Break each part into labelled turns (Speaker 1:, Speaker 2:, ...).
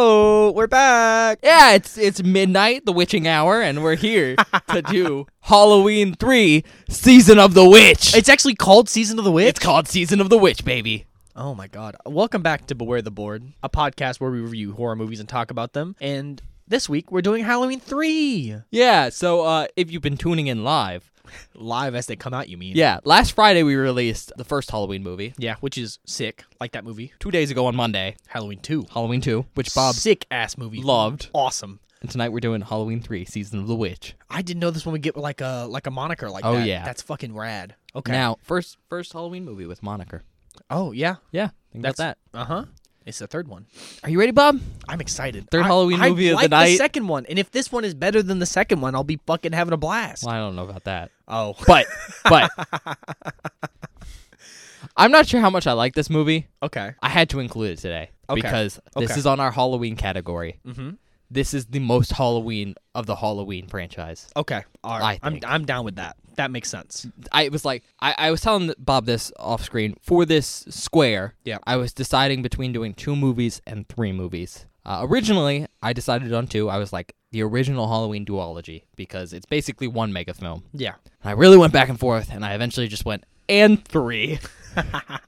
Speaker 1: Oh, we're back.
Speaker 2: Yeah, it's it's midnight, the witching hour, and we're here to do Halloween three, season of the witch.
Speaker 1: It's actually called Season of the Witch.
Speaker 2: It's called season of the witch, baby.
Speaker 1: Oh my god. Welcome back to Beware the Board, a podcast where we review horror movies and talk about them. And this week we're doing Halloween 3.
Speaker 2: Yeah. So uh, if you've been tuning in live,
Speaker 1: Live as they come out, you mean?
Speaker 2: yeah, last Friday we released the first Halloween movie.
Speaker 1: Yeah, which is sick. Like that movie,
Speaker 2: Two days ago on Monday,
Speaker 1: Halloween 2.
Speaker 2: Halloween two, which Bob
Speaker 1: sick ass movie.
Speaker 2: loved,
Speaker 1: Awesome.
Speaker 2: and tonight we're doing Halloween three, season of the witch.
Speaker 1: I didn't know this one would get like a like a moniker like
Speaker 2: Oh,
Speaker 1: that.
Speaker 2: yeah.
Speaker 1: That's fucking rad. Okay.
Speaker 2: Now, first first Halloween movie with moniker.
Speaker 1: oh, yeah.
Speaker 2: Yeah, think about that.
Speaker 1: Uh-huh. It's the third one.
Speaker 2: Are you ready, Bob?
Speaker 1: I'm excited.
Speaker 2: Third
Speaker 1: I-
Speaker 2: Halloween
Speaker 1: I
Speaker 2: movie of the
Speaker 1: like
Speaker 2: night.
Speaker 1: second one, and if this one is better than the second one, I'll be fucking having a blast.
Speaker 2: Well, I don't know about that.
Speaker 1: Oh,
Speaker 2: but but I'm not sure how much I like this movie.
Speaker 1: okay.
Speaker 2: I had to include it today
Speaker 1: Okay.
Speaker 2: because this
Speaker 1: Okay.
Speaker 2: is on our Halloween category.
Speaker 1: Mm-hmm.
Speaker 2: This is the most Halloween of the Halloween franchise.
Speaker 1: Okay. All right.
Speaker 2: I
Speaker 1: I'm
Speaker 2: think.
Speaker 1: I'm down with that. That makes sense.
Speaker 2: I it was like I, I was telling Bob this off screen for this square.
Speaker 1: Yep.
Speaker 2: I was deciding between doing two movies and three movies. Uh, originally, I decided on two. I was like the original Halloween duology because it's basically one mega film.
Speaker 1: Yeah.
Speaker 2: And I really went back and forth, and I eventually just went and three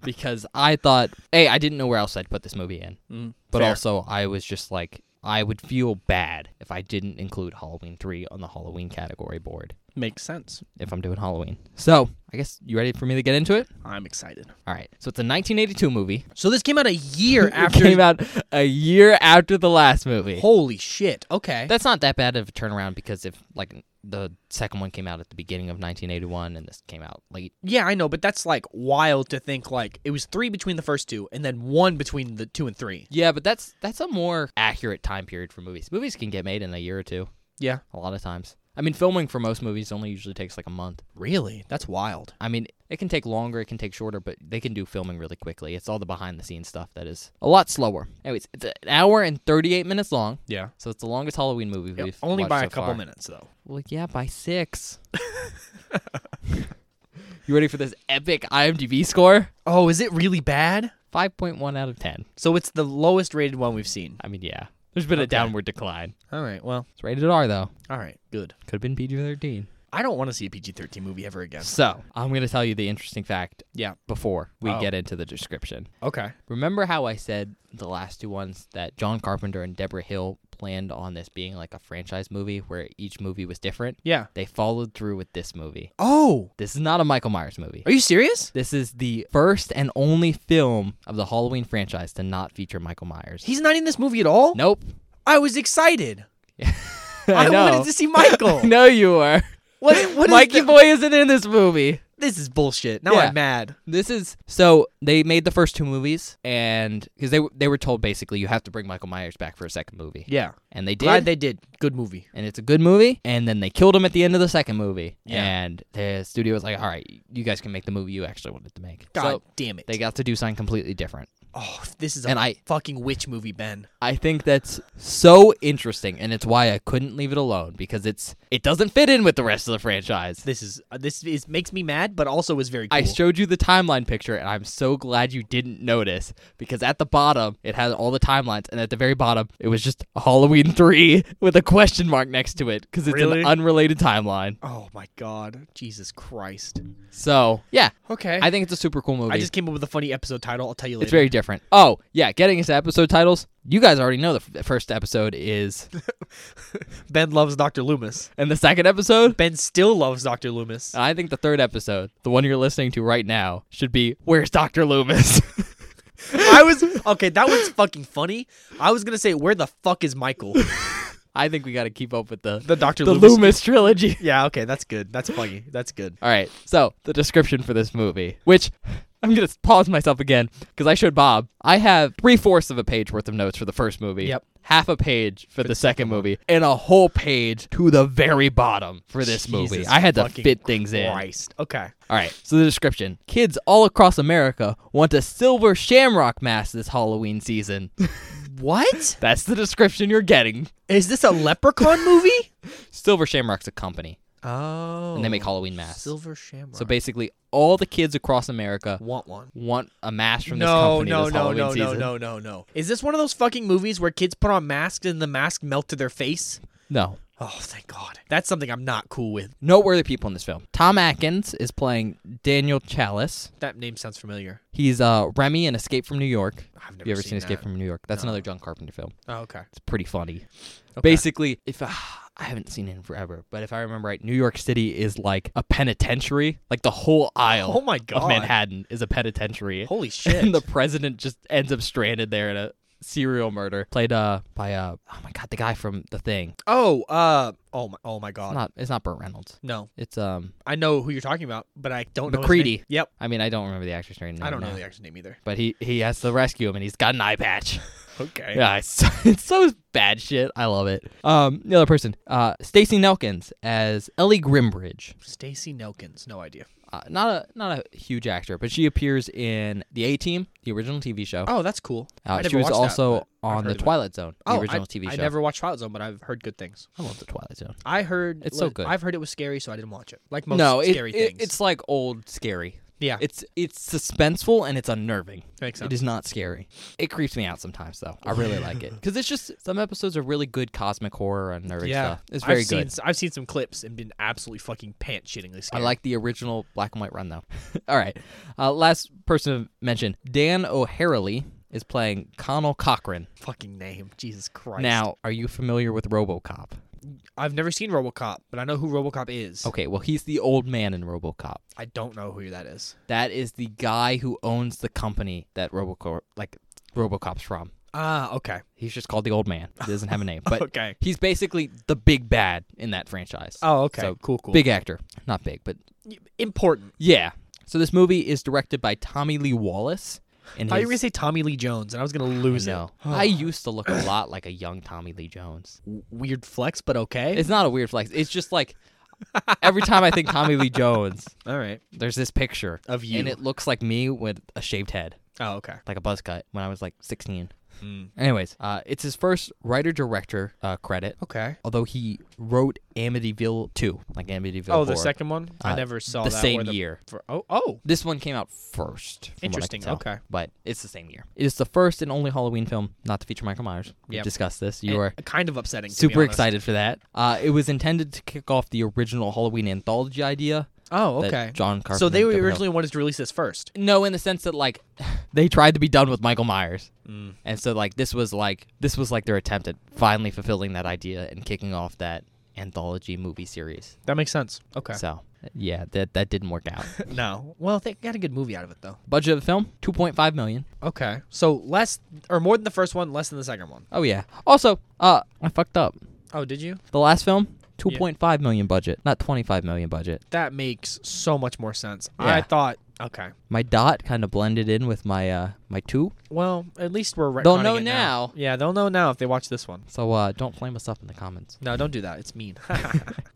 Speaker 2: because I thought, hey, I didn't know where else I'd put this movie in,
Speaker 1: Mm,
Speaker 2: but
Speaker 1: fair.
Speaker 2: also I was just like, I would feel bad if I didn't include Halloween three on the Halloween category board
Speaker 1: Makes sense.
Speaker 2: if I'm doing Halloween. So I guess you ready for me to get into it?
Speaker 1: I'm excited.
Speaker 2: All right. So it's a 1982 movie.
Speaker 1: So this came out a year after.
Speaker 2: it came out a year after the last movie.
Speaker 1: Holy shit. Okay.
Speaker 2: That's not that bad of a turnaround because if like the second one came out at the beginning of 1981 and this came out late
Speaker 1: yeah, I know, but that's like wild to think like it was three between the first two, and then one between the two and three.
Speaker 2: Yeah, but that's that's a more accurate time period for movies. Movies can get made in a year or two,
Speaker 1: Yeah.
Speaker 2: a lot of times. I mean, filming for most movies only usually takes like a month.
Speaker 1: Really? That's wild.
Speaker 2: I mean, it can take longer, it can take shorter, but they can do filming really quickly. It's all the behind the scenes stuff that is a lot slower. Anyways, it's an hour and 38 minutes long,
Speaker 1: Yeah.
Speaker 2: so it's the longest Halloween movie we've
Speaker 1: Only
Speaker 2: watched
Speaker 1: by
Speaker 2: so
Speaker 1: a couple
Speaker 2: far.
Speaker 1: minutes though.
Speaker 2: Well, yeah, by 6. you ready for this epic IMDb score?
Speaker 1: Oh, is it really bad?
Speaker 2: 5.1 out of 10.
Speaker 1: So it's the lowest rated one we've seen.
Speaker 2: I mean, yeah. There's been a
Speaker 1: Okay.
Speaker 2: downward decline.
Speaker 1: All right. Well.
Speaker 2: It's rated R though.
Speaker 1: All right. Good.
Speaker 2: Could have been PG 13.
Speaker 1: I don't want to see a PG-13 movie ever again.
Speaker 2: So, I'm going to tell you the interesting fact
Speaker 1: Yeah.
Speaker 2: before we
Speaker 1: Oh.
Speaker 2: get into the description.
Speaker 1: Okay.
Speaker 2: Remember how I said the last two ones that John Carpenter and Deborah Hill planned on this being like a franchise movie where each movie was different?
Speaker 1: Yeah.
Speaker 2: They followed through with this movie.
Speaker 1: Oh,
Speaker 2: This is not a Michael Myers movie.
Speaker 1: are you serious?
Speaker 2: This is the first and only film of the Halloween franchise to not feature Michael Myers.
Speaker 1: He's not in this movie at all.
Speaker 2: Nope.
Speaker 1: I was excited. I,
Speaker 2: know.
Speaker 1: wanted to see Michael.
Speaker 2: no, you are.
Speaker 1: What? What is
Speaker 2: Mikey
Speaker 1: the-
Speaker 2: Boy isn't in this movie.
Speaker 1: This is bullshit. Now
Speaker 2: Yeah.
Speaker 1: I'm mad.
Speaker 2: This is so they made the first two movies, and because they they were told basically you have to bring Michael Myers back for a second movie,
Speaker 1: Yeah.
Speaker 2: and they
Speaker 1: Glad
Speaker 2: did,
Speaker 1: they did. Good movie.
Speaker 2: and it's a good movie. And then they killed him at the end of the second movie,
Speaker 1: Yeah.
Speaker 2: and the studio was like, "All right, you guys can make the movie you actually wanted to make."
Speaker 1: God
Speaker 2: So
Speaker 1: damn it.
Speaker 2: they got to do something completely different.
Speaker 1: oh, this is a
Speaker 2: And I-
Speaker 1: fucking witch movie, Ben.
Speaker 2: I think that's so interesting, and it's why I couldn't leave it alone because it's it doesn't fit in with the rest of the franchise.
Speaker 1: This is uh, this is makes me mad, but also is very cool.
Speaker 2: I showed you the timeline picture, and I'm so glad you didn't notice because at the bottom it has all the timelines, and at the very bottom it was just Halloween three with a question mark next to it because it's
Speaker 1: Really?
Speaker 2: an unrelated timeline.
Speaker 1: oh my god, Jesus Christ.
Speaker 2: So yeah,
Speaker 1: Okay.
Speaker 2: I think it's a super cool movie.
Speaker 1: Eh. I just came up with a funny episode title. I'll tell you later.
Speaker 2: it's very different. Oh yeah, getting into episode titles, you guys already know the f- first episode is,
Speaker 1: ben loves Dr. Loomis.
Speaker 2: and the second episode.
Speaker 1: Ben still loves Dr. Loomis.
Speaker 2: I think the third episode, the one you're listening to right now, should be "Where's Doctor Loomis."
Speaker 1: I was okay. That was fucking funny. I was gonna say, where the fuck is Michael?
Speaker 2: I think we got to keep up with the
Speaker 1: The Doctor
Speaker 2: the
Speaker 1: Loomis.
Speaker 2: Loomis trilogy.
Speaker 1: Yeah, okay, that's good. That's funny. That's good.
Speaker 2: All right. So the description for this movie, which I'm gonna pause myself again because I showed Bob. I have three fourths of a page worth of notes for the first movie.
Speaker 1: Yep.
Speaker 2: Half a page for the second movie, and a whole page to the very bottom for this movie.
Speaker 1: Jesus
Speaker 2: I had to
Speaker 1: fucking
Speaker 2: fit things in.
Speaker 1: Christ. Okay.
Speaker 2: All right. So the description: Kids all across America want a silver shamrock mask this Halloween season.
Speaker 1: What
Speaker 2: That's the description you're getting.
Speaker 1: is this a Leprechaun movie?
Speaker 2: Silver Shamrock's a company.
Speaker 1: Oh.
Speaker 2: and they make Halloween masks.
Speaker 1: Silver Shamrock.
Speaker 2: So basically, all the kids across America
Speaker 1: want one.
Speaker 2: want a mask from this
Speaker 1: No,
Speaker 2: company
Speaker 1: no,
Speaker 2: this
Speaker 1: no,
Speaker 2: Halloween
Speaker 1: no, no,
Speaker 2: season.
Speaker 1: no, no, no. Is this one of those fucking movies where kids put on masks and the mask melt to their face?
Speaker 2: no.
Speaker 1: Oh, thank God. That's something I'm not cool with.
Speaker 2: Noteworthy people in this film. Tom Atkins is playing Daniel Chalice.
Speaker 1: That name sounds familiar.
Speaker 2: He's uh, Remy in Escape from New York.
Speaker 1: I've never
Speaker 2: Have you ever
Speaker 1: seen,
Speaker 2: seen, Escape
Speaker 1: that.
Speaker 2: from New York? That's
Speaker 1: No.
Speaker 2: another John Carpenter film.
Speaker 1: Oh, okay.
Speaker 2: It's pretty funny.
Speaker 1: Okay.
Speaker 2: Basically, if uh, I haven't seen it in forever, but if I remember right, New York City is like a penitentiary. Like the whole aisle
Speaker 1: Oh my God.
Speaker 2: of Manhattan is a penitentiary.
Speaker 1: Holy shit.
Speaker 2: and the president just ends up stranded there in a serial murder played uh by uh oh my god the guy from the thing
Speaker 1: oh, uh, oh my, oh my
Speaker 2: it's
Speaker 1: God.
Speaker 2: not it's not Burt Reynolds
Speaker 1: No,
Speaker 2: it's um
Speaker 1: I know who you're talking about, but I don't know. his
Speaker 2: McCready.
Speaker 1: name. Yep.
Speaker 2: I mean I don't remember the actor's name
Speaker 1: I don't know
Speaker 2: now,
Speaker 1: the actor's name either.
Speaker 2: but he he has to rescue him and he's got an eye patch
Speaker 1: Okay.
Speaker 2: yeah it's, it's so bad shit I love it um the other person uh Stacy Nelkins as Ellie Grimbridge
Speaker 1: Stacy Nelkins. No idea.
Speaker 2: uh, not a not a huge actor but she appears in the A Team the original TV show
Speaker 1: Oh, that's cool. I
Speaker 2: uh,
Speaker 1: never
Speaker 2: she was
Speaker 1: watched that,
Speaker 2: also
Speaker 1: but I've
Speaker 2: on
Speaker 1: heard
Speaker 2: the
Speaker 1: of it.
Speaker 2: Twilight Zone the
Speaker 1: oh,
Speaker 2: original
Speaker 1: I,
Speaker 2: TV show
Speaker 1: I never watched Twilight Zone, but I've heard good things.
Speaker 2: I love the Twilight Zone.
Speaker 1: I heard
Speaker 2: It's so
Speaker 1: li-
Speaker 2: good.
Speaker 1: I've heard it was scary, so I didn't watch it. Like most
Speaker 2: no, it-
Speaker 1: scary
Speaker 2: it-
Speaker 1: things.
Speaker 2: it's like old scary.
Speaker 1: yeah,
Speaker 2: It's it's suspenseful and it's unnerving.
Speaker 1: makes sense.
Speaker 2: It is not scary. It creeps me out sometimes though. I really like it because it's just some episodes are really good cosmic horror and nerdy
Speaker 1: yeah,
Speaker 2: stuff. It's very
Speaker 1: I've
Speaker 2: good.
Speaker 1: Seen, I've seen some clips and been absolutely fucking pant shittingly
Speaker 2: I
Speaker 1: scared.
Speaker 2: like the original black and white run though. All right, uh, last person to mention Dan O'Harely is playing Connell Cochran.
Speaker 1: fucking name. Jesus Christ.
Speaker 2: Now, are you familiar with RoboCop?
Speaker 1: I've never seen RoboCop, but I know who RoboCop is.
Speaker 2: Okay, well he's the old man in RoboCop.
Speaker 1: I don't know who that is.
Speaker 2: That is the guy who owns the company that RoboCop like RoboCop's from.
Speaker 1: Ah, okay.
Speaker 2: He's just called the old man. He doesn't have a name, but
Speaker 1: okay.
Speaker 2: he's basically the big bad in that franchise.
Speaker 1: Oh, okay.
Speaker 2: So,
Speaker 1: cool, cool.
Speaker 2: Big actor, not big, but
Speaker 1: important.
Speaker 2: yeah. So this movie is directed by Tommy Lee Wallace. And
Speaker 1: I thought you
Speaker 2: his,
Speaker 1: were gonna say Tommy Lee Jones, and I was gonna lose it.
Speaker 2: no, I used to look a lot like a young Tommy Lee Jones.
Speaker 1: W- Weird flex, but okay.
Speaker 2: It's not a weird flex. It's just like every time I think Tommy Lee Jones,
Speaker 1: All right.
Speaker 2: there's this picture
Speaker 1: Of you.
Speaker 2: and it looks like me with a shaved head,
Speaker 1: oh, okay.
Speaker 2: like a buzz cut when I was like 16.
Speaker 1: Mm.
Speaker 2: Anyways, uh, it's his first writer director uh, credit.
Speaker 1: Okay.
Speaker 2: although he wrote Amityville 2, like Amityville.
Speaker 1: Oh, the
Speaker 2: horror.
Speaker 1: second one. I
Speaker 2: Uh,
Speaker 1: never saw
Speaker 2: the
Speaker 1: that.
Speaker 2: same
Speaker 1: or the,
Speaker 2: year.
Speaker 1: For, oh, oh.
Speaker 2: This one came out first. from what I can
Speaker 1: Interesting,
Speaker 2: tell,
Speaker 1: okay.
Speaker 2: but it's the same year. It is the first and only Halloween film not to feature Michael Myers. We
Speaker 1: Yep.
Speaker 2: discussed this. You
Speaker 1: And
Speaker 2: were
Speaker 1: kind of upsetting. to be
Speaker 2: super
Speaker 1: honest.
Speaker 2: excited for that. Uh, it was intended to kick off the original Halloween anthology idea.
Speaker 1: Oh,
Speaker 2: that
Speaker 1: okay.
Speaker 2: John Carpenter.
Speaker 1: So they
Speaker 2: developed.
Speaker 1: originally wanted to release this first.
Speaker 2: No, in the sense that like they tried to be done with Michael Myers.
Speaker 1: Mm.
Speaker 2: And so like this was like this was like their attempt at finally fulfilling that idea and kicking off that anthology movie series.
Speaker 1: That makes sense. Okay.
Speaker 2: So yeah, that that didn't work out.
Speaker 1: no. Well, they got a good movie out of it though.
Speaker 2: Budget of the film, two point five million.
Speaker 1: Okay. So less or more than the first one, less than the second one.
Speaker 2: Oh yeah. Also, uh I fucked up.
Speaker 1: Oh, did you?
Speaker 2: The last film, two point five million budget, not twenty five million budget.
Speaker 1: That makes so much more sense. I
Speaker 2: Yeah.
Speaker 1: thought. Okay.
Speaker 2: My dot kind of blended in with my uh my two.
Speaker 1: Well, at least we're
Speaker 2: They'll
Speaker 1: retconning
Speaker 2: know
Speaker 1: it now.
Speaker 2: now.
Speaker 1: Yeah, they'll know now if they watch this one.
Speaker 2: So uh don't flame us up in the comments.
Speaker 1: No, don't do that. It's mean.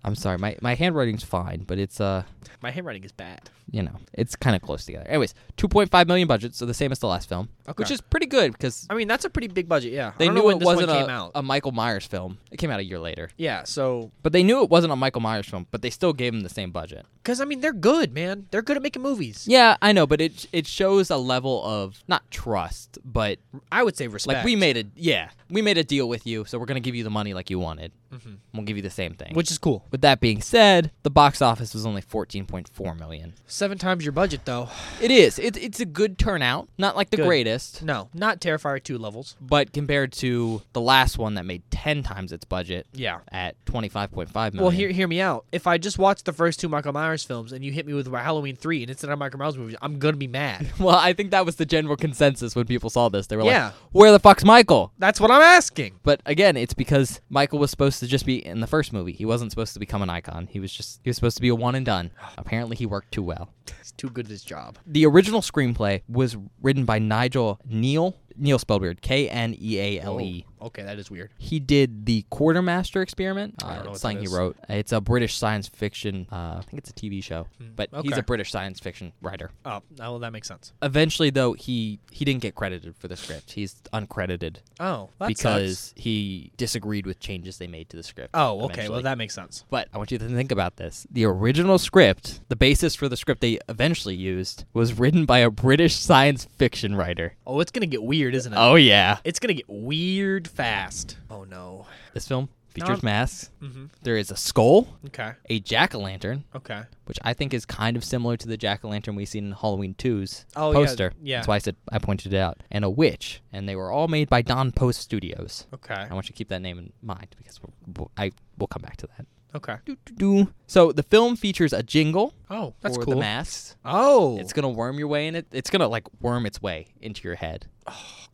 Speaker 2: I'm sorry, my, my handwriting's fine, but it's uh
Speaker 1: My handwriting is bad.
Speaker 2: you know, it's kinda close together. Anyways, two point five million budget, so the same as the last film. Which
Speaker 1: Okay.
Speaker 2: is pretty good because
Speaker 1: I mean, that's a pretty big budget. Yeah. I
Speaker 2: they
Speaker 1: don't know
Speaker 2: knew
Speaker 1: when
Speaker 2: it
Speaker 1: this one
Speaker 2: wasn't
Speaker 1: came
Speaker 2: a,
Speaker 1: out.
Speaker 2: a Michael Myers film. It came out a year later.
Speaker 1: yeah. So,
Speaker 2: But they knew it wasn't a Michael Myers film, but they still gave him the same budget.
Speaker 1: because I mean, they're good, man. They're good at making movies.
Speaker 2: Yeah, I know, but it it shows a level of not trust, but
Speaker 1: I would say respect.
Speaker 2: like we made a yeah, we made a deal with you, so we're gonna give you the money like you wanted. Mm-hmm. We'll give you the same thing.
Speaker 1: which is cool.
Speaker 2: with that being said, the box office was only fourteen point four million.
Speaker 1: Seven times your budget, though.
Speaker 2: It is. It, it's a good turnout, not like the
Speaker 1: Good.
Speaker 2: greatest,
Speaker 1: No, not Terrifier two levels.
Speaker 2: but compared to the last one that made ten times its budget
Speaker 1: Yeah.
Speaker 2: at twenty five point five million.
Speaker 1: Well, hear hear me out. If I just watched the first two Michael Myers films and you hit me with Halloween three and it's another Michael Myers movie, I'm gonna be mad.
Speaker 2: Well, I think that was the general consensus when people saw this. They were
Speaker 1: Yeah.
Speaker 2: like, "Where the fuck's Michael?"
Speaker 1: That's what I'm asking.
Speaker 2: But again, it's because Michael was supposed to just be in the first movie. He wasn't supposed to become an icon. He was just he was supposed to be a one and done. Apparently, he worked too well.
Speaker 1: He's too good at his job.
Speaker 2: The original screenplay was written by Nigel Neal. Neil spelled weird. K N E A L E.
Speaker 1: Oh, okay, that is weird.
Speaker 2: He did the Quartermaster Experiment.
Speaker 1: I don't
Speaker 2: Uh,
Speaker 1: know what
Speaker 2: it's something
Speaker 1: that
Speaker 2: he
Speaker 1: is.
Speaker 2: wrote. It's a British science fiction. Uh, I think it's a TV show, but he's
Speaker 1: Hmm, okay.
Speaker 2: a British science fiction writer.
Speaker 1: Oh, well, that makes sense.
Speaker 2: Eventually, though, he he didn't get credited for the script. He's uncredited
Speaker 1: Oh, that
Speaker 2: because
Speaker 1: sucks.
Speaker 2: he disagreed with changes they made to the script.
Speaker 1: Oh, okay.
Speaker 2: eventually.
Speaker 1: Well, that makes sense.
Speaker 2: But I want you to think about this. The original script, the basis for the script they eventually used, was written by a British science fiction writer.
Speaker 1: Oh, it's gonna get weird, isn't it?
Speaker 2: Oh yeah.
Speaker 1: It's gonna get weird fast. Oh no.
Speaker 2: This film
Speaker 1: I'm-
Speaker 2: features masks.
Speaker 1: Mm-hmm.
Speaker 2: There is a skull,
Speaker 1: Okay.
Speaker 2: a jack-o'-lantern,
Speaker 1: Okay.
Speaker 2: which I think is kind of similar to the jack-o'-lantern we seen in Halloween 2's
Speaker 1: Oh, yeah,
Speaker 2: poster.
Speaker 1: yeah.
Speaker 2: That's why I said I pointed it out. And a witch, and they were all made by Don Post Studios.
Speaker 1: Okay.
Speaker 2: I want you to keep that name in mind because we'll, we'll, I will come back to that.
Speaker 1: Okay.
Speaker 2: Doo, doo, doo. So the film features a jingle
Speaker 1: Oh, that's
Speaker 2: for
Speaker 1: cool.
Speaker 2: the masks.
Speaker 1: Oh,
Speaker 2: It's gonna worm your way in it. It's gonna like worm its way into your head.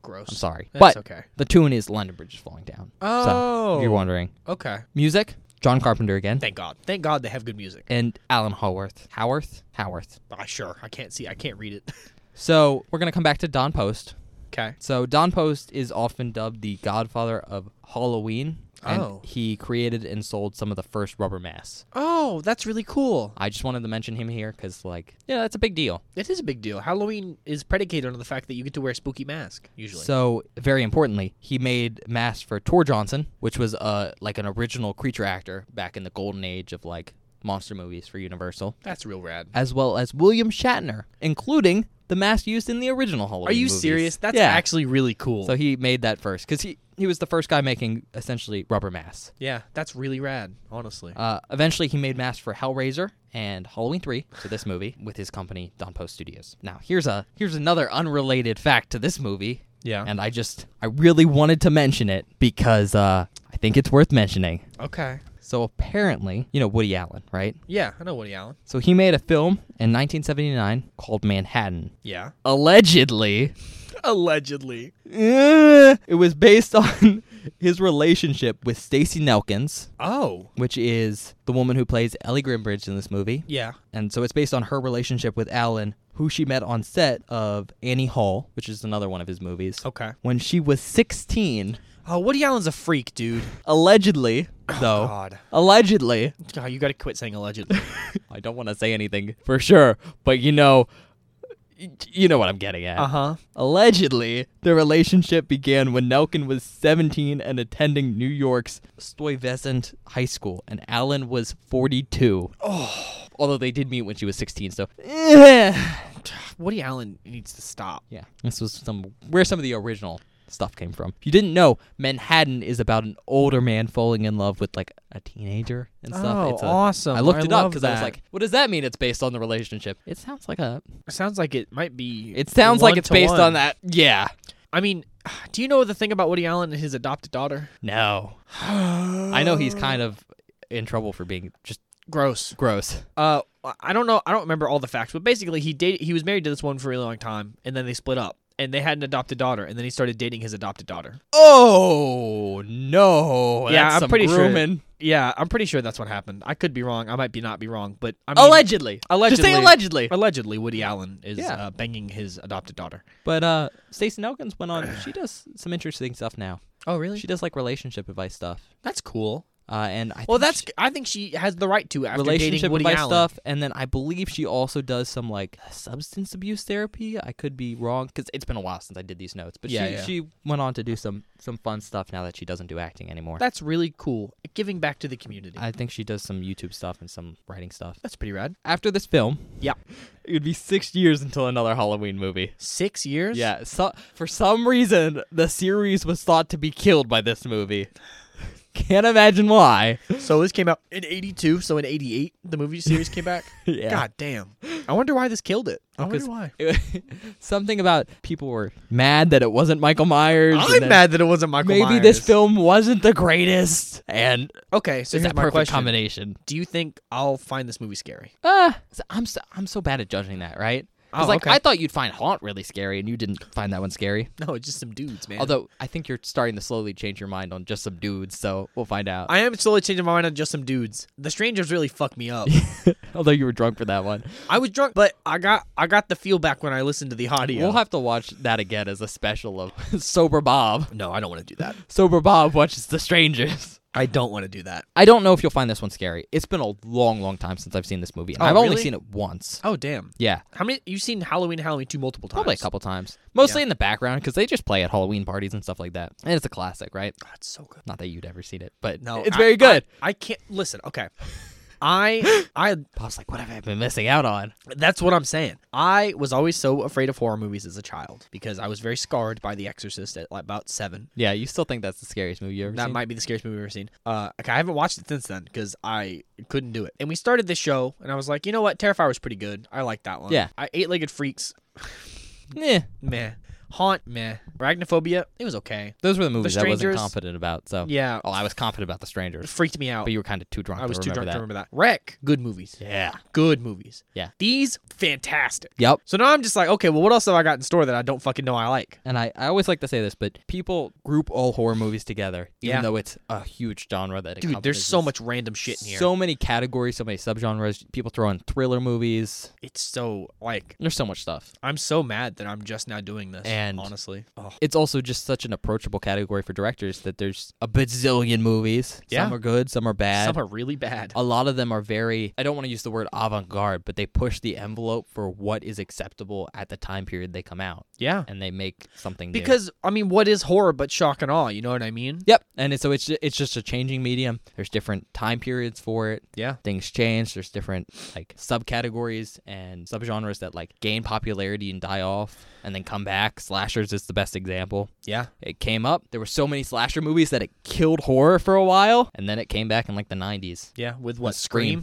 Speaker 1: gross.
Speaker 2: I'm sorry,
Speaker 1: That's
Speaker 2: but
Speaker 1: okay.
Speaker 2: the tune is "London Bridge is Falling Down." so, if
Speaker 1: Oh.
Speaker 2: you're wondering,
Speaker 1: Okay.
Speaker 2: music John Carpenter again,
Speaker 1: Thank God. Thank God they have good music.
Speaker 2: and Alan Howarth. Howarth, Howarth.
Speaker 1: Ah, sure. I can't see. I can't read it.
Speaker 2: So we're gonna come back to Don Post.
Speaker 1: okay.
Speaker 2: So Don Post is often dubbed the Godfather of Halloween, and
Speaker 1: Oh.
Speaker 2: he created and sold some of the first rubber masks.
Speaker 1: Oh, that's really cool.
Speaker 2: I just wanted to mention him here because, like, yeah, that's a big deal.
Speaker 1: It is a big deal. Halloween is predicated on the fact that you get to wear a spooky mask usually.
Speaker 2: So very importantly, he made masks for Tor Johnson, which was uh like an original creature actor back in the golden age of like monster movies for Universal,
Speaker 1: that's real rad.
Speaker 2: as well as William Shatner, including the mask used in the original Halloween.
Speaker 1: Are you
Speaker 2: movies.
Speaker 1: serious? That's
Speaker 2: yeah.
Speaker 1: actually really cool.
Speaker 2: so he made that first because he he was the first guy making essentially rubber masks.
Speaker 1: yeah, that's really rad. Honestly.
Speaker 2: Uh, eventually, he made masks for Hellraiser and Halloween 3, so this movie, with his company Don Post Studios. Now, here's a here's another unrelated fact to this movie.
Speaker 1: Yeah.
Speaker 2: and I just I really wanted to mention it because uh, I think it's worth mentioning.
Speaker 1: okay.
Speaker 2: So apparently, you know Woody Allen, right?
Speaker 1: Yeah, I know Woody Allen.
Speaker 2: So he made a film in 1979 called Manhattan.
Speaker 1: Yeah.
Speaker 2: Allegedly,
Speaker 1: Allegedly.
Speaker 2: eh, it was based on his relationship with Stacy Nelkins,
Speaker 1: Oh.
Speaker 2: which is the woman who plays Ellie Grimbridge in this movie.
Speaker 1: Yeah.
Speaker 2: And so it's based on her relationship with Allen, who she met on set of Annie Hall, which is another one of his movies.
Speaker 1: Okay.
Speaker 2: When she was 16,
Speaker 1: Oh, Woody Allen's a freak, dude.
Speaker 2: allegedly, though,
Speaker 1: Oh, God.
Speaker 2: allegedly,
Speaker 1: God, you got to quit saying allegedly.
Speaker 2: I don't want to say anything for sure, but you know, y- you know what I'm getting at.
Speaker 1: huh.
Speaker 2: Allegedly, the relationship began when Nelkin was 17 and attending New York's Stuyvesant High School, and Allen was 42. Oh. Although they did meet when she was 16, so. yeah,
Speaker 1: Woody Allen needs to stop.
Speaker 2: this was some where some of the original stuff came from. If you didn't know, Manhattan is about an older man falling in love with like a teenager and stuff.
Speaker 1: Oh,
Speaker 2: it's a,
Speaker 1: awesome.
Speaker 2: I looked
Speaker 1: I
Speaker 2: it up
Speaker 1: love
Speaker 2: because I was
Speaker 1: that.
Speaker 2: like, what does that mean? It's based on the relationship. It sounds like a.
Speaker 1: Sounds like it might be.
Speaker 2: It sounds like
Speaker 1: one
Speaker 2: it's
Speaker 1: to
Speaker 2: based
Speaker 1: one.
Speaker 2: on that. Yeah.
Speaker 1: I mean, do you know the thing about Woody Allen and his adopted daughter?
Speaker 2: No. I know he's kind of in trouble for being just
Speaker 1: Gross.
Speaker 2: gross.
Speaker 1: Uh, I don't know. I don't remember all the facts, but basically, he dated. He was married to this one for a really long time, and then they split up. And they had an adopted daughter, and then he started dating his adopted daughter.
Speaker 2: Oh no.
Speaker 1: Yeah,
Speaker 2: That's
Speaker 1: I'm
Speaker 2: some
Speaker 1: pretty sure-
Speaker 2: grooming.
Speaker 1: Yeah, I'm pretty sure that's what happened. I could be wrong. I might be not be wrong, but I mean,
Speaker 2: Allegedly. Just say
Speaker 1: Allegedly.
Speaker 2: allegedly.
Speaker 1: allegedly, Woody Allen is
Speaker 2: Yeah.
Speaker 1: uh, banging his adopted daughter.
Speaker 2: But uh Stacey Nelkins went on she does some interesting stuff now.
Speaker 1: Oh, really?
Speaker 2: She does like relationship advice stuff.
Speaker 1: That's cool.
Speaker 2: Uh and I
Speaker 1: Well,
Speaker 2: think
Speaker 1: that's.
Speaker 2: she-
Speaker 1: I think she has the right to after dating
Speaker 2: relationship
Speaker 1: Woody
Speaker 2: advice
Speaker 1: Allen.
Speaker 2: stuff and then I believe she also does some like substance abuse therapy. I could be wrong cuz it's been a while since I did these notes, but
Speaker 1: Yeah,
Speaker 2: she
Speaker 1: yeah.
Speaker 2: she went on to do some some fun stuff now that she doesn't do acting anymore.
Speaker 1: That's really cool. Giving back to the community.
Speaker 2: I think she does some YouTube stuff and some writing stuff.
Speaker 1: that's pretty rad.
Speaker 2: After this film,
Speaker 1: Yeah.
Speaker 2: it would be 6 years until another Halloween movie.
Speaker 1: Six years.
Speaker 2: Yeah, so for some reason the series was thought to be killed by this movie. Can't imagine why.
Speaker 1: So this came out in '82. So in '88, the movie series came back.
Speaker 2: Yeah.
Speaker 1: God damn. I wonder why this killed it. I wonder
Speaker 2: 'Cause
Speaker 1: why.
Speaker 2: it- something about people were mad that it wasn't Michael Myers. and
Speaker 1: I'm
Speaker 2: that
Speaker 1: mad that it wasn't Michael
Speaker 2: Maybe
Speaker 1: Myers.
Speaker 2: this film wasn't the greatest, and
Speaker 1: Okay, so
Speaker 2: it's
Speaker 1: here's
Speaker 2: that
Speaker 1: my
Speaker 2: perfect
Speaker 1: question.
Speaker 2: combination.
Speaker 1: Do you think I'll find this movie scary?
Speaker 2: Ah, so I'm so, I'm so bad at judging that, right?
Speaker 1: Oh,
Speaker 2: Because like
Speaker 1: okay.
Speaker 2: I thought you'd find Haunt really scary, and you didn't find that one scary.
Speaker 1: No, it's just some dudes, man.
Speaker 2: Although I think you're starting to slowly change your mind on just some dudes, so we'll find out.
Speaker 1: I am slowly changing my mind on just some dudes. The strangers really fucked me up.
Speaker 2: Although you were drunk for that one,
Speaker 1: I was drunk, but I got I got the feel back when I listened to the audio.
Speaker 2: we'll have to watch that again as a special of sober Bob.
Speaker 1: no, I don't want to do that.
Speaker 2: Sober Bob watches The Strangers.
Speaker 1: I don't want to do that.
Speaker 2: I don't know if you'll find this one scary. It's been a long, long time since I've seen this movie, and
Speaker 1: Oh,
Speaker 2: I've only
Speaker 1: really?
Speaker 2: seen it once.
Speaker 1: Oh damn!
Speaker 2: Yeah,
Speaker 1: How many you've seen Halloween, Halloween two multiple times?
Speaker 2: probably a couple times, mostly in the background because they just play at Halloween parties and stuff like that. And it's a classic, right?
Speaker 1: God, it's so good.
Speaker 2: Not that you'd ever seen it, but
Speaker 1: No,
Speaker 2: it's
Speaker 1: I-
Speaker 2: very good.
Speaker 1: I, I can't listen. Okay, I I
Speaker 2: Bob's like, what have I been missing out on?
Speaker 1: That's what I'm saying. I was always so afraid of horror movies as a child because I was very scarred by The Exorcist at like, about seven.
Speaker 2: Yeah, you still think that's the scariest movie you ever
Speaker 1: That
Speaker 2: seen?
Speaker 1: might be the scariest movie I've ever seen. Uh, okay, I haven't watched it since then because I couldn't do it. And we started this show, and I was like, you know what? Terrifier was pretty good. I like that one.
Speaker 2: Yeah.
Speaker 1: I Eight Legged Freaks,
Speaker 2: yeah,
Speaker 1: meh. Haunt, meh. Arachnophobia, it was okay.
Speaker 2: those were the movies I wasn't
Speaker 1: Strangers-
Speaker 2: confident about. So
Speaker 1: Yeah,
Speaker 2: oh, I was confident about The
Speaker 1: it
Speaker 2: Strangers,
Speaker 1: freaked me out.
Speaker 2: but you were kind of too drunk.
Speaker 1: I was
Speaker 2: to
Speaker 1: too drunk
Speaker 2: remember
Speaker 1: to remember that. Wreck, good movies.
Speaker 2: that. Yeah.
Speaker 1: Good movies.
Speaker 2: Yeah.
Speaker 1: These, fantastic.
Speaker 2: Yep.
Speaker 1: So now I'm just like, okay, well, what else have I got in store that I don't fucking know I like?
Speaker 2: And I, I always like to say this, but people group all horror movies together, even
Speaker 1: Yeah.
Speaker 2: though it's a huge genre that
Speaker 1: Dude, there's
Speaker 2: encompasses
Speaker 1: so much random shit in here.
Speaker 2: So many categories, so many subgenres. People throw in thriller movies.
Speaker 1: it's so like
Speaker 2: There's so much stuff.
Speaker 1: I'm so mad that I'm just now doing this.
Speaker 2: And-
Speaker 1: honestly, oh,
Speaker 2: It's also just such an approachable category for directors that there's a bazillion movies.
Speaker 1: Yeah.
Speaker 2: Some are good, some are bad.
Speaker 1: some are really bad.
Speaker 2: a lot of them are very I don't want to use the word avant-garde, but they push the envelope for what is acceptable at the time period they come out
Speaker 1: Yeah,
Speaker 2: and they make something new.
Speaker 1: because I mean, what is horror but shock and awe? You know what I mean?
Speaker 2: Yep. And it's, so it's ju- it's just a changing medium. There's different time periods for it.
Speaker 1: Yeah.
Speaker 2: Things change. There's different like subcategories and subgenres that like gain popularity and die off and then come back. Slashers is the best example.
Speaker 1: Yeah,
Speaker 2: It came up. There were so many slasher movies that it killed horror for a while and then it came back in like the 90s.
Speaker 1: yeah. With what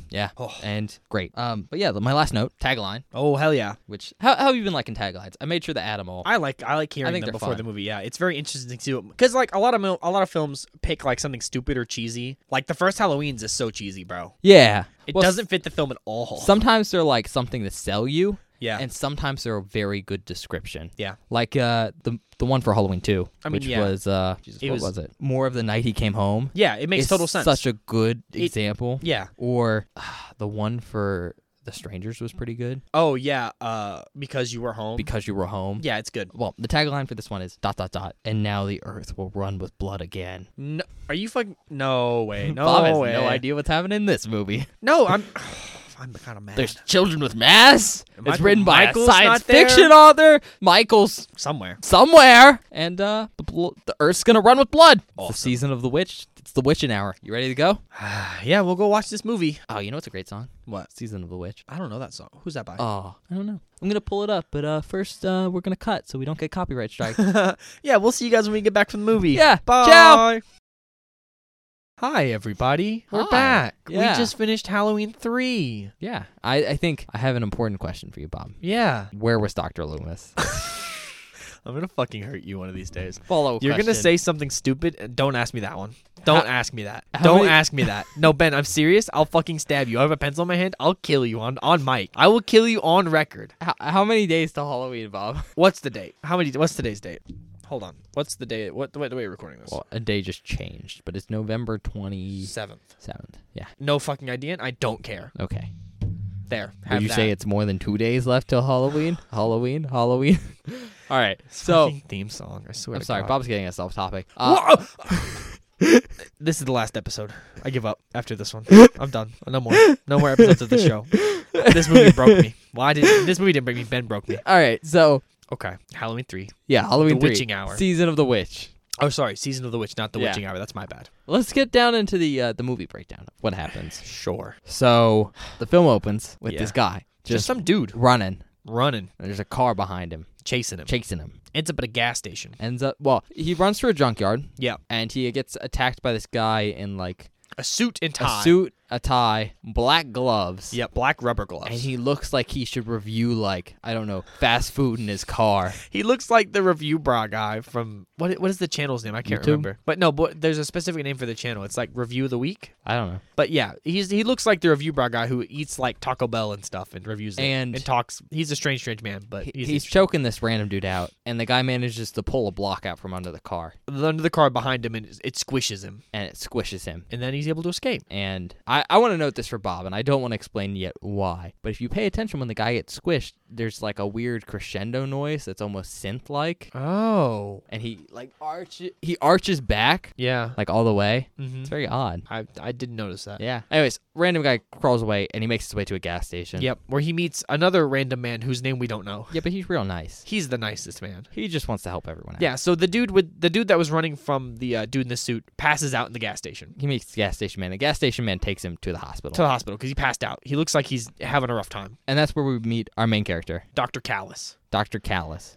Speaker 2: Yeah.
Speaker 1: Oh.
Speaker 2: And great. Um but yeah, the- my last note, tagline,
Speaker 1: Oh hell yeah!
Speaker 2: which how, how have you been liking taglines? I made sure the animal
Speaker 1: I like I like hearing
Speaker 2: think
Speaker 1: them
Speaker 2: they're
Speaker 1: before
Speaker 2: fun.
Speaker 1: the movie. Yeah, it's very interesting to because like a lot of mil- a lot of films pick like something stupid or cheesy. Like the first Halloween's is so cheesy, bro.
Speaker 2: Yeah.
Speaker 1: It
Speaker 2: Well,
Speaker 1: doesn't fit the film at all.
Speaker 2: Sometimes they're like something to sell you.
Speaker 1: Yeah.
Speaker 2: And sometimes they're a very good description.
Speaker 1: Yeah.
Speaker 2: Like uh the the one for Halloween too.
Speaker 1: I mean,
Speaker 2: which
Speaker 1: yeah.
Speaker 2: was uh Jesus,
Speaker 1: It
Speaker 2: what
Speaker 1: was-
Speaker 2: was, it? More of the night he came home.
Speaker 1: yeah, it makes
Speaker 2: It's
Speaker 1: total sense.
Speaker 2: Such a good example.
Speaker 1: yeah.
Speaker 2: Or ah, the one for the strangers was pretty good
Speaker 1: Oh yeah. Uh, because you were home.
Speaker 2: because you were home.
Speaker 1: yeah, it's good.
Speaker 2: Well, the tagline for this one is dot dot dot, and now the earth will run with blood again.
Speaker 1: No, are you fucking? No way. No
Speaker 2: Bob has
Speaker 1: way.
Speaker 2: no idea what's happening in this movie.
Speaker 1: No, I'm. I'm kind of mad.
Speaker 2: There's children with mass. it's
Speaker 1: Michael-
Speaker 2: written by
Speaker 1: Michael's
Speaker 2: a science
Speaker 1: not there?
Speaker 2: fiction author. Michael's
Speaker 1: somewhere.
Speaker 2: somewhere, and uh, the, bl- the Earth's gonna run with blood.
Speaker 1: Awesome.
Speaker 2: It's the season of the witch. It's the witching hour. You ready to go?
Speaker 1: yeah, we'll go watch this movie.
Speaker 2: Oh, you know it's a great song.
Speaker 1: What?
Speaker 2: Season of the witch.
Speaker 1: I don't know that song. Who's that by?
Speaker 2: Oh, I don't know. I'm gonna pull it up, but uh, first uh, we're gonna cut so we don't get copyright strike.
Speaker 1: yeah, we'll see you guys when we get back from the movie.
Speaker 2: Yeah,
Speaker 1: Bye.
Speaker 2: ciao.
Speaker 1: Hi everybody. We're
Speaker 2: Hi.
Speaker 1: back.
Speaker 2: Yeah.
Speaker 1: We just finished Halloween 3.
Speaker 2: yeah, I, I think I have an important question for you, Bob.
Speaker 1: Yeah.
Speaker 2: Where was Doctor Loomis?
Speaker 1: I'm going to fucking hurt you one of these days.
Speaker 2: Follow.
Speaker 1: You're going to say something stupid and don't ask me that one. Don't ask me that.
Speaker 2: how
Speaker 1: Don't
Speaker 2: many-
Speaker 1: ask me that. No, Ben, I'm serious. I'll fucking stab you. I have a pencil in my hand. I'll kill you on on mic. I will kill you on record.
Speaker 2: how, how many days to Halloween, Bob?
Speaker 1: What's the date? How many? What's today's date? Hold on. What's the date? What the way, the way you're recording this?
Speaker 2: Well, a day just changed, but it's November twenty
Speaker 1: Seventh.
Speaker 2: seventh. Yeah.
Speaker 1: No fucking idea. And I don't care.
Speaker 2: Okay.
Speaker 1: There. Have
Speaker 2: Would you
Speaker 1: that.
Speaker 2: say it's more than two days left till Halloween? Halloween, Halloween. All right. So
Speaker 1: Fucking theme song. I swear.
Speaker 2: I'm
Speaker 1: to
Speaker 2: sorry,
Speaker 1: God.
Speaker 2: Bob's getting us off topic. Uh,
Speaker 1: Whoa! uh, this is the last episode. I give up after this one. I'm done. No more. No more episodes of this show. This movie broke me. Why did this movie didn't break me? Ben broke me.
Speaker 2: all right. So
Speaker 1: Okay. Halloween three.
Speaker 2: yeah, Halloween
Speaker 1: The
Speaker 2: 3,
Speaker 1: Witching Hour.
Speaker 2: season of the witch.
Speaker 1: Oh, sorry. Season of the Witch, not the
Speaker 2: Yeah.
Speaker 1: Witching Hour. That's my bad.
Speaker 2: Let's get down into the uh, the movie breakdown of what happens.
Speaker 1: Sure.
Speaker 2: So the film opens with
Speaker 1: Yeah.
Speaker 2: this guy
Speaker 1: Just,
Speaker 2: just,
Speaker 1: some dude
Speaker 2: running.
Speaker 1: running,
Speaker 2: And there's a car behind him
Speaker 1: chasing him.
Speaker 2: chasing him.
Speaker 1: Ends up at a gas station.
Speaker 2: Ends up well, he runs through a junkyard
Speaker 1: Yeah.
Speaker 2: and he gets attacked by this guy in like
Speaker 1: A suit and tie.
Speaker 2: a suit a tie, black gloves.
Speaker 1: Yeah, black rubber gloves.
Speaker 2: And he looks like he should review like I don't know fast food in his car.
Speaker 1: He looks like the review bra guy from what? What is the channel's name? I can't
Speaker 2: YouTube?
Speaker 1: remember. But no, but there's a specific name for the channel. It's like Review of the Week.
Speaker 2: I don't know.
Speaker 1: But yeah, he's he looks like the review bra guy who eats like Taco Bell and stuff and reviews it
Speaker 2: And-
Speaker 1: and talks. He's a strange, strange man, but
Speaker 2: He-
Speaker 1: he's,
Speaker 2: he's choking this random dude out, and the guy manages to pull a block out from under the car,
Speaker 1: under the car behind him and it, it squishes him,
Speaker 2: and it squishes him.
Speaker 1: and then he's able to escape.
Speaker 2: And I, I want to note this for Bob, and I don't want to explain yet why. But if you pay attention when the guy gets squished, there's like a weird crescendo noise that's almost synth like.
Speaker 1: Oh,
Speaker 2: And he like arches he arches back
Speaker 1: yeah.
Speaker 2: like all the way.
Speaker 1: hmm
Speaker 2: It's very odd.
Speaker 1: I I didn't notice that.
Speaker 2: Yeah. Anyways, random guy crawls away and he makes his way to a gas station.
Speaker 1: Yep, where he meets another random man whose name we don't know.
Speaker 2: Yeah, but he's real nice.
Speaker 1: He's the nicest man.
Speaker 2: He just wants to help everyone out.
Speaker 1: Yeah, so the dude with the dude that was running from the uh, dude in the suit passes out in the gas station
Speaker 2: He meets the gas station man. The gas station man takes him to the hospital.
Speaker 1: to the hospital because he passed out. He looks like he's having a rough time.
Speaker 2: and that's where we meet our main character,
Speaker 1: Doctor Callus.
Speaker 2: Dr. Callus.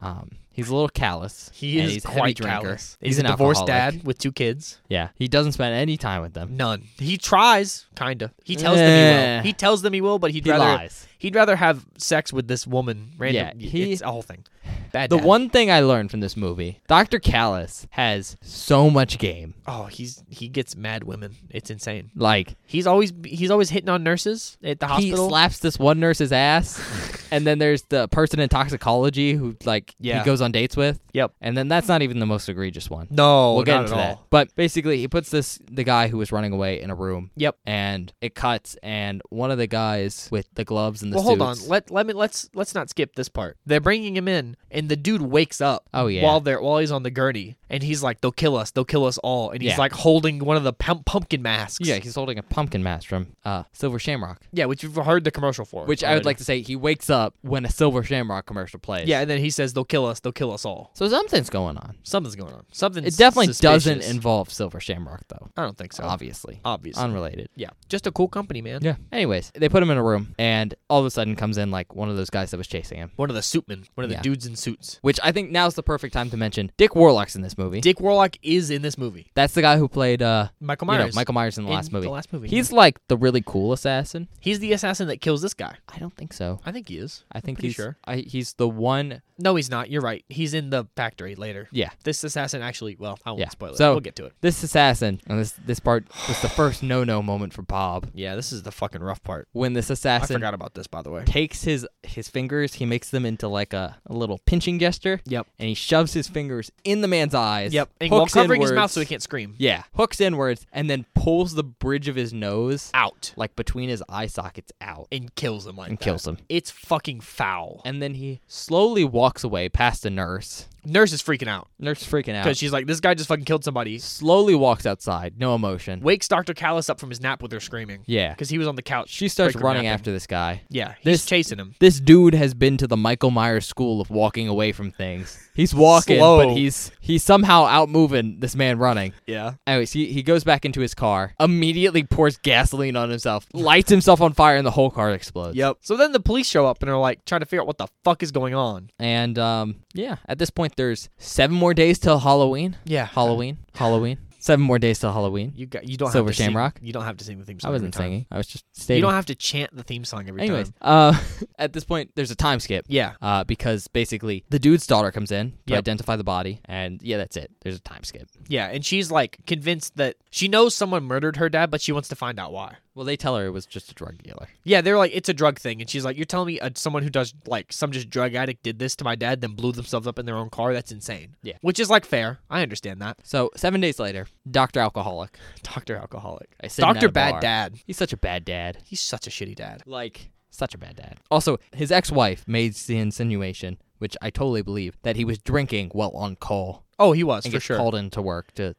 Speaker 2: Um, he's a little callous.
Speaker 1: He
Speaker 2: and
Speaker 1: is
Speaker 2: he's a heavy
Speaker 1: quite
Speaker 2: drinker.
Speaker 1: callous.
Speaker 2: He's,
Speaker 1: He's,
Speaker 2: an
Speaker 1: a divorced
Speaker 2: alcoholic.
Speaker 1: dad with two kids.
Speaker 2: Yeah, he doesn't spend any time with them.
Speaker 1: None. He tries, kinda. He tells them he
Speaker 2: Yeah.
Speaker 1: will. He tells them he will, but he'd
Speaker 2: He
Speaker 1: rather
Speaker 2: lies.
Speaker 1: he'd rather have sex with this woman. Random.
Speaker 2: Yeah, he-
Speaker 1: it's a whole thing. Bad.
Speaker 2: The
Speaker 1: dad.
Speaker 2: one thing I learned from this movie, Dr. Callus has so much game.
Speaker 1: Oh, he's he gets mad women. It's insane.
Speaker 2: Like
Speaker 1: He's always he's always hitting on nurses at the hospital.
Speaker 2: he slaps this one nurse's ass, and then there's the person in toxicology who like
Speaker 1: Yeah.
Speaker 2: he goes on dates with.
Speaker 1: Yep.
Speaker 2: And then that's not even the most egregious one.
Speaker 1: no,
Speaker 2: we'll get
Speaker 1: not
Speaker 2: into
Speaker 1: at
Speaker 2: that.
Speaker 1: all.
Speaker 2: But basically, he puts this the guy who was running away in a room.
Speaker 1: Yep.
Speaker 2: And it cuts, and one of the guys with the gloves and the
Speaker 1: Well, hold on.
Speaker 2: suits-
Speaker 1: Let let me let's let's not skip this part. They're bringing him in, and the dude wakes up.
Speaker 2: Oh, yeah.
Speaker 1: While they're while he's on the gurney, and he's like, "They'll kill us. They'll kill us all." And he's
Speaker 2: Yeah.
Speaker 1: like holding one of the pum- pumpkin masks.
Speaker 2: yeah, he's holding a pumpkin mask from uh, Silver Shamrock,
Speaker 1: yeah, which you've heard the commercial for.
Speaker 2: which I would like to say he wakes up when a Silver Shamrock commercial plays.
Speaker 1: Yeah, and then he says, "They'll kill us. They'll kill us all."
Speaker 2: So something's going on.
Speaker 1: Something's going on. Something.
Speaker 2: It definitely doesn't
Speaker 1: suspicious.
Speaker 2: involve Silver Shamrock though.
Speaker 1: I don't think so.
Speaker 2: Obviously.
Speaker 1: Obviously.
Speaker 2: Unrelated.
Speaker 1: yeah, just a cool company, man.
Speaker 2: Yeah. Anyways, they put him in a room, and all of a sudden comes in like one of those guys that was chasing him,
Speaker 1: One of the suitmen. One of the
Speaker 2: Yeah.
Speaker 1: dudes in suits.
Speaker 2: which I think now's the perfect time to mention. Dick Warlock's in this movie.
Speaker 1: Dick Warlock is in this movie.
Speaker 2: That's the guy who played uh,
Speaker 1: Michael
Speaker 2: you
Speaker 1: Myers.
Speaker 2: know, Michael Myers in the
Speaker 1: in
Speaker 2: last movie.
Speaker 1: The last movie.
Speaker 2: He's like the really cool assassin.
Speaker 1: he's the assassin that kills this guy.
Speaker 2: I don't think so.
Speaker 1: I think he is.
Speaker 2: I think
Speaker 1: pretty
Speaker 2: he's
Speaker 1: sure.
Speaker 2: I, he's the one.
Speaker 1: No, he's not. You're right. He's in the factory later.
Speaker 2: Yeah.
Speaker 1: This assassin actually, well, I won't
Speaker 2: Yeah.
Speaker 1: spoil it.
Speaker 2: So-
Speaker 1: we'll get to it.
Speaker 2: This assassin, and this this part was the first no-no moment for Bob
Speaker 1: Yeah, this is the fucking rough part.
Speaker 2: when this
Speaker 1: I
Speaker 2: assassin
Speaker 1: forgot about this, by the way.
Speaker 2: takes his his fingers, he makes them into like a, a little pinching gesture.
Speaker 1: Yep.
Speaker 2: And he shoves his fingers in the man's eyes.
Speaker 1: Yep. And while
Speaker 2: hooks
Speaker 1: covering his mouth
Speaker 2: inwards-
Speaker 1: so he can't scream.
Speaker 2: Yeah. Hooks inwards and then pulls the bridge of his nose
Speaker 1: Out.
Speaker 2: like between his eye sockets out
Speaker 1: And kills him like
Speaker 2: and
Speaker 1: that.
Speaker 2: kills him.
Speaker 1: It's fucking foul.
Speaker 2: And then he slowly walks away past the nurse.
Speaker 1: Nurse is freaking out
Speaker 2: Nurse is freaking out.
Speaker 1: because she's like, this guy just fucking killed somebody.
Speaker 2: slowly walks outside, no emotion.
Speaker 1: Wakes Dr. Callis up from his nap with her screaming
Speaker 2: Yeah.
Speaker 1: because he was on the couch.
Speaker 2: She starts
Speaker 1: breaker
Speaker 2: running
Speaker 1: napping.
Speaker 2: after this guy.
Speaker 1: Yeah. He's
Speaker 2: This-
Speaker 1: chasing him.
Speaker 2: This dude has been to the Michael Myers school of walking away from things. He's walking,
Speaker 1: Slow.
Speaker 2: but he's he's somehow outmoving this man running.
Speaker 1: Yeah.
Speaker 2: Anyways, he, he goes back into his car, immediately pours gasoline on himself, lights himself on fire, and the whole car explodes.
Speaker 1: Yep. So then the police show up and are like trying to figure out what the fuck is going on.
Speaker 2: And um, yeah, at this point, there's seven more days till Halloween.
Speaker 1: Yeah.
Speaker 2: Halloween. Halloween. Seven more days till Halloween.
Speaker 1: You got you don't
Speaker 2: Silver
Speaker 1: have to sing-
Speaker 2: Shamrock?
Speaker 1: you don't have to sing the theme song.
Speaker 2: I wasn't
Speaker 1: every time.
Speaker 2: singing. I was just
Speaker 1: You
Speaker 2: stating.
Speaker 1: don't have to chant the theme song every
Speaker 2: Anyways,
Speaker 1: time.
Speaker 2: uh, at this point, there's a time skip.
Speaker 1: Yeah.
Speaker 2: uh, because basically the dude's daughter comes in to
Speaker 1: Yep.
Speaker 2: identify the body, and yeah, that's it. There's a time skip.
Speaker 1: Yeah, and she's like convinced that she knows someone murdered her dad, but she wants to find out why.
Speaker 2: Well, they tell her it was just a drug dealer.
Speaker 1: Yeah, they're like it's a drug thing, and she's like, "You're telling me uh, someone who does like some just drug addict did this to my dad, then blew themselves up in their own car? That's insane."
Speaker 2: Yeah.
Speaker 1: which is like fair. I understand that.
Speaker 2: So seven days later, Doctor Alcoholic,
Speaker 1: Doctor alcoholic,
Speaker 2: I said
Speaker 1: Doctor
Speaker 2: not a
Speaker 1: bad
Speaker 2: bar.
Speaker 1: dad.
Speaker 2: He's such a bad dad.
Speaker 1: He's such a shitty dad.
Speaker 2: Like such a bad dad. Also, his ex-wife made the insinuation, which I totally believe, that he was drinking while on call
Speaker 1: Oh, he was
Speaker 2: and
Speaker 1: for
Speaker 2: gets
Speaker 1: sure.
Speaker 2: called in to work to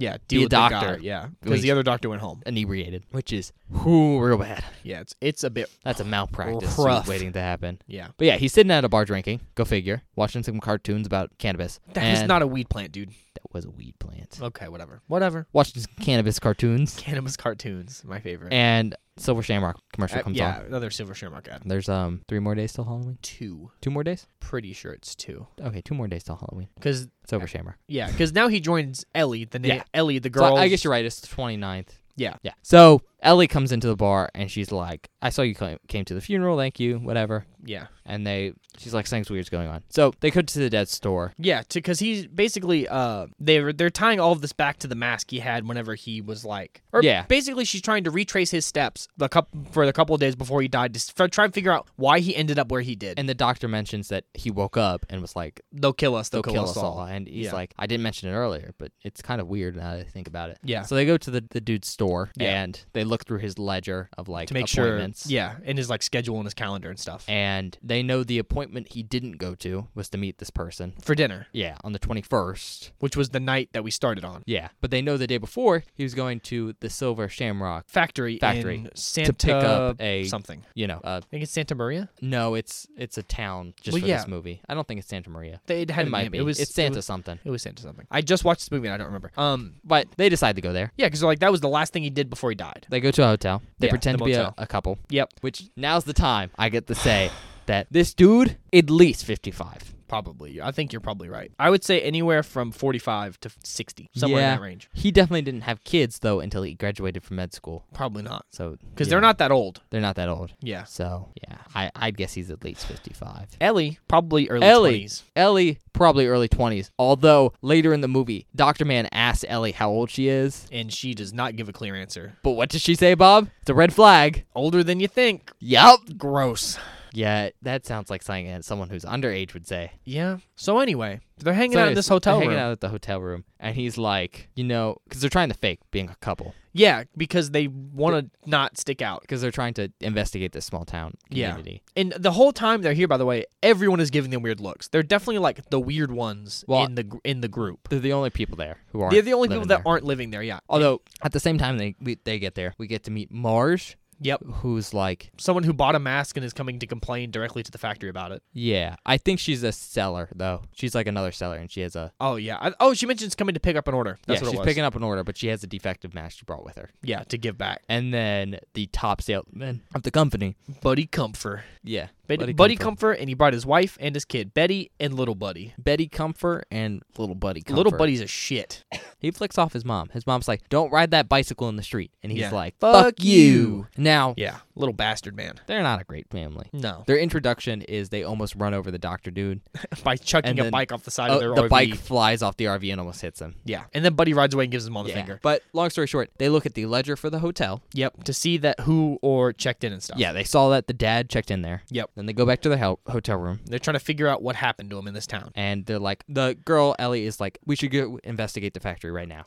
Speaker 1: yeah, deal
Speaker 2: a
Speaker 1: with the guy.
Speaker 2: doctor.
Speaker 1: Yeah,
Speaker 2: Please.
Speaker 1: because the other doctor went home.
Speaker 2: inebriated, which is whoo real bad.
Speaker 1: Yeah, it's it's a bit.
Speaker 2: That's a malpractice suit
Speaker 1: Rough.
Speaker 2: waiting to happen.
Speaker 1: Yeah,
Speaker 2: But yeah, he's sitting at a bar drinking. Go figure. Watching some cartoons about cannabis.
Speaker 1: that is
Speaker 2: and-
Speaker 1: not a weed plant, dude.
Speaker 2: That was a weed plant.
Speaker 1: Okay, whatever, whatever.
Speaker 2: Watching some cannabis cartoons.
Speaker 1: Cannabis cartoons, my favorite.
Speaker 2: And Silver Shamrock commercial
Speaker 1: Uh,
Speaker 2: comes
Speaker 1: yeah,
Speaker 2: on.
Speaker 1: another Silver Shamrock ad.
Speaker 2: There's um three more days till Halloween.
Speaker 1: Two,
Speaker 2: Two more days?
Speaker 1: pretty sure it's two.
Speaker 2: Okay, two more days till Halloween.
Speaker 1: Because
Speaker 2: Silver Shamrock.
Speaker 1: yeah, because now he joins Ellie, the na-
Speaker 2: Yeah.
Speaker 1: Ellie, the
Speaker 2: So
Speaker 1: girl.
Speaker 2: I- I guess you're right. It's the 29th.
Speaker 1: Yeah.
Speaker 2: Yeah. So Ellie comes into the bar and she's like, "I saw you came, came to the funeral. Thank you. Whatever."
Speaker 1: Yeah.
Speaker 2: And they, she's like, "Something's weird's going on." So they go to the dead store.
Speaker 1: Yeah, because he's basically uh they're they're tying all of this back to the mask he had whenever he was like or
Speaker 2: Yeah.
Speaker 1: Basically, she's trying to retrace his steps the couple for the couple of days before he died to f- try and figure out why he ended up where he did. And
Speaker 2: And the doctor mentions that he woke up and was like,
Speaker 1: they'll kill us. They'll,
Speaker 2: they'll kill, us all. And he's
Speaker 1: Yeah.
Speaker 2: like, I didn't mention it earlier, but it's kind of weird now that I think about it.
Speaker 1: Yeah.
Speaker 2: So they go to the, the dude's store
Speaker 1: Yeah.
Speaker 2: and they look through his ledger of like
Speaker 1: to make sure.
Speaker 2: appointments.
Speaker 1: Yeah, and his like schedule and his calendar and stuff
Speaker 2: And they know the appointment he didn't go to was to meet this person.
Speaker 1: for dinner,
Speaker 2: Yeah, on the 21st.
Speaker 1: which was the night that we started on
Speaker 2: Yeah. But they know the day before he was going to the Silver Shamrock,
Speaker 1: factory
Speaker 2: Factory.
Speaker 1: in Santa
Speaker 2: pick up a-
Speaker 1: something. I
Speaker 2: you know, uh,
Speaker 1: think it's Santa Maria.
Speaker 2: no, it's it's a town just
Speaker 1: Well,
Speaker 2: for
Speaker 1: yeah.
Speaker 2: this movie. I don't think it's Santa Maria.
Speaker 1: They it had
Speaker 2: it
Speaker 1: a
Speaker 2: might
Speaker 1: name.
Speaker 2: be.
Speaker 1: It was
Speaker 2: it's
Speaker 1: It
Speaker 2: Santa
Speaker 1: was,
Speaker 2: something.
Speaker 1: it was Santa something. I just watched this movie and I don't remember. Um,
Speaker 2: But they decide to go there.
Speaker 1: yeah, because like that was the last thing he did before he died.
Speaker 2: They go to a hotel. They
Speaker 1: Yeah,
Speaker 2: pretend
Speaker 1: the
Speaker 2: to be a,
Speaker 1: motel.
Speaker 2: a couple.
Speaker 1: Yep.
Speaker 2: Which now's the time I get to say that this dude at least 55.
Speaker 1: Probably. I think you're probably right. I would say anywhere from 45 to 60, somewhere
Speaker 2: Yeah.
Speaker 1: in that range.
Speaker 2: He definitely didn't have kids though until he graduated from med school.
Speaker 1: Probably not.
Speaker 2: So
Speaker 1: Because
Speaker 2: yeah,
Speaker 1: they're not that old.
Speaker 2: they're not that old.
Speaker 1: Yeah.
Speaker 2: So yeah, I I'd guess he's at least 55.
Speaker 1: Ellie, probably early
Speaker 2: Ellie,
Speaker 1: 20s.
Speaker 2: Ellie, probably early 20s. Although later in the movie, Doctor Man asks Ellie how old she is.
Speaker 1: And she does not give a clear answer.
Speaker 2: But what does she say, Bob? It's a red flag.
Speaker 1: Older than you think.
Speaker 2: Yup.
Speaker 1: Gross.
Speaker 2: Yeah, that sounds like something that someone who's underage would say.
Speaker 1: Yeah. So anyway, they're hanging
Speaker 2: So
Speaker 1: out in
Speaker 2: anyways,
Speaker 1: this hotel
Speaker 2: they're
Speaker 1: room.
Speaker 2: Hanging out at the hotel room, and he's like, you know, because they're trying to fake being a couple,
Speaker 1: Yeah, because they want to not stick out.
Speaker 2: because they're trying to investigate this small town
Speaker 1: Yeah.
Speaker 2: community.
Speaker 1: And the whole time they're here, by the way, everyone is giving them weird looks. They're definitely like the weird ones
Speaker 2: Well,
Speaker 1: in the gr- in the group.
Speaker 2: They're the only people there who are.
Speaker 1: They're the only people that
Speaker 2: there.
Speaker 1: aren't living there. Yeah.
Speaker 2: Although at the same time, they we, they get there, we get to meet Marge,
Speaker 1: Yep.
Speaker 2: who's like,
Speaker 1: Someone who bought a mask and is coming to complain directly to the factory about it.
Speaker 2: yeah, I think she's a seller though. She's like another seller, and she has a.
Speaker 1: Oh yeah. I, oh, she mentions coming to pick up an order. That's
Speaker 2: yeah,
Speaker 1: what
Speaker 2: she's
Speaker 1: it was.
Speaker 2: picking up an order, but she has a defective mask she brought with her.
Speaker 1: yeah, to give back.
Speaker 2: And then the top salesman of the company.
Speaker 1: Buddy Comfort.
Speaker 2: Yeah.
Speaker 1: Buddy, Buddy, Comfort. and he brought his wife and his kid, Betty and little Buddy.
Speaker 2: Betty Comfort and little Buddy Comfort.
Speaker 1: Little Buddy's a shit.
Speaker 2: He flicks off his mom. His mom's like, "Don't ride that bicycle in the street," and he's
Speaker 1: Yeah.
Speaker 2: like,
Speaker 1: Fuck
Speaker 2: "Fuck,
Speaker 1: you."
Speaker 2: you. Now
Speaker 1: Yeah, little bastard man.
Speaker 2: they're not a great family.
Speaker 1: No,
Speaker 2: Their introduction is they almost run over the doctor dude.
Speaker 1: by chucking
Speaker 2: And
Speaker 1: a
Speaker 2: then-
Speaker 1: bike off the side
Speaker 2: Oh,
Speaker 1: of their
Speaker 2: the
Speaker 1: RV.
Speaker 2: bike flies off the RV and almost hits him.
Speaker 1: Yeah, and then Buddy rides away and gives him on the
Speaker 2: Yeah.
Speaker 1: finger.
Speaker 2: But long story short, they look at the ledger for the hotel.
Speaker 1: Yep, to see that who or checked in and stuff.
Speaker 2: Yeah, they saw that the dad checked in there.
Speaker 1: Yep.
Speaker 2: Then they go back to the hel- hotel room.
Speaker 1: they're trying to figure out what happened to him in this town.
Speaker 2: And they're like, the girl Ellie is like, we should go investigate the factory right now.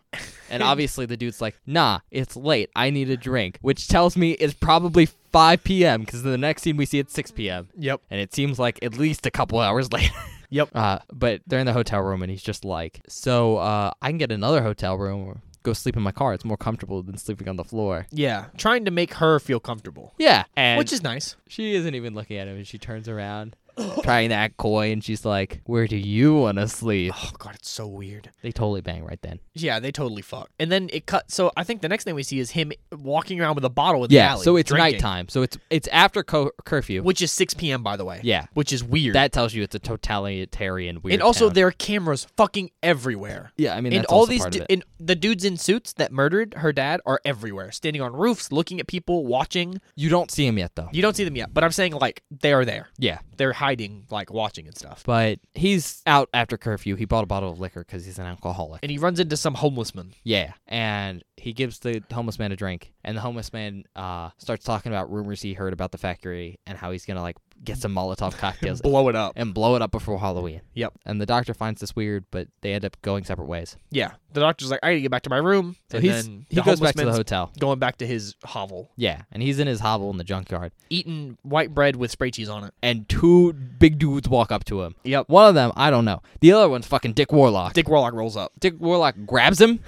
Speaker 2: And obviously, the dude's like, nah, it's late. I need a drink, which tells me it's probably 5 p.m. because the next scene we see it's 6 p.m.
Speaker 1: Yep,
Speaker 2: and it seems like at least a couple hours later.
Speaker 1: Yep.
Speaker 2: Uh, but they're in the hotel room, and he's just like, "So uh, I can get another hotel room or go sleep in my car. It's more comfortable than sleeping on the floor."
Speaker 1: yeah, trying to make her feel comfortable,
Speaker 2: Yeah, and
Speaker 1: which is nice.
Speaker 2: she isn't even looking at him, and she turns around. Trying to act coy, and she's like, "Where do you want to sleep?"
Speaker 1: Oh god, it's so weird.
Speaker 2: They totally bang right then.
Speaker 1: Yeah, they totally fuck. And then it cut. So I think the next thing we see is him walking around with a bottle in the
Speaker 2: Yeah,
Speaker 1: alley.
Speaker 2: so it's
Speaker 1: drinking,
Speaker 2: nighttime, so it's it's after co- curfew.
Speaker 1: which is 6 p.m. by the way.
Speaker 2: Yeah.
Speaker 1: which is weird.
Speaker 2: that tells you it's a totalitarian weird.
Speaker 1: and also
Speaker 2: town.
Speaker 1: there are cameras fucking everywhere.
Speaker 2: yeah, I mean,
Speaker 1: and
Speaker 2: that's
Speaker 1: all
Speaker 2: also
Speaker 1: these
Speaker 2: part
Speaker 1: du-
Speaker 2: of it.
Speaker 1: and the dudes in suits that murdered her dad are everywhere, standing on roofs, looking at people, watching.
Speaker 2: you don't see him yet, though.
Speaker 1: You don't see them yet, but I'm saying like they are there.
Speaker 2: yeah,
Speaker 1: They're hiding, like watching and stuff.
Speaker 2: but he's out after curfew. He bought a bottle of liquor because he's an alcoholic.
Speaker 1: And he runs into some homeless man.
Speaker 2: Yeah, and he gives the homeless man a drink, and the homeless man uh, starts talking about rumors he heard about the factory and how he's gonna like get some Molotov cocktails
Speaker 1: Blow it up.
Speaker 2: and blow it up before Halloween.
Speaker 1: Yep.
Speaker 2: And the doctor finds this weird, but they end up going separate ways.
Speaker 1: Yeah, the doctor's like, I gotta get back to my room.
Speaker 2: So
Speaker 1: and
Speaker 2: he's
Speaker 1: then
Speaker 2: he
Speaker 1: the
Speaker 2: goes
Speaker 1: homeless
Speaker 2: back to the
Speaker 1: man's
Speaker 2: hotel.
Speaker 1: going back to his hovel.
Speaker 2: Yeah, and he's in his hovel in the junkyard,
Speaker 1: eating white bread with spray cheese on it.
Speaker 2: and two big dudes walk up to him.
Speaker 1: Yep.
Speaker 2: One of them, I don't know. The other one's fucking Dick Warlock.
Speaker 1: Dick Warlock rolls up.
Speaker 2: Dick Warlock grabs him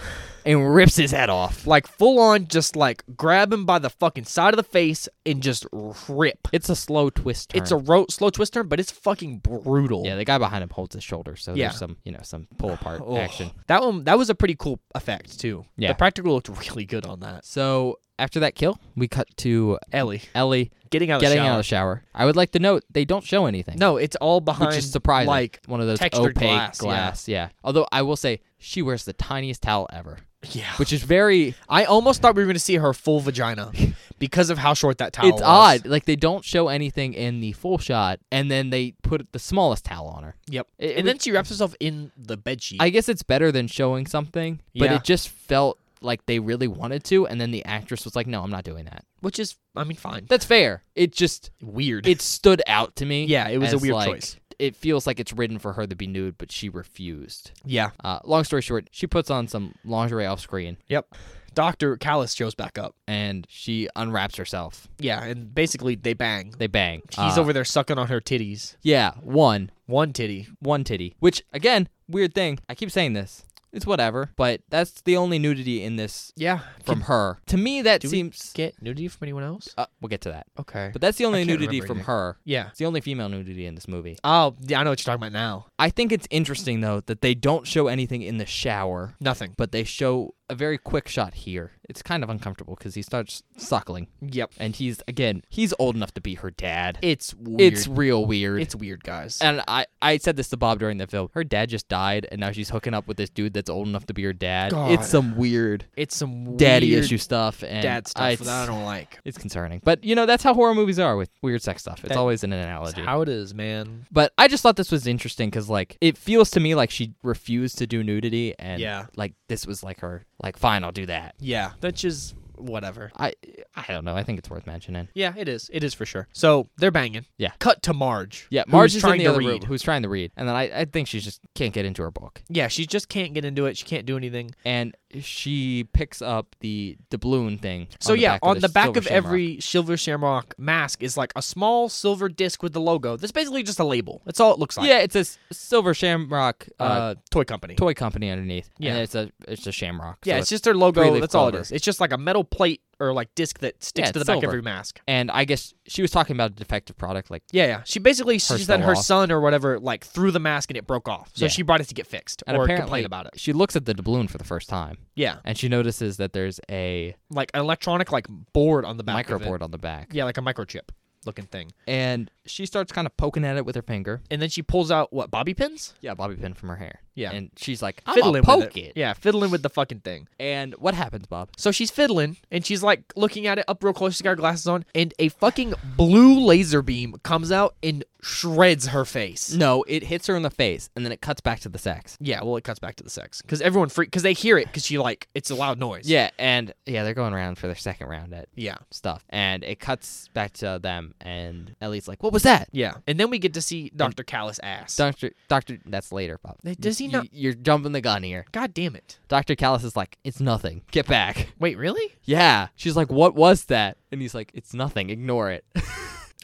Speaker 2: and rips his head off.
Speaker 1: Like full on just like grab him by the fucking side of the face and just rip.
Speaker 2: It's a slow twist. Turn.
Speaker 1: It's a ro- slow twist turn, but it's fucking brutal.
Speaker 2: Yeah, the guy behind him holds his shoulder, so
Speaker 1: Yeah.
Speaker 2: there's some, you know, some pull apart
Speaker 1: Ugh.
Speaker 2: action.
Speaker 1: That one that was a pretty cool effect too.
Speaker 2: Yeah.
Speaker 1: The practical looked really good on that.
Speaker 2: So after that kill, we cut to
Speaker 1: Ellie
Speaker 2: Ellie
Speaker 1: getting out of
Speaker 2: getting
Speaker 1: the shower.
Speaker 2: out of the shower. I would like to note they don't show anything.
Speaker 1: no, it's all behind
Speaker 2: which is surprising.
Speaker 1: like
Speaker 2: one of those
Speaker 1: textured
Speaker 2: opaque
Speaker 1: glass,
Speaker 2: glass.
Speaker 1: yeah.
Speaker 2: yeah. Although I will say she wears the tiniest towel ever.
Speaker 1: Yeah.
Speaker 2: which is very
Speaker 1: I almost thought we were going to see her full vagina because of how short that towel
Speaker 2: it's
Speaker 1: was.
Speaker 2: odd. Like they don't show anything in the full shot, and then they put the smallest towel on her.
Speaker 1: Yep.
Speaker 2: It- it
Speaker 1: and
Speaker 2: was-
Speaker 1: then she wraps herself in the bed sheet.
Speaker 2: I guess it's better than showing something, but
Speaker 1: Yeah.
Speaker 2: it just felt like they really wanted to, and then the actress was like, "No, I'm not doing that."
Speaker 1: which is, I mean, fine.
Speaker 2: That's fair. It just
Speaker 1: Weird.
Speaker 2: it stood out to me.
Speaker 1: yeah, it was a
Speaker 2: as,
Speaker 1: weird
Speaker 2: like,
Speaker 1: choice.
Speaker 2: It feels like it's written for her to be nude, but she refused.
Speaker 1: Yeah.
Speaker 2: Uh, long story short, she puts on some lingerie off screen
Speaker 1: Yep. Dr. Callis shows back up.
Speaker 2: and she unwraps herself.
Speaker 1: Yeah, and basically they bang.
Speaker 2: They bang.
Speaker 1: He's
Speaker 2: Uh,
Speaker 1: over there sucking on her titties.
Speaker 2: Yeah, one.
Speaker 1: One titty.
Speaker 2: one titty, which again, weird thing. I keep saying this. It's whatever, but that's the only nudity in this
Speaker 1: Yeah.
Speaker 2: from her. To me, that
Speaker 1: Do we
Speaker 2: seems.
Speaker 1: Get nudity from anyone else?
Speaker 2: uh, we'll get to that,
Speaker 1: Okay.
Speaker 2: but that's the only
Speaker 1: can't
Speaker 2: nudity
Speaker 1: remember
Speaker 2: from
Speaker 1: anything.
Speaker 2: her.
Speaker 1: yeah.
Speaker 2: It's the only female nudity in this movie.
Speaker 1: Oh, yeah, I know what you're talking about now.
Speaker 2: I think it's interesting though that they don't show anything in the shower,
Speaker 1: Nothing.
Speaker 2: but they show a very quick shot here. It's kind of uncomfortable because he starts suckling,
Speaker 1: Yep.
Speaker 2: and he's again, he's old enough to be her dad.
Speaker 1: It's weird.
Speaker 2: It's real weird.
Speaker 1: it's weird, Uh, guys.
Speaker 2: And I, I said this to Bob during the film. Her dad just died, and now she's hooking up with this dude that's old enough to be her dad.
Speaker 1: God.
Speaker 2: It's some weird
Speaker 1: It's some
Speaker 2: daddy
Speaker 1: weird
Speaker 2: issue stuff, and
Speaker 1: dad stuff
Speaker 2: it's,
Speaker 1: that I don't like.
Speaker 2: it's concerning. But you know that's how horror movies are with weird sex stuff. It's
Speaker 1: That-
Speaker 2: always an
Speaker 1: That's
Speaker 2: analogy.
Speaker 1: how it is, man.
Speaker 2: but I just thought this was interesting because like it feels to me like she refused to do nudity, and
Speaker 1: Yeah.
Speaker 2: like this was like her like fine, I'll do that.
Speaker 1: Yeah, that's just whatever.
Speaker 2: I I don't know. I think it's worth mentioning.
Speaker 1: Yeah, it is. It is for sure. So they're banging.
Speaker 2: Yeah.
Speaker 1: Cut to Marge.
Speaker 2: Yeah,
Speaker 1: who's
Speaker 2: Marge is in the
Speaker 1: to
Speaker 2: other
Speaker 1: read.
Speaker 2: room who's trying to read, and then I, I think she just can't get into her book.
Speaker 1: Yeah, she just can't get into it. She can't do anything.
Speaker 2: and she picks up the doubloon thing.
Speaker 1: So yeah, on the back
Speaker 2: silver
Speaker 1: of
Speaker 2: shamrock.
Speaker 1: every silver shamrock mask is like a small silver disc with the logo. That's basically just a label. That's all it looks like.
Speaker 2: yeah, it's a s- silver shamrock uh,
Speaker 1: Uh, toy company.
Speaker 2: toy company underneath. Yeah,
Speaker 1: yeah.
Speaker 2: it's a it's a shamrock.
Speaker 1: yeah,
Speaker 2: so
Speaker 1: it's just their logo.
Speaker 2: three-leaf
Speaker 1: That's all it
Speaker 2: clover.
Speaker 1: is. It's just like a metal plate or like disc that sticks
Speaker 2: Yeah,
Speaker 1: to the
Speaker 2: it's
Speaker 1: back of
Speaker 2: silver.
Speaker 1: every mask.
Speaker 2: and I guess she was talking about a defective product. Like,
Speaker 1: Yeah, yeah. She basically says
Speaker 2: still
Speaker 1: that her
Speaker 2: off.
Speaker 1: son or whatever like threw the mask and it broke off. So
Speaker 2: Yeah.
Speaker 1: she brought it to get fixed
Speaker 2: and
Speaker 1: or
Speaker 2: apparently
Speaker 1: complain about it.
Speaker 2: She looks at the doubloon for the first time,
Speaker 1: Yeah,
Speaker 2: and she notices that there's a
Speaker 1: like an electronic like board on the back. of it.
Speaker 2: microboard on the back,
Speaker 1: Yeah, like a microchip looking thing.
Speaker 2: and she starts kind of poking at it with her finger.
Speaker 1: And then she pulls out what bobby pins?
Speaker 2: Yeah, bobby pin from her hair.
Speaker 1: Yeah.
Speaker 2: and she's like, "I'm
Speaker 1: Fiddling
Speaker 2: gonna poke
Speaker 1: with
Speaker 2: it.
Speaker 1: Yeah, fiddling with the fucking thing.
Speaker 2: And what happens, Bob?
Speaker 1: So she's fiddling and she's like looking at it up real close. She's got her glasses on, and a fucking blue laser beam comes out and shreds her face.
Speaker 2: No, it hits her in the face, and then it cuts back to the sex.
Speaker 1: Yeah, well, it cuts back to the sex because everyone freak because they hear it because she like it's a loud noise.
Speaker 2: Yeah, and yeah, they're going around for their second round at
Speaker 1: yeah,
Speaker 2: stuff, and it cuts back to them, and Ellie's like, "What was that,
Speaker 1: yeah. And then we get to see Doctor Callis ass.
Speaker 2: Doctor? Doctor, that's later, Bob.
Speaker 1: Hey, does he
Speaker 2: You-
Speaker 1: not-
Speaker 2: You're jumping the gun here.
Speaker 1: God damn it!
Speaker 2: Doctor Callis is like, "It's nothing. Get back."
Speaker 1: Wait, really?
Speaker 2: Yeah, she's like, "What was that?" And he's like, "It's nothing. Ignore it."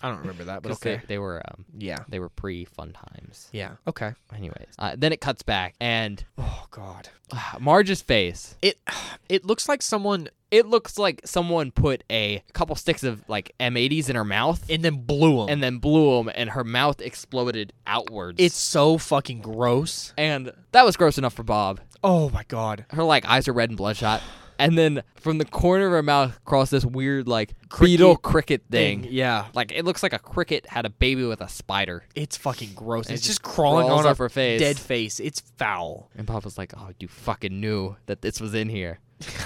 Speaker 1: I don't remember that, but
Speaker 2: 'Cause they-
Speaker 1: okay.
Speaker 2: they, were um,
Speaker 1: yeah,
Speaker 2: they were pre fun times.
Speaker 1: yeah. Okay.
Speaker 2: Anyways, uh, then it cuts back, and
Speaker 1: Oh God.
Speaker 2: uh, Marge's face.
Speaker 1: It it looks like someone
Speaker 2: It looks like someone put a couple sticks of like M80s in her mouth.
Speaker 1: and then blew him.
Speaker 2: and then blew him, and her mouth exploded outwards.
Speaker 1: It's so fucking gross.
Speaker 2: and that was gross enough for Bob.
Speaker 1: Oh my god.
Speaker 2: Her like eyes are red and bloodshot, and then from the corner of her mouth across this weird like beetle cricket thing.
Speaker 1: Yeah.
Speaker 2: Like it looks like a cricket had a baby with a spider.
Speaker 1: It's fucking gross.
Speaker 2: And
Speaker 1: it's
Speaker 2: it
Speaker 1: just crawling
Speaker 2: crawls
Speaker 1: on
Speaker 2: up her face.
Speaker 1: dead face. It's foul.
Speaker 2: And Bob was like, "Oh, you fucking knew that this was in here."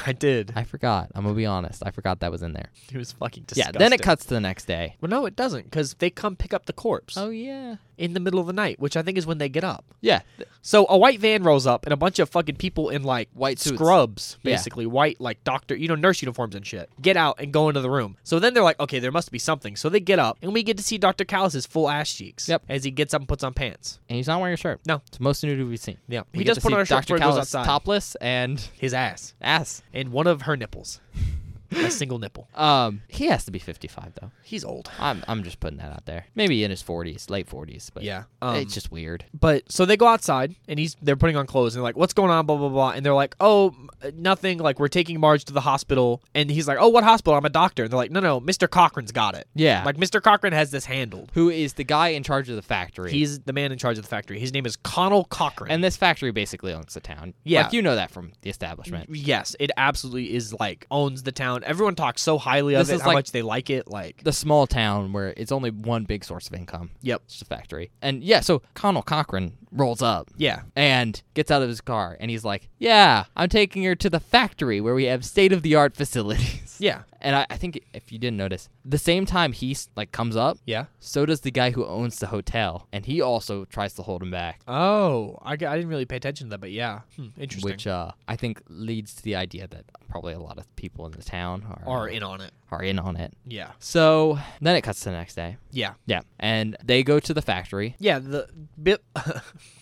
Speaker 1: I did.
Speaker 2: I forgot. I'm gonna be honest. I forgot that was in there.
Speaker 1: It was fucking
Speaker 2: Yeah. Then it cuts to the next day.
Speaker 1: Well, no, it doesn't, because they come pick up the corpse
Speaker 2: Oh. yeah.
Speaker 1: in the middle of the night, which I think is when they get up.
Speaker 2: Yeah. th-
Speaker 1: So a white van rolls up, and a bunch of fucking people in like
Speaker 2: White suits.
Speaker 1: scrubs,
Speaker 2: Yeah.
Speaker 1: basically white like doctor, you know, nurse uniforms and shit. Get out and go into the room. So then they're like, okay, there must be something. So they get up, and we get to see Doctor Callus's full ass cheeks.
Speaker 2: Yep.
Speaker 1: As he gets up and puts on pants.
Speaker 2: And he's not wearing a shirt.
Speaker 1: No.
Speaker 2: It's the most nudity we've seen.
Speaker 1: Yeah.
Speaker 2: We
Speaker 1: he
Speaker 2: get
Speaker 1: does
Speaker 2: to
Speaker 1: put
Speaker 2: see
Speaker 1: on a shirt
Speaker 2: Dr.
Speaker 1: before he goes
Speaker 2: Callis
Speaker 1: outside.
Speaker 2: topless and
Speaker 1: His ass
Speaker 2: ass.
Speaker 1: and one of her nipples, a single nipple.
Speaker 2: Um, he has to be 55 though.
Speaker 1: He's old.
Speaker 2: I'm I'm just putting that out there. Maybe in his 40s, late 40s, but
Speaker 1: Yeah. Um,
Speaker 2: it's just weird.
Speaker 1: But so they go outside and he's they're putting on clothes and they're like, "What's going on?" Blah blah blah. And they're like, "Oh, m- nothing. Like we're taking Marge to the hospital." And he's like, "Oh, what hospital? I'm a doctor." And they're like, "No, no, Mr. Cochran's got it.
Speaker 2: Yeah.
Speaker 1: Like Mr. Cochran has this handled.
Speaker 2: Who is the guy in charge of the factory?
Speaker 1: He's the man in charge of the factory. His name is Connell Cochran.
Speaker 2: and this factory basically owns the town.
Speaker 1: Yeah.
Speaker 2: like, you know that from the establishment.
Speaker 1: yes, it absolutely is like owns the town everyone. Everyone talks so highly of
Speaker 2: This
Speaker 1: it,
Speaker 2: is
Speaker 1: how
Speaker 2: like-
Speaker 1: much they like it. Like,
Speaker 2: the small town where it's only one big source of income.
Speaker 1: Yep.
Speaker 2: It's just a factory. And yeah, so Connell Cochran rolls up
Speaker 1: yeah,
Speaker 2: and gets out of his car and he's like, Yeah, I'm taking her to the factory where we have state of the art facilities.
Speaker 1: yeah,
Speaker 2: And I, I think if you didn't notice, the same time he s- like comes up,
Speaker 1: yeah.
Speaker 2: so does the guy who owns the hotel, and he also tries to hold him back,
Speaker 1: Oh, I, g- I didn't really pay attention to that, but yeah, hmm, interesting.
Speaker 2: which uh, I think leads to the idea that probably a lot of people in the town are
Speaker 1: are in on it.
Speaker 2: are in on it.
Speaker 1: Yeah,
Speaker 2: So then it cuts to the next day.
Speaker 1: yeah,
Speaker 2: Yeah, and they go to the factory.
Speaker 1: yeah. The bit,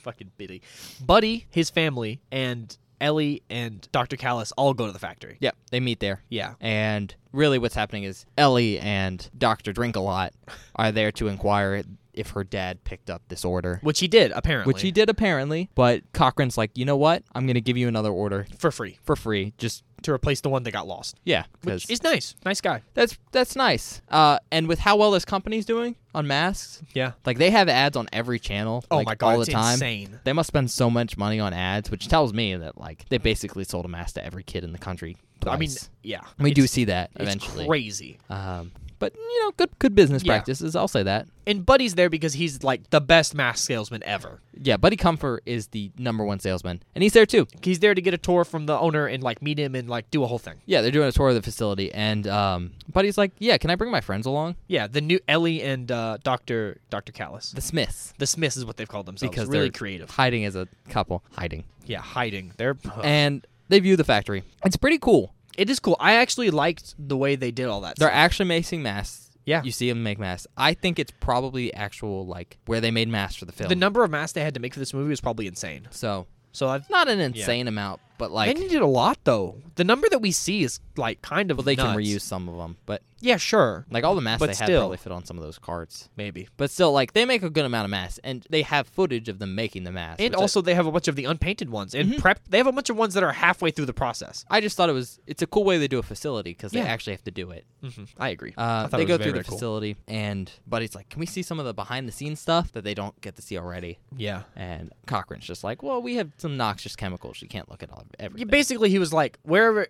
Speaker 1: fucking Biddy, Buddy, his family, and Ellie and Doctor Callis all go to the factory.
Speaker 2: Yeah, they meet there.
Speaker 1: Yeah,
Speaker 2: And really, what's happening is Ellie and Dr. Drink a Lot are there to inquire if her dad picked up this order,
Speaker 1: which he did apparently,
Speaker 2: which he did apparently. But Cochran's like, you know what? I'm going to give you another order
Speaker 1: for free
Speaker 2: for free. Just,
Speaker 1: to replace the one that got lost,
Speaker 2: yeah.
Speaker 1: which
Speaker 2: 'cause
Speaker 1: is nice. Nice guy.
Speaker 2: that's, that's nice. Uh, and with how well this company's doing on masks,
Speaker 1: Yeah.
Speaker 2: like they have ads on every channel
Speaker 1: Oh
Speaker 2: like,
Speaker 1: my god,
Speaker 2: all
Speaker 1: it's
Speaker 2: the time.
Speaker 1: insane.
Speaker 2: They must spend so much money on ads, which tells me that like they basically sold a mask to every kid in the country.
Speaker 1: I mean,
Speaker 2: twice.
Speaker 1: yeah,
Speaker 2: we do
Speaker 1: It's-
Speaker 2: see that
Speaker 1: it's
Speaker 2: eventually.
Speaker 1: crazy.
Speaker 2: Um, but you know, good good business
Speaker 1: Yeah.
Speaker 2: practices. I'll say that.
Speaker 1: And Buddy's there because he's like the best mask salesman ever.
Speaker 2: Yeah, Buddy Comfort is the number one salesman, and he's there too.
Speaker 1: He's there to get a tour from the owner and like meet him and like do a whole thing.
Speaker 2: Yeah, they're doing a tour of the facility, and um, Buddy's like, "Yeah, can I bring my friends along?"
Speaker 1: Yeah, the new Ellie and uh, Doctor Doctor Callis.
Speaker 2: The Smiths,
Speaker 1: The Smiths is what they've called themselves.
Speaker 2: because
Speaker 1: really
Speaker 2: they're
Speaker 1: creative.
Speaker 2: hiding as a couple, hiding,
Speaker 1: Yeah, hiding. They're
Speaker 2: and they view the factory. It's pretty cool.
Speaker 1: it is cool. I actually liked the way they did all that.
Speaker 2: They're
Speaker 1: stuff.
Speaker 2: actually making masks.
Speaker 1: Yeah.
Speaker 2: you see them make masks. I think it's probably actual like where they made masks for the film.
Speaker 1: the number of masks they had to make for this movie was probably insane.
Speaker 2: so
Speaker 1: So I've,
Speaker 2: not an insane amount, but like
Speaker 1: they needed a lot though. The number that we see is like kind of
Speaker 2: well, they
Speaker 1: nuts.
Speaker 2: can reuse some of them, but
Speaker 1: Yeah, sure,
Speaker 2: like all the masks
Speaker 1: But
Speaker 2: they had
Speaker 1: still.
Speaker 2: probably fit on some of those carts.
Speaker 1: maybe.
Speaker 2: But still, like they make a good amount of masks, and they have footage of them making the masks.
Speaker 1: And
Speaker 2: which I-
Speaker 1: also, they have a bunch of the unpainted ones and
Speaker 2: Mm-hmm.
Speaker 1: prep. They have a bunch of ones that are halfway through the process.
Speaker 2: I just thought it was it's a cool way they do a facility because
Speaker 1: Yeah.
Speaker 2: they actually have to do it.
Speaker 1: Mm-hmm. I agree.
Speaker 2: Uh,
Speaker 1: I thought
Speaker 2: they
Speaker 1: it
Speaker 2: go
Speaker 1: was
Speaker 2: through
Speaker 1: very,
Speaker 2: the
Speaker 1: very cool.
Speaker 2: facility, and Buddy's like, "Can we see some of the behind the scenes stuff that they don't get to see already?"
Speaker 1: Yeah.
Speaker 2: And Cochran's just like, "Well, we have some noxious chemicals. You can't look at all
Speaker 1: Yeah,
Speaker 2: everything."
Speaker 1: basically, he was like, wherever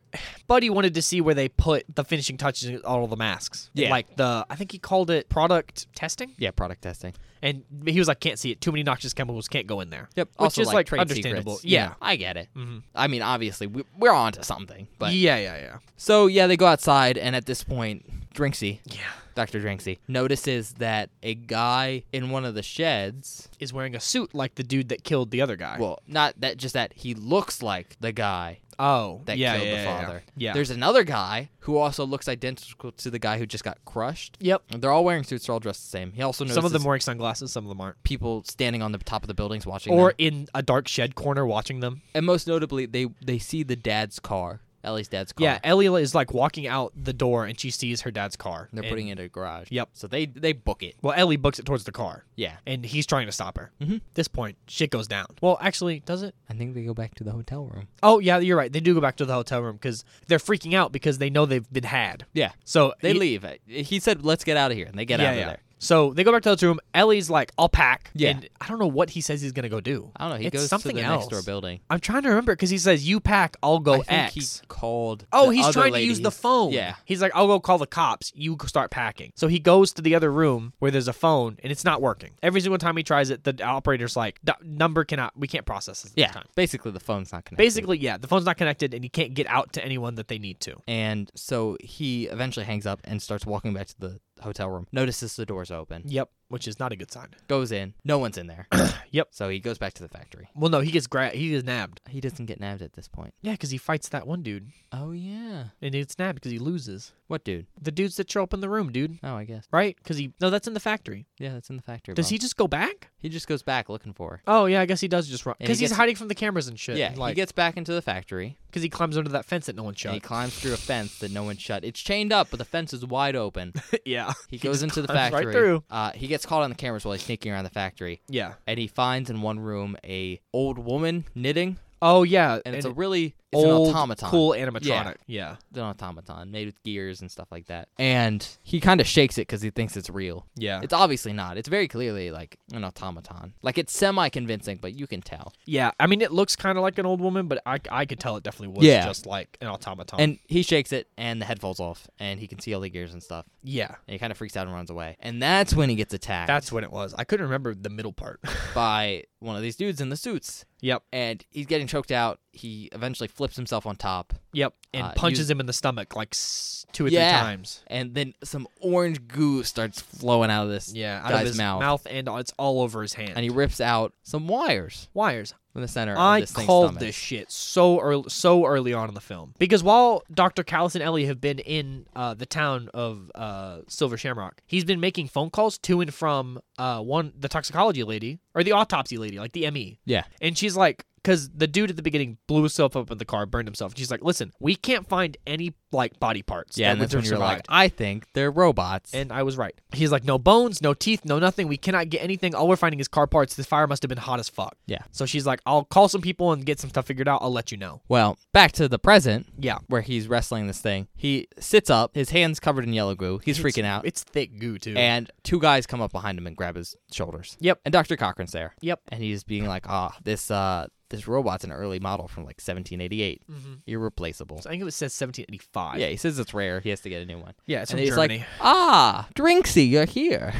Speaker 1: Buddy wanted to see where they put the finishing touches in all the masks.
Speaker 2: Yeah.
Speaker 1: Like the, I think he called it product testing.
Speaker 2: yeah, product testing.
Speaker 1: And he was like, can't see it. Too many noxious chemicals can't go in there.
Speaker 2: Yep.
Speaker 1: Which
Speaker 2: also,
Speaker 1: is like,
Speaker 2: trade
Speaker 1: understandable.
Speaker 2: secrets, you
Speaker 1: Yeah. Mm-hmm.
Speaker 2: know, I get it. I mean, obviously, we, we're on to something. But
Speaker 1: yeah, yeah, yeah.
Speaker 2: so yeah, they go outside, and at this point, Drinksy,
Speaker 1: Yeah.
Speaker 2: Doctor Drinksy, notices that a guy in one of the sheds.
Speaker 1: Is wearing a suit like the dude that killed the other guy.
Speaker 2: Well, not that, just that he looks like the guy
Speaker 1: oh,
Speaker 2: that
Speaker 1: yeah,
Speaker 2: killed
Speaker 1: yeah,
Speaker 2: the
Speaker 1: yeah, yeah.
Speaker 2: father.
Speaker 1: Yeah.
Speaker 2: There's another guy who also looks identical to the guy who just got crushed.
Speaker 1: yep.
Speaker 2: And They're all wearing suits. They're all dressed the same. He also notices
Speaker 1: Some of them wearing sunglasses, some of them aren't.
Speaker 2: people standing on the top of the buildings watching.
Speaker 1: Or
Speaker 2: them.
Speaker 1: in a dark shed corner watching them.
Speaker 2: and most notably, they they see the dad's car, Ellie's dad's car.
Speaker 1: Yeah, Ellie is like walking out the door and she sees her dad's car.
Speaker 2: They're
Speaker 1: And-
Speaker 2: putting it in a garage.
Speaker 1: Yep.
Speaker 2: So they they book it.
Speaker 1: Well, Ellie books it towards the car.
Speaker 2: Yeah.
Speaker 1: and he's trying to stop her. Mm-hmm. At this point, shit goes down. Well, actually, does it?
Speaker 2: I think they go back to the hotel room.
Speaker 1: Oh, yeah, you're right. They do go back to the hotel room because they're freaking out because they know they've been had.
Speaker 2: Yeah.
Speaker 1: So
Speaker 2: They
Speaker 1: he-
Speaker 2: leave. Uh, He said, "Let's get out of here," and they get
Speaker 1: yeah,
Speaker 2: out of
Speaker 1: yeah.
Speaker 2: there.
Speaker 1: So they go back to the hotel room. Ellie's like, "I'll pack."
Speaker 2: Yeah.
Speaker 1: And I don't know what he says he's gonna go do.
Speaker 2: I don't know. He
Speaker 1: It's
Speaker 2: goes
Speaker 1: something
Speaker 2: to the
Speaker 1: else.
Speaker 2: next door building.
Speaker 1: I'm trying to remember because he says, "You pack, I'll go
Speaker 2: I think
Speaker 1: X."
Speaker 2: he called.
Speaker 1: Oh,
Speaker 2: the
Speaker 1: he's
Speaker 2: other
Speaker 1: trying
Speaker 2: lady.
Speaker 1: to use the
Speaker 2: He's-
Speaker 1: phone.
Speaker 2: Yeah.
Speaker 1: He's like, I'll go call the cops. You go start packing. So he goes to the other room where there's a phone and it's not working. Every single time he tries it, the operator's like, "D- number cannot, we can't process this at this
Speaker 2: Yeah.
Speaker 1: time.
Speaker 2: Basically, the phone's not connected.
Speaker 1: Basically, yeah, the phone's not connected and he can't get out to anyone that they need to.
Speaker 2: And so he eventually hangs up and starts walking back to the hotel room. Notices the door's open.
Speaker 1: Yep, which is not a good sign.
Speaker 2: Goes in. No one's in there.
Speaker 1: Yep.
Speaker 2: So he goes back to the factory.
Speaker 1: Well, no, he gets gra- he gets nabbed.
Speaker 2: He doesn't get nabbed at this point.
Speaker 1: Yeah, because he fights that one dude
Speaker 2: Oh yeah.
Speaker 1: and he gets nabbed because he loses.
Speaker 2: What dude?
Speaker 1: The dudes that show up in the room, dude.
Speaker 2: Oh, I guess.
Speaker 1: Right? Because he no, that's in the factory.
Speaker 2: Yeah, that's in the factory.
Speaker 1: Does
Speaker 2: Bob.
Speaker 1: he just go back?
Speaker 2: He just goes back looking for her.
Speaker 1: Oh yeah, I guess he does just run
Speaker 2: And he
Speaker 1: because he's
Speaker 2: gets-
Speaker 1: hiding from the cameras and shit.
Speaker 2: Yeah,
Speaker 1: and, like
Speaker 2: he gets back into the factory
Speaker 1: because he climbs under that fence that no one shot.
Speaker 2: and he climbs through a fence that no one shut. It's chained up, but the fence is wide open.
Speaker 1: yeah.
Speaker 2: He goes
Speaker 1: just
Speaker 2: into the
Speaker 1: climbs
Speaker 2: factory.
Speaker 1: Right through.
Speaker 2: Uh, he gets caught on the cameras while he's sneaking around the factory,
Speaker 1: Yeah.
Speaker 2: and he finds in one room a old woman knitting,
Speaker 1: Oh yeah.
Speaker 2: and it's
Speaker 1: and
Speaker 2: a really It's
Speaker 1: old,
Speaker 2: an automaton.
Speaker 1: cool animatronic. Yeah.
Speaker 2: It's an automaton made with gears and stuff like that. And he kind of shakes it because he thinks it's real.
Speaker 1: Yeah.
Speaker 2: It's obviously not. It's very clearly like an automaton. Like it's semi convincing, but you can tell.
Speaker 1: yeah. I mean, it looks kind of like an old woman, but I, I could tell it definitely was
Speaker 2: Yeah.
Speaker 1: just like an automaton.
Speaker 2: And he shakes it, and the head falls off, and he can see all the gears and stuff.
Speaker 1: yeah,
Speaker 2: And he kind of freaks out and runs away. And that's when he gets attacked
Speaker 1: that's when it was. I couldn't remember the middle part.
Speaker 2: by one of these dudes in the suits.
Speaker 1: yep.
Speaker 2: And he's getting choked out. He eventually flips himself on top.
Speaker 1: Yep. And
Speaker 2: Uh, you-
Speaker 1: punches him in the stomach like s- two or
Speaker 2: Yeah.
Speaker 1: three times.
Speaker 2: And then some orange goo starts flowing out of this
Speaker 1: Yeah. Out
Speaker 2: guy's
Speaker 1: of his
Speaker 2: mouth.
Speaker 1: mouth. and it's all over his hand.
Speaker 2: And he rips out some wires
Speaker 1: Wires.
Speaker 2: from the center
Speaker 1: I
Speaker 2: of this thing's
Speaker 1: called
Speaker 2: stomach.
Speaker 1: this shit so early, so early on in the film because while Dr. Callis and Ellie have been in uh, the town of uh, Silver Shamrock, he's been making phone calls to and from uh, one the toxicology lady or the autopsy lady, like the ME,
Speaker 2: Yeah.
Speaker 1: and she's like. Because the dude at the beginning blew himself up in the car, burned himself. She's like, "Listen, we can't find any like body parts
Speaker 2: Yeah,
Speaker 1: that
Speaker 2: and
Speaker 1: would
Speaker 2: that's when
Speaker 1: have
Speaker 2: you're like,
Speaker 1: survived."
Speaker 2: I think they're robots.
Speaker 1: and I was right. He's like, "No bones, no teeth, no nothing. We cannot get anything. All we're finding is car parts. This fire must have been hot as fuck."
Speaker 2: yeah.
Speaker 1: So she's like, I'll call some people and get some stuff figured out. I'll let you know.
Speaker 2: Well, back to the present
Speaker 1: Yeah.
Speaker 2: where he's wrestling this thing. He sits up, his hands covered in yellow goo. He's freaking out.
Speaker 1: It's thick goo, too.
Speaker 2: and two guys come up behind him and grab his shoulders.
Speaker 1: Yep.
Speaker 2: And Dr. Cochran's there.
Speaker 1: Yep.
Speaker 2: And he's being like, ah, this uh this robot's an early model from like 1788.
Speaker 1: Mm-hmm.
Speaker 2: Irreplaceable.
Speaker 1: So I think it was says 1785.
Speaker 2: Yeah, he says it's rare. He has to get a new one.
Speaker 1: Yeah, it's
Speaker 2: and
Speaker 1: from
Speaker 2: he's
Speaker 1: Germany.
Speaker 2: like, ah, Drinksy, you're here.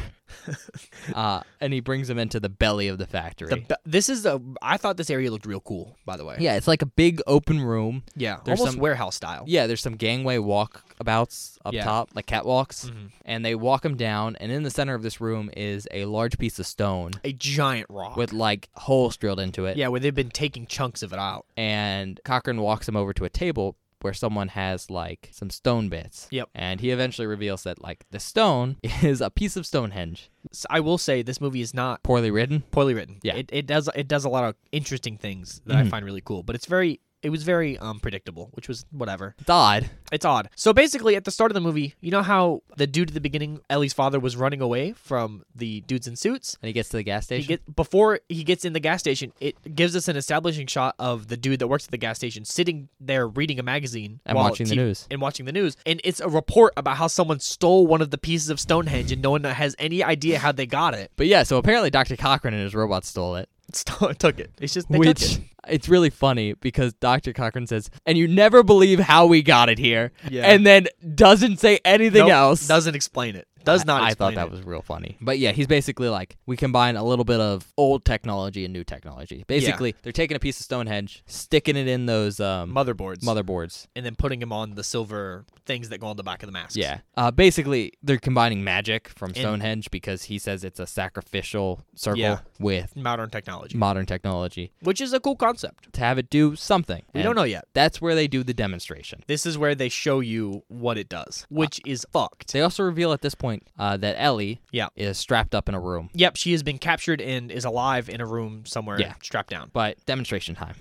Speaker 2: uh, and he brings him into the belly of the factory.
Speaker 1: The be- this is the. I thought this area looked real cool, by the way.
Speaker 2: yeah, it's like a big open room.
Speaker 1: Yeah.
Speaker 2: There's
Speaker 1: almost
Speaker 2: some-
Speaker 1: warehouse style.
Speaker 2: Yeah, there's some gangway walkabouts up
Speaker 1: Yeah. Mm-hmm.
Speaker 2: top, like catwalks, and they walk him down. And in the center of this room is a large piece of stone
Speaker 1: A giant rock.
Speaker 2: with like holes drilled into it.
Speaker 1: yeah, where they've been taking chunks of it out.
Speaker 2: And Cochran walks him over to a table where someone has like some stone bits.
Speaker 1: Yep.
Speaker 2: And he eventually reveals that like the stone is a piece of Stonehenge,
Speaker 1: So I will say this movie is not
Speaker 2: poorly written.
Speaker 1: poorly written.
Speaker 2: Yeah. Mm-hmm.
Speaker 1: It, it does it does a lot of interesting things that I find really cool, but it's very it was very um, predictable, which was whatever.
Speaker 2: It's odd.
Speaker 1: It's odd. So basically, at the start of the movie, you know how the dude at the beginning, Ellie's father, was running away from the dudes in suits.
Speaker 2: And he gets to the gas
Speaker 1: He
Speaker 2: station.
Speaker 1: get before he gets in the gas station, it gives us an establishing shot of the dude that works at the gas station sitting there reading a magazine
Speaker 2: And
Speaker 1: while
Speaker 2: watching the
Speaker 1: T-
Speaker 2: news.
Speaker 1: And watching the news, and it's a report about how someone stole one of the pieces of Stonehenge, and no one has any idea how they got it.
Speaker 2: but yeah, so apparently Dr. Cochran and his robot stole it.
Speaker 1: Stole, took it. It's just they took
Speaker 2: which
Speaker 1: it.
Speaker 2: it's really funny because Dr. Cochran says, and you never believe how we got it here,
Speaker 1: Yeah.
Speaker 2: and then doesn't say anything
Speaker 1: Nope,
Speaker 2: else.
Speaker 1: doesn't explain it. Does not.
Speaker 2: I
Speaker 1: explain
Speaker 2: thought that
Speaker 1: it.
Speaker 2: was real funny. But yeah, he's basically like, we combine a little bit of old technology and new technology. Basically, they're taking a piece of Stonehenge, sticking it in those um,
Speaker 1: motherboards,
Speaker 2: motherboards.
Speaker 1: and then putting him on the silver things that go on the back of the mask.
Speaker 2: Yeah. Uh, basically, they're combining magic from Stonehenge because he says it's a sacrificial circle
Speaker 1: Yeah.
Speaker 2: with
Speaker 1: modern technology,
Speaker 2: modern technology
Speaker 1: which is a cool concept.
Speaker 2: to have it do something.
Speaker 1: We don't
Speaker 2: And
Speaker 1: know yet.
Speaker 2: That's where they do the demonstration.
Speaker 1: This is where they show you what it
Speaker 2: Uh,
Speaker 1: does, which is fucked.
Speaker 2: They also reveal at this point uh, that Ellie
Speaker 1: Yeah.
Speaker 2: is strapped up in a room.
Speaker 1: Yep, she has been captured and is alive in a room somewhere,
Speaker 2: Yeah.
Speaker 1: strapped down.
Speaker 2: But demonstration time.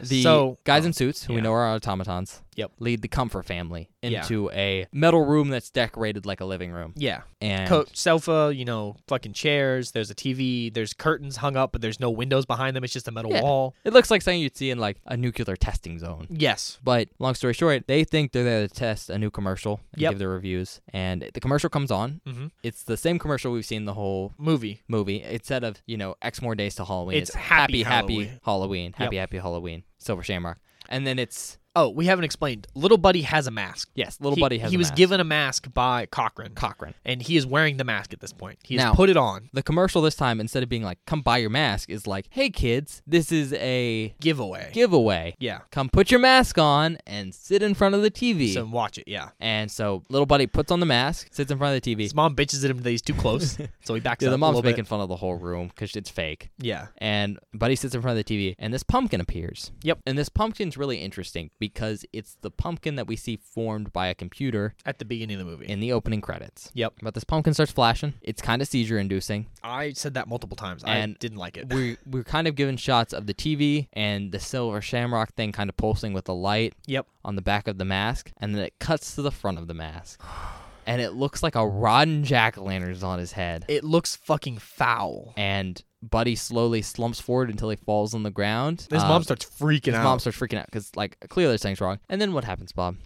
Speaker 2: The
Speaker 1: So- oh,
Speaker 2: guys in suits, who we
Speaker 1: yeah.
Speaker 2: know are automatons,
Speaker 1: Yep.
Speaker 2: lead the Comfort family
Speaker 1: Yeah.
Speaker 2: into a metal room that's decorated like a living room.
Speaker 1: Yeah,
Speaker 2: And
Speaker 1: coat, sofa, you know, fucking chairs. There's a TV. There's curtains hung up, but there's no windows behind them. It's just a metal
Speaker 2: Yeah.
Speaker 1: wall.
Speaker 2: it looks like something you'd see in like a nuclear testing zone.
Speaker 1: Yes.
Speaker 2: But long story short, they think they're there to test a new commercial and
Speaker 1: Yep.
Speaker 2: give their reviews. And the commercial comes on.
Speaker 1: Mhm.
Speaker 2: It's the same commercial we've seen the whole
Speaker 1: Movie.
Speaker 2: movie. Instead of, you know, X more days to Halloween.
Speaker 1: It's
Speaker 2: happy
Speaker 1: Happy Halloween.
Speaker 2: Halloween. Happy, happy Halloween. Silver Shamrock. And then it's
Speaker 1: Oh, we haven't explained. Little Buddy has a mask.
Speaker 2: Yes, little
Speaker 1: He-
Speaker 2: buddy has.
Speaker 1: He
Speaker 2: a
Speaker 1: was
Speaker 2: mask.
Speaker 1: given a mask by Cochrane.
Speaker 2: Cochrane.
Speaker 1: and he is wearing the mask at this point. He has
Speaker 2: Now-
Speaker 1: put it on.
Speaker 2: The commercial this time, instead of being like, "Come buy your mask," is like, "Hey kids, this is a
Speaker 1: Giveaway.
Speaker 2: giveaway.
Speaker 1: yeah.
Speaker 2: Come put your mask on and sit in front of the TV."
Speaker 1: So watch it. Yeah.
Speaker 2: and so little buddy puts on the mask, sits in front of the TV.
Speaker 1: His mom bitches at him that he's too close, so he backs
Speaker 2: Yeah,
Speaker 1: up
Speaker 2: the
Speaker 1: a
Speaker 2: mom's
Speaker 1: little bit.
Speaker 2: making fun of the whole room because it's fake.
Speaker 1: Yeah.
Speaker 2: And Buddy sits in front of the TV, and this pumpkin appears.
Speaker 1: Yep.
Speaker 2: And this pumpkin's really interesting because it's the pumpkin that we see formed by a computer
Speaker 1: At the beginning of the movie.
Speaker 2: in the opening credits.
Speaker 1: Yep.
Speaker 2: But this pumpkin starts flashing. It's kind of seizure inducing.
Speaker 1: I said that multiple times.
Speaker 2: And
Speaker 1: I didn't like it.
Speaker 2: we we're kind of given shots of the TV and the silver shamrock thing kind of pulsing with the light
Speaker 1: Yep.
Speaker 2: on the back of the mask, and then it cuts to the front of the mask, and it looks like a rotten jack o' lanterns on his head,
Speaker 1: It looks fucking foul.
Speaker 2: and Buddy slowly slumps forward until he falls on the ground.
Speaker 1: His
Speaker 2: Um,
Speaker 1: mom starts freaking
Speaker 2: his
Speaker 1: out.
Speaker 2: mom starts freaking out because like clearly something's wrong. And then what happens, Bob?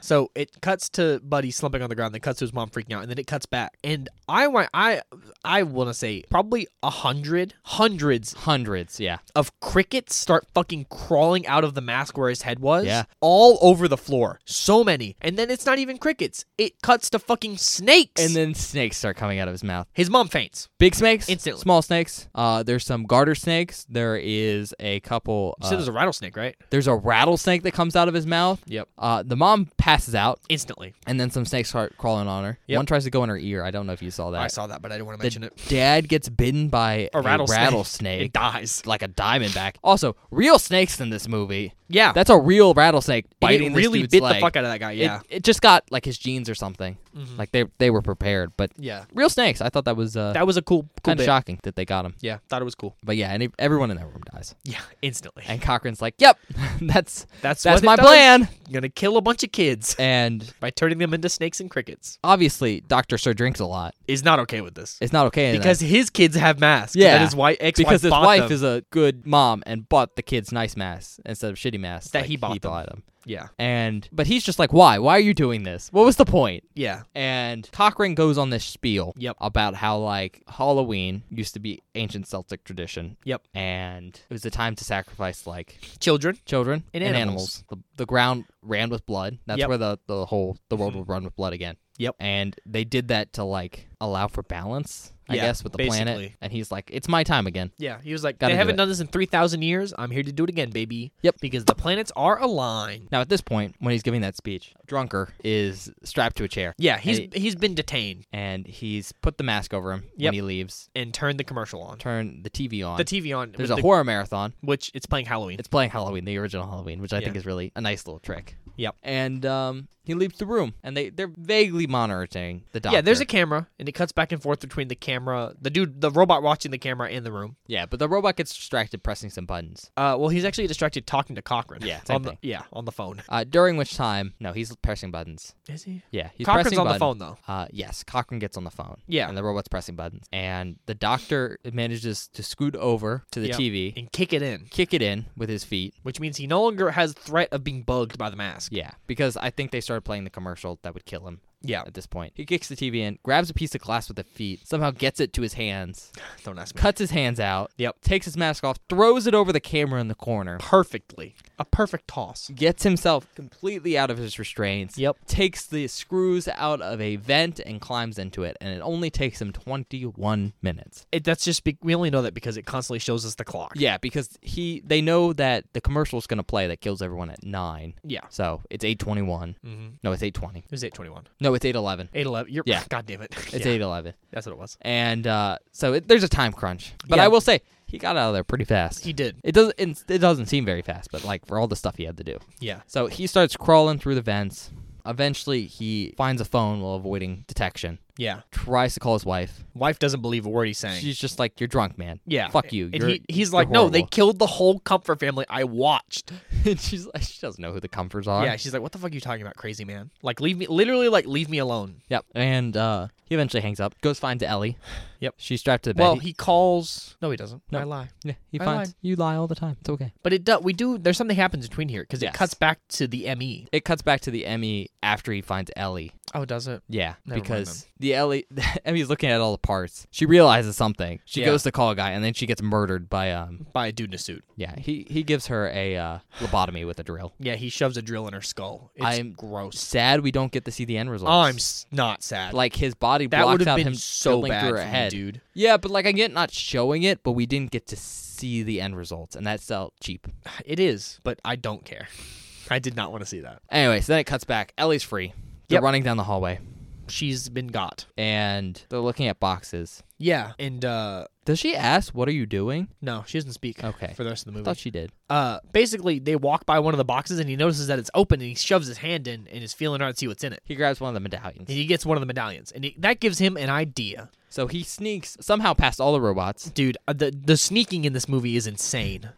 Speaker 1: So it cuts to Buddy slumping on the ground, then cuts to his mom freaking out, and then it cuts back. And I want I I want to say probably a hundred, hundreds
Speaker 2: Hundreds, yeah.
Speaker 1: of crickets start fucking crawling out of the mask where his head was.
Speaker 2: Yeah.
Speaker 1: all over the floor, so many. And then it's not even crickets; it cuts to fucking snakes.
Speaker 2: And then snakes start coming out of his mouth.
Speaker 1: his mom faints.
Speaker 2: Big snakes,
Speaker 1: Instantly.
Speaker 2: Small snakes. Uh, there's some garter snakes. There is a couple.
Speaker 1: You
Speaker 2: Uh,
Speaker 1: said there's a rattlesnake, right?
Speaker 2: there's a rattlesnake that comes out of his mouth.
Speaker 1: Yep.
Speaker 2: Uh, the mom passes out,
Speaker 1: Instantly,
Speaker 2: and then some snakes start crawling on her.
Speaker 1: Yep.
Speaker 2: One tries to go in her ear. I don't know if you saw that.
Speaker 1: I saw that, but I didn't want to
Speaker 2: the
Speaker 1: mention it.
Speaker 2: dad gets bitten by
Speaker 1: A rattlesnake.
Speaker 2: rattlesnake,
Speaker 1: It dies.
Speaker 2: like a diamondback. Also, real snakes in this movie.
Speaker 1: Yeah,
Speaker 2: That's a real rattlesnake biting.
Speaker 1: it
Speaker 2: this
Speaker 1: really
Speaker 2: dude's
Speaker 1: bit the
Speaker 2: leg.
Speaker 1: fuck out of that guy.
Speaker 2: It-
Speaker 1: Yeah,
Speaker 2: It, just got like his jeans or something. Like they they were prepared, but
Speaker 1: yeah.
Speaker 2: real snakes. I thought that was uh,
Speaker 1: That was a cool, cool
Speaker 2: kind of
Speaker 1: bit.
Speaker 2: shocking that they got him.
Speaker 1: Yeah, thought it was cool.
Speaker 2: But yeah, and it- everyone in that room dies.
Speaker 1: Yeah, instantly.
Speaker 2: And Cochran's like, "Yep, that's that's
Speaker 1: That's what it
Speaker 2: my
Speaker 1: does.
Speaker 2: plan."
Speaker 1: gonna kill a bunch of kids
Speaker 2: And
Speaker 1: by turning them into snakes and crickets
Speaker 2: obviously, Doctor Sir drinks a lot.
Speaker 1: is not okay with this
Speaker 2: It's not okay in that-
Speaker 1: because his kids have masks.
Speaker 2: Yeah,
Speaker 1: that his wife, ex-wife
Speaker 2: because his
Speaker 1: bought
Speaker 2: wife
Speaker 1: them.
Speaker 2: is a good mom and bought the kids nice masks instead of shitty masks
Speaker 1: That
Speaker 2: like
Speaker 1: he bought
Speaker 2: He
Speaker 1: them.
Speaker 2: bought them.
Speaker 1: yeah,
Speaker 2: And but he's just like, "Why? Why are you doing this? What was the point?"
Speaker 1: yeah,
Speaker 2: And Cochrane goes on this spiel
Speaker 1: Yep.
Speaker 2: about how like Halloween used to be ancient Celtic tradition.
Speaker 1: Yep.
Speaker 2: And it was a time to sacrifice like
Speaker 1: children.
Speaker 2: children
Speaker 1: And animals.
Speaker 2: The, the ground ran with blood. That's
Speaker 1: Yep. Mm-hmm.
Speaker 2: where the, the whole the world would run with blood again.
Speaker 1: Yep.
Speaker 2: And they did that to like allow for balance, I
Speaker 1: Yeah,
Speaker 2: guess, with the planet.
Speaker 1: basically.
Speaker 2: And he's like, "It's my time again."
Speaker 1: Yeah, he was like,
Speaker 2: Gotta
Speaker 1: they
Speaker 2: do
Speaker 1: haven't
Speaker 2: it.
Speaker 1: done this in three thousand years. I'm here to do it again, baby.
Speaker 2: Yep.
Speaker 1: because the planets are aligned.
Speaker 2: Now at this point, when he's giving that speech, Drunker is strapped to a chair.
Speaker 1: Yeah, he's
Speaker 2: And
Speaker 1: he's been detained
Speaker 2: and he's put the mask over him
Speaker 1: Yep.
Speaker 2: when he leaves.
Speaker 1: and turned the commercial on,
Speaker 2: Turn the TV on.
Speaker 1: the TV on.
Speaker 2: There's
Speaker 1: with
Speaker 2: a
Speaker 1: the-
Speaker 2: horror marathon.
Speaker 1: which it's playing Halloween.
Speaker 2: It's playing Halloween, the original Halloween, which I
Speaker 1: Yeah.
Speaker 2: think is really a nice little trick.
Speaker 1: Yep.
Speaker 2: And um, he leaves the room, and they they're vaguely monitoring the doctor.
Speaker 1: Yeah, there's a camera, and it cuts back and forth between the camera, the dude, the robot watching the camera, and the room.
Speaker 2: yeah, but the robot gets distracted pressing some buttons.
Speaker 1: Uh, well, he's actually distracted talking to Cochrane.
Speaker 2: Yeah, same
Speaker 1: on the,
Speaker 2: thing.
Speaker 1: yeah, on the phone.
Speaker 2: Uh, during which time, no, he's pressing buttons.
Speaker 1: Is he?
Speaker 2: Yeah, he's
Speaker 1: Cochrane's
Speaker 2: pressing
Speaker 1: on the
Speaker 2: button-
Speaker 1: phone though.
Speaker 2: Uh, yes, Cochrane gets on the phone.
Speaker 1: Yeah.
Speaker 2: and the robot's pressing buttons, and the doctor manages to scoot over to the
Speaker 1: Yep.
Speaker 2: TV,
Speaker 1: and kick it in,
Speaker 2: kick it in with his feet.
Speaker 1: which means he no longer has threat of being bugged by the mask.
Speaker 2: Yeah, because I think they started playing the commercial that would kill him.
Speaker 1: Yeah.
Speaker 2: At this point, he kicks the TV in, grabs a piece of glass with the feet, somehow gets it to his hands,
Speaker 1: Don't ask me.
Speaker 2: cuts his hands out,
Speaker 1: Yep.
Speaker 2: takes his mask off, throws it over the camera in the corner,
Speaker 1: Perfectly. A perfect toss.
Speaker 2: gets himself completely out of his restraints,
Speaker 1: Yep.
Speaker 2: takes the screws out of a vent and climbs into it, and it only takes him 21 minutes.
Speaker 1: It, that's just be- we only know that because it constantly shows us the clock.
Speaker 2: Yeah, because he they know that the commercial's going to play that kills everyone at 9.
Speaker 1: Yeah.
Speaker 2: So, it's 8:21.
Speaker 1: Mm-hmm. It
Speaker 2: No, it's 8:20.
Speaker 1: was eight twenty one.
Speaker 2: No, it's 8:11.
Speaker 1: Eight eleven. You're,
Speaker 2: Yeah.
Speaker 1: God damn it.
Speaker 2: It's
Speaker 1: Yeah,
Speaker 2: 8:11.
Speaker 1: That's what it was.
Speaker 2: And uh, so it, there's a time crunch. But
Speaker 1: Yeah.
Speaker 2: I will say he got out of there pretty fast.
Speaker 1: He did.
Speaker 2: it doesn't it, it doesn't seem very fast, but like for all the stuff he had to do.
Speaker 1: Yeah.
Speaker 2: So he starts crawling through the vents. Eventually, he finds a phone while avoiding detection.
Speaker 1: Yeah.
Speaker 2: Tries to call his wife.
Speaker 1: Wife doesn't believe a word he's saying.
Speaker 2: She's just like, "You're drunk, man.
Speaker 1: yeah.
Speaker 2: fuck you."
Speaker 1: And
Speaker 2: You're,
Speaker 1: he, he's
Speaker 2: you're
Speaker 1: like, no, they
Speaker 2: horrible."
Speaker 1: killed the whole Comfort family. I watched.
Speaker 2: And she's like, she doesn't know who the comforts are.
Speaker 1: Yeah. She's like, what the fuck are you talking about, crazy man? Like, leave me. Literally, like, leave me alone.
Speaker 2: Yep. And uh, he eventually hangs up. Goes finds Ellie.
Speaker 1: Yep.
Speaker 2: She's strapped to the bed.
Speaker 1: Well, he calls. No, he doesn't.
Speaker 2: No.
Speaker 1: I lie.
Speaker 2: yeah, he
Speaker 1: I
Speaker 2: finds you lie all the time. It's okay.
Speaker 1: But it does. We do. There's something happens between here because
Speaker 2: Yes.
Speaker 1: it cuts back to the E. ME.
Speaker 2: It cuts back to the Emmy after he finds Ellie.
Speaker 1: Oh, does it?
Speaker 2: Yeah,
Speaker 1: Never mind
Speaker 2: because the Ellie, Emmy's looking at all the parts. She realizes something. She
Speaker 1: Yeah.
Speaker 2: goes to call a guy, and then she gets murdered by um.
Speaker 1: By a dude in a suit.
Speaker 2: Yeah, he he gives her a uh, lobotomy with a drill.
Speaker 1: Yeah, he shoves a drill in her skull. It's
Speaker 2: I'm-
Speaker 1: gross.
Speaker 2: Sad we don't get to see the end results.
Speaker 1: Oh, I'm s- not sad.
Speaker 2: like his body
Speaker 1: that would
Speaker 2: blocks
Speaker 1: have
Speaker 2: out
Speaker 1: been
Speaker 2: him
Speaker 1: so
Speaker 2: drilling
Speaker 1: bad
Speaker 2: through
Speaker 1: for
Speaker 2: her
Speaker 1: you,
Speaker 2: head.
Speaker 1: dude.
Speaker 2: Yeah, but like I get not showing it, but we didn't get to see the end results, and that felt cheap.
Speaker 1: It is, but I don't care. I did not want to see that.
Speaker 2: Anyway, so then it cuts back. Ellie's free. They're
Speaker 1: Yep.
Speaker 2: running down the hallway,
Speaker 1: She's been got.
Speaker 2: and they're looking at boxes.
Speaker 1: Yeah, and uh
Speaker 2: Does she ask, "What are you doing"?
Speaker 1: no, she doesn't speak.
Speaker 2: Okay.
Speaker 1: for the rest of the
Speaker 2: I
Speaker 1: movie.
Speaker 2: thought she did.
Speaker 1: Uh, basically, they walk by one of the boxes and he notices that it's open and he shoves his hand in and is feeling around to see what's in it.
Speaker 2: He grabs one of the medallions.
Speaker 1: And he gets one of the medallions and he, that gives him an idea.
Speaker 2: So he sneaks somehow past all the robots.
Speaker 1: Dude, uh, the the sneaking in this movie is insane.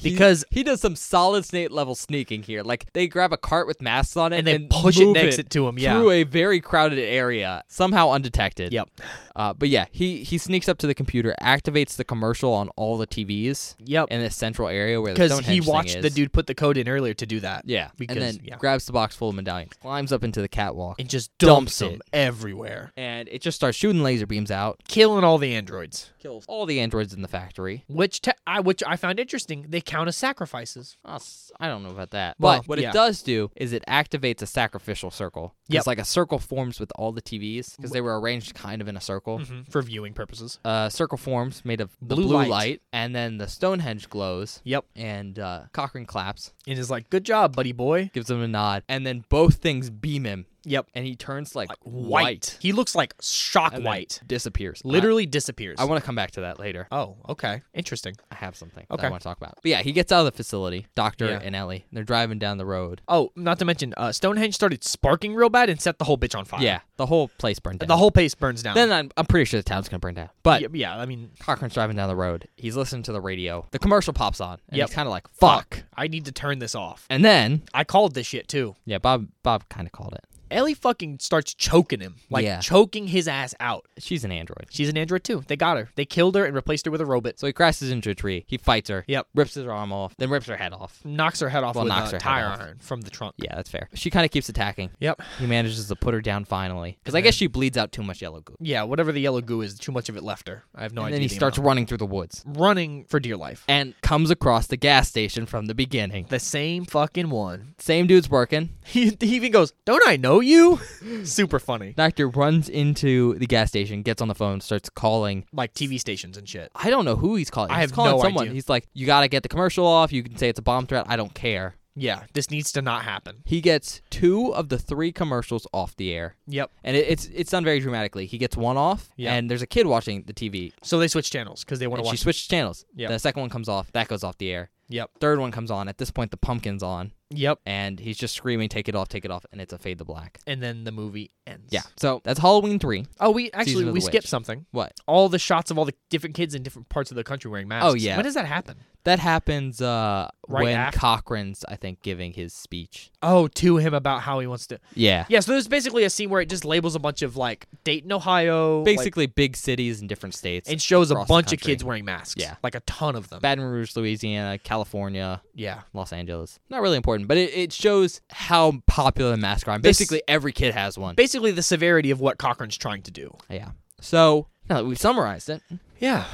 Speaker 1: Because
Speaker 2: He does some solid Snake level sneaking here. Like they grab a cart with masks on it
Speaker 1: And they push it
Speaker 2: move
Speaker 1: next it to him, yeah.
Speaker 2: through a very crowded area, somehow undetected.
Speaker 1: Yep.
Speaker 2: Uh, but yeah, he he sneaks up to the computer, activates the commercial on all the TVs.
Speaker 1: Yep.
Speaker 2: In this central area where the
Speaker 1: because he
Speaker 2: Stonehenge thing
Speaker 1: watched the
Speaker 2: is.
Speaker 1: dude put the code in earlier to do that.
Speaker 2: Yeah,
Speaker 1: Because
Speaker 2: and then
Speaker 1: yeah.
Speaker 2: grabs the box full of medallions, climbs up into the catwalk,
Speaker 1: and just dumps,
Speaker 2: dumps
Speaker 1: them everywhere,
Speaker 2: and it just starts shooting laser beams out,
Speaker 1: killing all the androids.
Speaker 2: kills all the androids in the factory.
Speaker 1: Which te- I which I found interesting. They count as sacrifices.
Speaker 2: Oh, s- I don't know about that.
Speaker 1: Well,
Speaker 2: but what
Speaker 1: yeah.
Speaker 2: it does do is it activates a sacrificial circle.
Speaker 1: Yep.
Speaker 2: It's like a circle forms with all the TVs because they were arranged kind of in a circle.
Speaker 1: Mhm, for viewing purposes.
Speaker 2: Uh, circle forms made of Hmm. the
Speaker 1: Blue
Speaker 2: blue,
Speaker 1: light.
Speaker 2: light. and then the Stonehenge glows.
Speaker 1: Yep.
Speaker 2: And uh, Cochrane claps,
Speaker 1: And is like, good job, buddy boy.
Speaker 2: gives him a nod, and then both things beam him,
Speaker 1: Yep.
Speaker 2: and he turns like,
Speaker 1: White. He looks like shock
Speaker 2: and then
Speaker 1: white.
Speaker 2: disappears.
Speaker 1: Literally disappears.
Speaker 2: I, I want to come back to that later.
Speaker 1: oh, okay. Interesting.
Speaker 2: I have something that
Speaker 1: Okay.
Speaker 2: I want to talk about. But yeah, he gets out of the facility, Doctor
Speaker 1: Yeah.
Speaker 2: and Ellie. They're driving down the road.
Speaker 1: Oh, not to mention, uh, Stonehenge started sparking real bad and set the whole bitch on fire.
Speaker 2: Yeah, the whole place burned down.
Speaker 1: The whole place burns down.
Speaker 2: then I'm, I'm pretty sure the town's gonna burn down. But
Speaker 1: yeah, yeah, I mean,
Speaker 2: Cochrane's driving down the road. He's listening to the radio. The commercial pops on, and
Speaker 1: Yep.
Speaker 2: he's kind of like,
Speaker 1: fuck.
Speaker 2: "Fuck."
Speaker 1: I need to turn this off.
Speaker 2: And then,
Speaker 1: I called this shit too.
Speaker 2: yeah, Bob Bob kind of called it.
Speaker 1: Ellie fucking starts choking him, like
Speaker 2: Yeah.
Speaker 1: choking his ass out.
Speaker 2: She's an android.
Speaker 1: She's an android too. They got her. They killed her and replaced her with a robot.
Speaker 2: So he crashes into a tree. He fights her.
Speaker 1: Yep.
Speaker 2: Rips his arm off. Then rips her head off.
Speaker 1: Knocks her head off
Speaker 2: Well,
Speaker 1: with
Speaker 2: knocks her
Speaker 1: a
Speaker 2: head
Speaker 1: tire
Speaker 2: off.
Speaker 1: iron from the trunk.
Speaker 2: Yeah, that's fair. She kind of keeps attacking.
Speaker 1: Yep.
Speaker 2: He manages to put her down finally, because I guess she bleeds out too much yellow goo.
Speaker 1: Yeah, whatever the yellow goo is, too much of it left her. I have no
Speaker 2: and
Speaker 1: idea.
Speaker 2: then he
Speaker 1: the
Speaker 2: starts
Speaker 1: amount.
Speaker 2: running through the woods
Speaker 1: running for dear life.
Speaker 2: and comes across the gas station from the beginning.
Speaker 1: The same fucking one.
Speaker 2: Same dude's working.
Speaker 1: He, he even goes, "Don't I know you?" Super funny.
Speaker 2: Doctor runs into the gas station, gets on the phone, starts calling
Speaker 1: Like TV stations and shit.
Speaker 2: I don't know who he's calling.
Speaker 1: I
Speaker 2: he's
Speaker 1: have
Speaker 2: calling
Speaker 1: no
Speaker 2: someone.
Speaker 1: idea.
Speaker 2: He's like, you got to get the commercial off. You can say it's a bomb threat. I don't care.
Speaker 1: Yeah, this needs to not happen.
Speaker 2: He gets two of the three commercials off the air.
Speaker 1: Yep.
Speaker 2: And it, it's it's done very dramatically. He gets one off,
Speaker 1: Yeah.
Speaker 2: and there's a kid watching the TV.
Speaker 1: So they switch channels because they want
Speaker 2: And
Speaker 1: to
Speaker 2: she
Speaker 1: watch.
Speaker 2: switches channels.
Speaker 1: Yep.
Speaker 2: The second one comes off. That goes off the air.
Speaker 1: Yep.
Speaker 2: Third one comes on. At this point, the pumpkin's on,
Speaker 1: Yep.
Speaker 2: and he's just screaming, "Take it off! Take it off!" And it's a fade to black.
Speaker 1: And then the movie ends.
Speaker 2: Yeah. So that's Halloween three.
Speaker 1: Oh, we actually
Speaker 2: Season of
Speaker 1: we
Speaker 2: the
Speaker 1: skipped
Speaker 2: Witch.
Speaker 1: something.
Speaker 2: What?
Speaker 1: All the shots of all the different kids in different parts of the country wearing masks.
Speaker 2: Oh, yeah.
Speaker 1: When does that happen?
Speaker 2: That happens uh,
Speaker 1: Right
Speaker 2: when
Speaker 1: after-
Speaker 2: Cochrane's, I think, giving his speech.
Speaker 1: Oh, to him about how he wants to.
Speaker 2: Yeah.
Speaker 1: Yeah. So there's basically a scene where it just labels a bunch of like Dayton, Ohio, like,
Speaker 2: Basically, big cities in different states.
Speaker 1: and shows a
Speaker 2: across the
Speaker 1: bunch of
Speaker 2: country.
Speaker 1: kids wearing masks.
Speaker 2: Yeah.
Speaker 1: Like a ton of them.
Speaker 2: Baton Rouge, Louisiana, California,
Speaker 1: yeah.
Speaker 2: Los Angeles. Not really important, but it, it shows how popular the mask crime.
Speaker 1: This-
Speaker 2: Basically, every kid has one.
Speaker 1: Basically the severity of what Cochrane's trying to do.
Speaker 2: yeah. So now that we've summarized it,
Speaker 1: Yeah.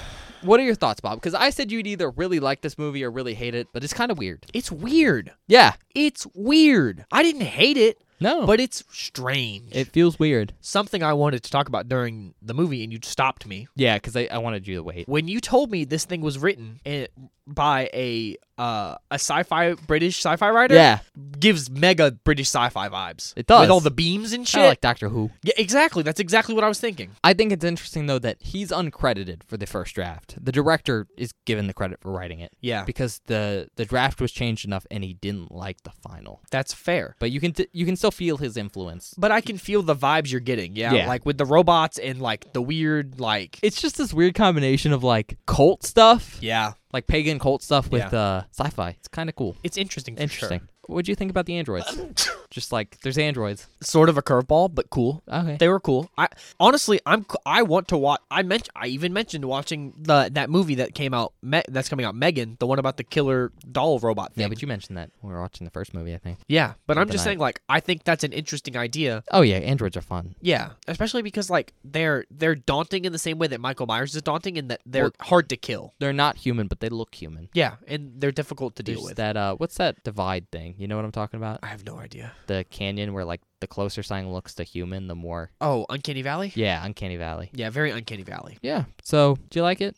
Speaker 2: what are your thoughts, Bob? Because I said you'd either really like this movie or really hate it, but it's kind of weird.
Speaker 1: It's weird.
Speaker 2: Yeah.
Speaker 1: It's weird. I didn't hate it,
Speaker 2: No.
Speaker 1: but it's strange.
Speaker 2: it feels weird.
Speaker 1: Something I wanted to talk about during the movie, and you stopped me.
Speaker 2: Yeah, because I, I wanted you to wait.
Speaker 1: when you told me this thing was written in, by a uh, a sci-fi British sci-fi writer,
Speaker 2: Yeah.
Speaker 1: gives mega British sci-fi vibes.
Speaker 2: It does.
Speaker 1: with all the beams and shit.
Speaker 2: I like Doctor Who.
Speaker 1: yeah, exactly. That's exactly what I was thinking.
Speaker 2: I think it's interesting though that he's uncredited for the first draft. The director is given the credit for writing it
Speaker 1: Yeah,
Speaker 2: because the the draft was changed enough, and he didn't like the final.
Speaker 1: that's fair.
Speaker 2: but you can t- you can still feel his influence.
Speaker 1: But I can feel the vibes you're getting. Yeah,
Speaker 2: Yeah.
Speaker 1: like with the robots and like the weird like.
Speaker 2: It's just this weird combination of like cult stuff,
Speaker 1: yeah,
Speaker 2: like pagan cult stuff with
Speaker 1: Yeah.
Speaker 2: uh, sci-fi. It's kind of cool.
Speaker 1: it's interesting. For
Speaker 2: Interesting. What'd you think about the androids? just like there's androids.
Speaker 1: Sure. Sort of a curveball, but cool.
Speaker 2: Okay.
Speaker 1: They were cool. I honestly, I'm c- I want to watch. I meant I even mentioned watching the that movie that came out Me- that's coming out Megan, the one about the killer doll robot thing.
Speaker 2: yeah, but you mentioned that when we were watching the first movie, I think.
Speaker 1: Yeah, but I'm
Speaker 2: Something
Speaker 1: just
Speaker 2: like-
Speaker 1: saying, like, I think that's an interesting idea.
Speaker 2: Oh yeah, androids are fun.
Speaker 1: Yeah, especially because like they're they're daunting in the same way that Michael Myers is daunting, in that they're hard to kill.
Speaker 2: They're not human, but they look human.
Speaker 1: Yeah, and they're difficult to deal
Speaker 2: There's
Speaker 1: with.
Speaker 2: that uh, what's that divide thing? You know what I'm talking about?
Speaker 1: I have no idea.
Speaker 2: The canyon where like the closer sign looks to human, the more.
Speaker 1: Oh, Uncanny Valley.
Speaker 2: Yeah, uncanny valley.
Speaker 1: Yeah, very Uncanny Valley.
Speaker 2: Yeah. So, do you like it?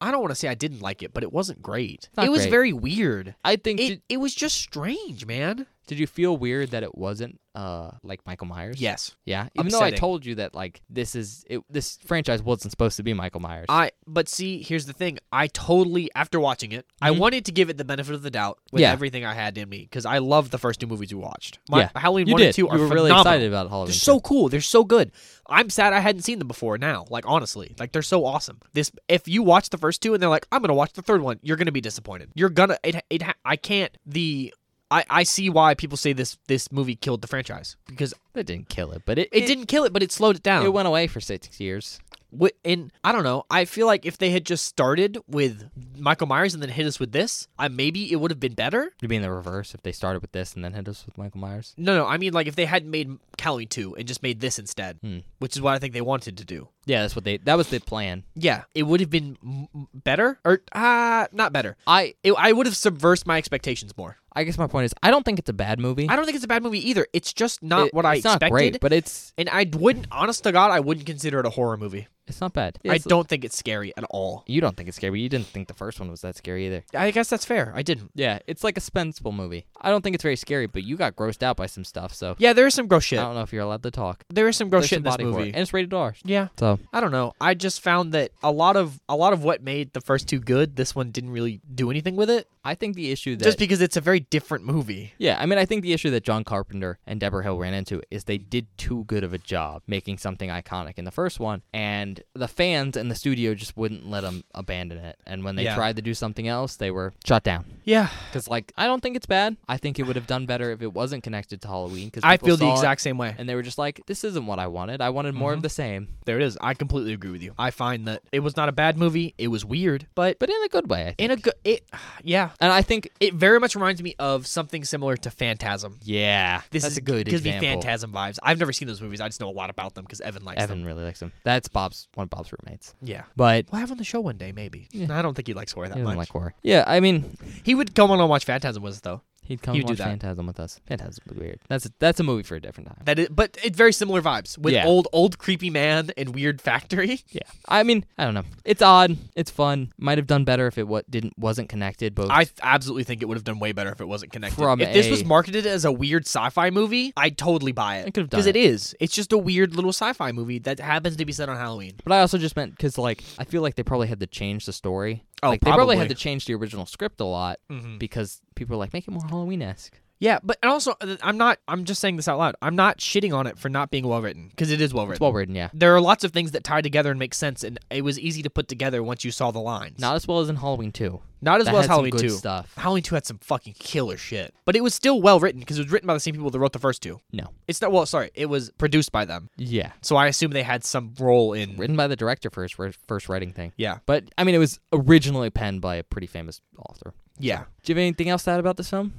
Speaker 1: I don't want to say I didn't like it, but it wasn't great.
Speaker 2: Not
Speaker 1: it was
Speaker 2: great.
Speaker 1: very weird.
Speaker 2: I think.
Speaker 1: It
Speaker 2: did,
Speaker 1: it was just strange, man.
Speaker 2: did you feel weird that it wasn't uh like Michael Myers?
Speaker 1: Yes.
Speaker 2: Yeah. Even though I
Speaker 1: Upsetting.
Speaker 2: told you that like this is it, this franchise wasn't supposed to be Michael Myers.
Speaker 1: I but see, here's the thing. I totally after watching it, I
Speaker 2: Mhm.
Speaker 1: wanted to give it the benefit of the doubt with
Speaker 2: Yeah.
Speaker 1: everything I had in me because I love the first two movies we watched. My,
Speaker 2: Yeah.
Speaker 1: Halloween
Speaker 2: you
Speaker 1: one
Speaker 2: did.
Speaker 1: and two
Speaker 2: you
Speaker 1: are
Speaker 2: were
Speaker 1: phenomenal.
Speaker 2: really excited about Halloween.
Speaker 1: They're
Speaker 2: 2.
Speaker 1: so cool. They're so good. I'm sad I hadn't seen them before now. Like honestly, like they're so awesome. This if you watch the first two and they're like I'm going to watch the third one, you're going to be disappointed. You're going to it it ha- I can't the I, I see why people say this this movie killed the franchise because
Speaker 2: That didn't kill it, but it
Speaker 1: it, didn't kill it but it slowed it down.
Speaker 2: It went away for six years.
Speaker 1: Wh- and I don't know. I feel like if they had just started with Michael Myers and then hit us with this, I maybe it would have been better.
Speaker 2: You mean the reverse? If they started with this and then hit us with Michael Myers?
Speaker 1: No, no. I mean, like if they hadn't made Halloween two and just made this instead,
Speaker 2: Hmm.
Speaker 1: which is what I think they wanted to do.
Speaker 2: Yeah, that's what they. That was the plan.
Speaker 1: Yeah, it would have been m- m- better, or uh, not better.
Speaker 2: I
Speaker 1: It, I would have subversed my expectations more.
Speaker 2: I guess my point is I don't think it's a bad movie.
Speaker 1: I don't think it's a bad movie either. It's just not
Speaker 2: It-
Speaker 1: what I
Speaker 2: it's
Speaker 1: expected.
Speaker 2: not great, but it's
Speaker 1: and I wouldn't, honest to God, I wouldn't consider it a horror movie.
Speaker 2: it's not bad.
Speaker 1: I
Speaker 2: It's-
Speaker 1: don't think it's scary at all.
Speaker 2: You don't think it's scary? but You didn't think the first one was that scary either.
Speaker 1: I guess that's fair. I didn't.
Speaker 2: Yeah, it's like a suspenseful movie. I don't think it's very scary, but you got grossed out by some stuff, so
Speaker 1: Yeah, there is some gross
Speaker 2: I
Speaker 1: shit.
Speaker 2: don't know if you're allowed to talk.
Speaker 1: There is some
Speaker 2: Oh,
Speaker 1: gross
Speaker 2: There's
Speaker 1: shit
Speaker 2: some
Speaker 1: in this
Speaker 2: body horror,
Speaker 1: movie.
Speaker 2: and it's rated R.
Speaker 1: Yeah,
Speaker 2: So
Speaker 1: I don't know. I just found that a lot of a lot of what made the first two good, this one didn't really do anything with it.
Speaker 2: I think the issue that
Speaker 1: Just because it's a very different movie.
Speaker 2: yeah, I mean, I think the issue that John Carpenter and Deborah Hill ran into is they did too good of a job making something iconic in the first one, and the fans and the studio just wouldn't let them abandon it. And when they
Speaker 1: Yeah.
Speaker 2: tried to do something else, they were shut down.
Speaker 1: Yeah,
Speaker 2: Because like, I don't think it's bad. I think it would have done better if it wasn't connected to Halloween. Because
Speaker 1: I feel the exact same way.
Speaker 2: and they were just like, this isn't what I wanted. I wanted
Speaker 1: Mm-hmm.
Speaker 2: more of the same.
Speaker 1: There it is. I completely agree with you. I find that it was not a bad movie. It was weird, but
Speaker 2: but in a good way. I think.
Speaker 1: in a good it yeah.
Speaker 2: and I think
Speaker 1: It very much reminds me of something similar to Phantasm.
Speaker 2: yeah,
Speaker 1: This
Speaker 2: that's
Speaker 1: is
Speaker 2: a good
Speaker 1: gives me
Speaker 2: example.
Speaker 1: Phantasm vibes. I've never seen those movies. I just know a lot about them because Evan likes them.
Speaker 2: Evan really likes him. That's Bob's one of Bob's roommates.
Speaker 1: Yeah.
Speaker 2: But
Speaker 1: We'll have him on the show one day, maybe. I don't think he likes horror that
Speaker 2: he doesn't like
Speaker 1: much.
Speaker 2: horror. Yeah, I mean,
Speaker 1: He would come on and watch Phantasm with us though.
Speaker 2: he'd come
Speaker 1: He
Speaker 2: and
Speaker 1: would
Speaker 2: watch
Speaker 1: do that.
Speaker 2: Phantasm with us. Phantasm was weird. That's a, that's a movie for a different time.
Speaker 1: That is, but it's very similar vibes with
Speaker 2: Yeah.
Speaker 1: old, old creepy man and weird factory.
Speaker 2: yeah, I mean, I don't know. It's odd. It's fun. Might have done better if it what didn't wasn't connected. Both
Speaker 1: I th- absolutely think it would have done way better if it wasn't connected.
Speaker 2: From
Speaker 1: if this
Speaker 2: a-
Speaker 1: was marketed as a weird sci-fi movie, I'd totally buy it.
Speaker 2: It could have done
Speaker 1: it is. It's just a weird little sci-fi movie that happens to be set on Halloween.
Speaker 2: But I also just meant because, like, I feel like they probably had to change the story.
Speaker 1: Oh,
Speaker 2: like, they probably
Speaker 1: probably. Mm-hmm.
Speaker 2: had to change the original script a lot because people are like, make it more Halloween esque.
Speaker 1: Yeah, but and also uh, I'm not. I'm just saying this out loud. I'm not shitting on it for not being well written because it is well
Speaker 2: It's
Speaker 1: written.
Speaker 2: well written, yeah.
Speaker 1: there are lots of things that tie together and make sense, and it was easy to put together once you saw the lines.
Speaker 2: Not as well as in Halloween Two.
Speaker 1: Not as
Speaker 2: That
Speaker 1: well as
Speaker 2: had some
Speaker 1: Halloween
Speaker 2: good
Speaker 1: 2.
Speaker 2: stuff.
Speaker 1: Halloween 2 had some fucking killer shit. But it was still well written because it was written by the same people that wrote the first two.
Speaker 2: No.
Speaker 1: It's not, well, sorry, it was produced by them.
Speaker 2: Yeah.
Speaker 1: So I assume they had some role in.
Speaker 2: Written by the director for his fir- first writing thing.
Speaker 1: Yeah.
Speaker 2: But I mean, it was originally penned by a pretty famous author.
Speaker 1: Yeah.
Speaker 2: Do you have anything else to add about this film?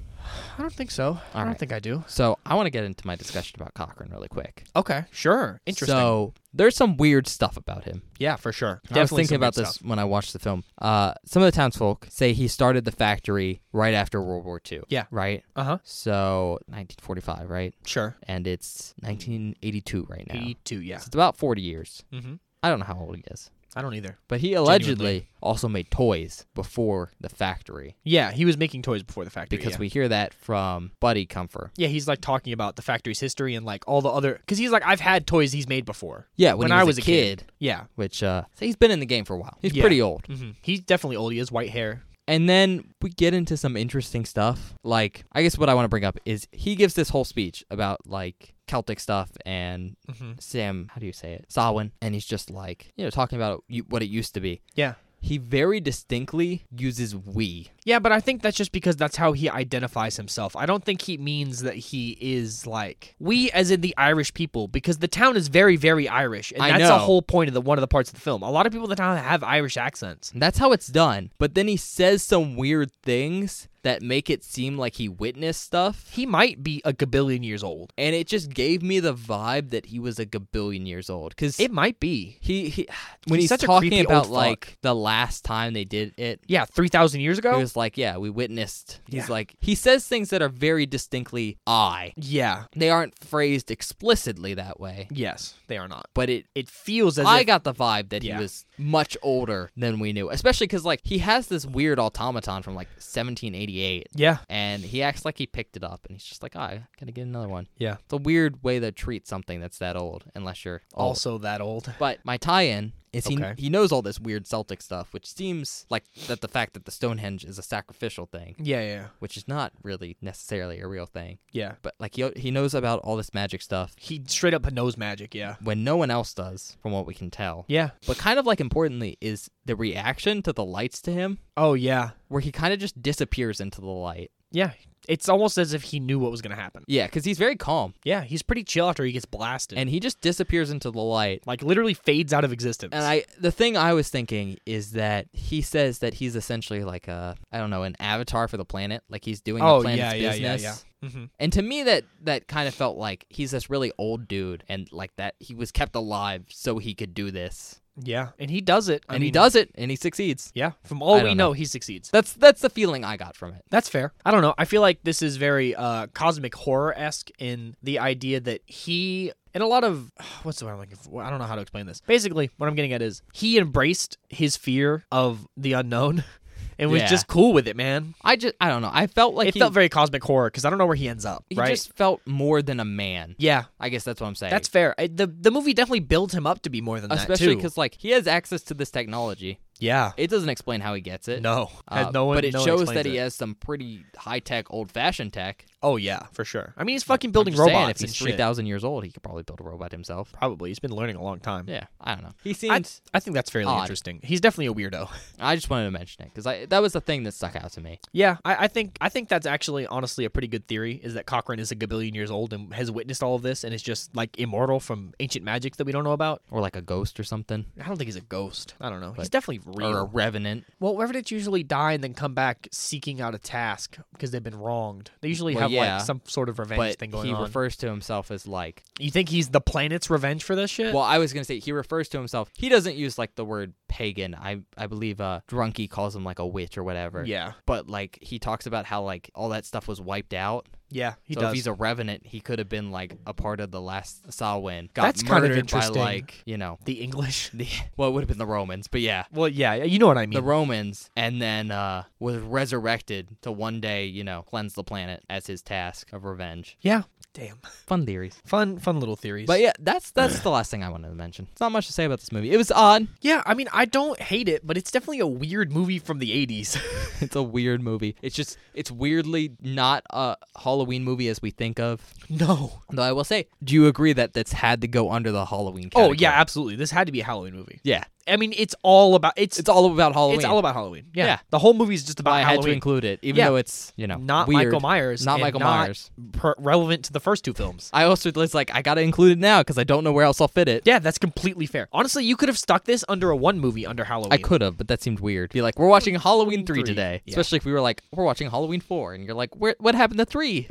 Speaker 1: I don't think so. I don't
Speaker 2: right.
Speaker 1: think I do.
Speaker 2: So I want to get into my discussion about Cochrane really quick.
Speaker 1: Okay. Sure. Interesting.
Speaker 2: So there's some weird stuff about him.
Speaker 1: yeah, for sure.
Speaker 2: I was
Speaker 1: Definitely
Speaker 2: thinking
Speaker 1: some
Speaker 2: about
Speaker 1: good
Speaker 2: this
Speaker 1: stuff.
Speaker 2: when I watched the film. Uh, some of the townsfolk say he started the factory right after World War II.
Speaker 1: Yeah.
Speaker 2: Right?
Speaker 1: Uh huh.
Speaker 2: So 1945, right?
Speaker 1: Sure.
Speaker 2: And it's 1982 right now.
Speaker 1: 82, yeah.
Speaker 2: So it's about 40 years.
Speaker 1: Mm-hmm.
Speaker 2: I don't know how old he is.
Speaker 1: I don't either.
Speaker 2: But he allegedly also made toys before the factory
Speaker 1: Yeah, he was making toys before the factory.
Speaker 2: because
Speaker 1: yeah.
Speaker 2: we hear that from Buddy Comfort.
Speaker 1: Yeah, he's like talking about the factory's history and like all the other. Because he's like, I've had toys he's made before.
Speaker 2: Yeah, when,
Speaker 1: When
Speaker 2: he
Speaker 1: I
Speaker 2: was
Speaker 1: was a
Speaker 2: kid.
Speaker 1: kid. Yeah.
Speaker 2: Which uh, so he's been in the game for a while. He's
Speaker 1: Yeah.
Speaker 2: pretty old.
Speaker 1: Mm-hmm. He's definitely old. He has white hair.
Speaker 2: And then we get into some interesting stuff. Like, I guess what I want to bring up is he gives this whole speech about like Celtic stuff and
Speaker 1: Mm-hmm.
Speaker 2: Sam, how do you say it? Samhain. And he's just like, you know, talking about you- what it used to be.
Speaker 1: Yeah.
Speaker 2: He very distinctly uses we.
Speaker 1: Yeah, but I think that's just because that's how he identifies himself. I don't think he means that he is like we, as in the Irish people, because the town is very, very Irish, and
Speaker 2: I
Speaker 1: that's
Speaker 2: know.
Speaker 1: the whole point of the one of the parts of the film. A lot of people in the town have Irish accents.
Speaker 2: And that's how it's done. But then he says some weird things that make it seem like he witnessed stuff.
Speaker 1: He might be a gabillion years old.
Speaker 2: And it just gave me the vibe that he was a gabillion years old. Because
Speaker 1: It might be.
Speaker 2: he, he when
Speaker 1: He's
Speaker 2: he's,
Speaker 1: such a
Speaker 2: talking
Speaker 1: creepy
Speaker 2: about
Speaker 1: old fuck.
Speaker 2: like the last time they did it,
Speaker 1: Yeah, three thousand years
Speaker 2: He
Speaker 1: ago.
Speaker 2: was like, yeah, we witnessed. He's
Speaker 1: Yeah.
Speaker 2: like, he says things that are very distinctly I.
Speaker 1: yeah.
Speaker 2: They aren't phrased explicitly that way,
Speaker 1: Yes, they are not.
Speaker 2: but it.
Speaker 1: It feels as
Speaker 2: I
Speaker 1: if
Speaker 2: got the vibe that
Speaker 1: Yeah.
Speaker 2: he was much older than we knew, especially because like he has this weird automaton from like 1788 1998.
Speaker 1: Yeah.
Speaker 2: And he acts like he picked it up, and he's just like, "Ah, I gotta get another one."
Speaker 1: Yeah.
Speaker 2: It's a weird way to treat something that's that old, unless you're old.
Speaker 1: Also that old.
Speaker 2: But my tie-in is he
Speaker 1: Okay.
Speaker 2: he knows all this weird Celtic stuff, which seems like that the fact that the Stonehenge is a sacrificial thing,
Speaker 1: Yeah, yeah,
Speaker 2: which is not really necessarily a real thing.
Speaker 1: yeah.
Speaker 2: But like he he knows about all this magic stuff
Speaker 1: He straight up knows magic. Yeah.
Speaker 2: when no one else does, from what we can tell.
Speaker 1: Yeah.
Speaker 2: But kind of like importantly is the reaction to the lights to him,
Speaker 1: Oh yeah.
Speaker 2: where he kind of just disappears into the light.
Speaker 1: Yeah. It's almost as if he knew what was gonna happen.
Speaker 2: Yeah, because he's very calm,
Speaker 1: Yeah. He's pretty chill after he gets blasted.
Speaker 2: and he just disappears into the light.
Speaker 1: like literally fades out of existence.
Speaker 2: And I, the thing I was thinking is that he says that he's essentially like a, I don't know, an avatar for the planet. Like he's doing
Speaker 1: Oh,
Speaker 2: the planet's
Speaker 1: yeah, yeah, yeah,
Speaker 2: business.
Speaker 1: yeah. Mhm.
Speaker 2: And to me, that that kind of felt like he's this really old dude, and like that he was kept alive so he could do this,
Speaker 1: yeah. And he does it. I
Speaker 2: and he
Speaker 1: mean,
Speaker 2: does it, and he succeeds.
Speaker 1: Yeah. From all
Speaker 2: I
Speaker 1: we
Speaker 2: don't
Speaker 1: know,
Speaker 2: know.
Speaker 1: he succeeds.
Speaker 2: That's that's the feeling I got from it.
Speaker 1: That's fair. I don't know. I feel like this is very uh, cosmic horror esque in the idea that he and a lot of what's the word I'm looking for? I don't know how to explain this. Basically, what I'm getting at is he embraced his fear of the unknown and was
Speaker 2: Yeah.
Speaker 1: just cool with it, man.
Speaker 2: I just, I don't know. I felt like
Speaker 1: it
Speaker 2: he,
Speaker 1: felt very cosmic horror because I don't know where he ends up.
Speaker 2: he
Speaker 1: right?
Speaker 2: just felt more than a man.
Speaker 1: yeah,
Speaker 2: I guess that's what I'm saying.
Speaker 1: that's fair. I, the the movie definitely builds him up to be more than
Speaker 2: especially
Speaker 1: that too.
Speaker 2: because like he has access to this technology.
Speaker 1: Yeah.
Speaker 2: It doesn't explain how he gets it.
Speaker 1: No,
Speaker 2: Uh,
Speaker 1: Had no one.
Speaker 2: but it
Speaker 1: no one
Speaker 2: shows
Speaker 1: explains
Speaker 2: that he
Speaker 1: it.
Speaker 2: has some pretty high tech, old fashioned tech.
Speaker 1: Oh yeah, for sure. I mean, he's fucking
Speaker 2: I'm
Speaker 1: building
Speaker 2: just saying,
Speaker 1: robots
Speaker 2: if he's
Speaker 1: and
Speaker 2: three
Speaker 1: shit.
Speaker 2: thousand years old, he could probably build a robot himself.
Speaker 1: Probably, he's been learning a long time.
Speaker 2: Yeah, I don't know. He
Speaker 1: I,
Speaker 2: seems.
Speaker 1: I think that's fairly
Speaker 2: odd.
Speaker 1: interesting. He's definitely a weirdo.
Speaker 2: I, just wanted to mention it because I that was the thing that stuck out to me.
Speaker 1: Yeah, I, I think I think that's actually honestly a pretty good theory is that Cochrane is a gabillion years old and has witnessed all of this and is just like immortal from ancient magic that we don't know about.
Speaker 2: Or like a ghost or something,
Speaker 1: I don't think he's a ghost. I don't know. he's
Speaker 2: But-
Speaker 1: definitely
Speaker 2: or a
Speaker 1: real.
Speaker 2: revenant.
Speaker 1: er. well, revenants usually die and then come back seeking out a task because they've been wronged. They usually
Speaker 2: Well,
Speaker 1: have
Speaker 2: yeah,
Speaker 1: like some sort of revenge
Speaker 2: But
Speaker 1: thing going
Speaker 2: he
Speaker 1: on.
Speaker 2: refers to himself as like.
Speaker 1: you think he's the planet's revenge for this shit?
Speaker 2: Well, I was gonna say he refers to himself. He doesn't use like the word pagan. I I believe uh Drunky calls him like a witch or whatever.
Speaker 1: yeah,
Speaker 2: But like he talks about how like all that stuff was wiped out.
Speaker 1: yeah, he
Speaker 2: so
Speaker 1: does.
Speaker 2: if he's a revenant, he could have been like a part of the last Samhain. Got
Speaker 1: That's kind of
Speaker 2: murdered
Speaker 1: interesting.
Speaker 2: by like you know
Speaker 1: the English.
Speaker 2: the well it would have been the Romans, but yeah.
Speaker 1: Well, yeah, you know what I mean.
Speaker 2: The Romans, and then uh, was resurrected to one day, you know, cleanse the planet as his task of revenge.
Speaker 1: yeah. Damn.
Speaker 2: Fun theories,
Speaker 1: Fun, fun little theories.
Speaker 2: but yeah, that's that's the last thing I wanted to mention. It's not much to say about this movie. It was odd.
Speaker 1: yeah, I mean, I don't hate it, but it's definitely a weird movie from the '80s.
Speaker 2: It's a weird movie. It's just it's weirdly not a Halloween movie as we think of.
Speaker 1: no.
Speaker 2: Though I will say, do you agree that that's had to go under the Halloween?
Speaker 1: Oh
Speaker 2: Category?
Speaker 1: yeah, absolutely. This had to be a Halloween movie.
Speaker 2: yeah.
Speaker 1: I mean, it's all about it's
Speaker 2: It's all about Halloween.
Speaker 1: it's all about Halloween. Yeah,
Speaker 2: Yeah.
Speaker 1: the whole movie is just
Speaker 2: I
Speaker 1: about
Speaker 2: Uh, had to
Speaker 1: Halloween.
Speaker 2: include it, even
Speaker 1: Yeah.
Speaker 2: though it's you know
Speaker 1: Not
Speaker 2: weird.
Speaker 1: Michael Myers.
Speaker 2: Not
Speaker 1: and
Speaker 2: Michael
Speaker 1: not
Speaker 2: Myers.
Speaker 1: per- relevant to the first two films.
Speaker 2: I also was like, I gotta include it now because I don't know where else I'll fit it.
Speaker 1: Yeah, that's completely fair. Honestly, you could have stuck this under a one movie under Halloween.
Speaker 2: I could have, but that seemed weird. Be like, we're watching Halloween three,
Speaker 1: Three.
Speaker 2: today,
Speaker 1: Yeah.
Speaker 2: especially if we were like, we're watching Halloween four, and you're like, where, what happened to three?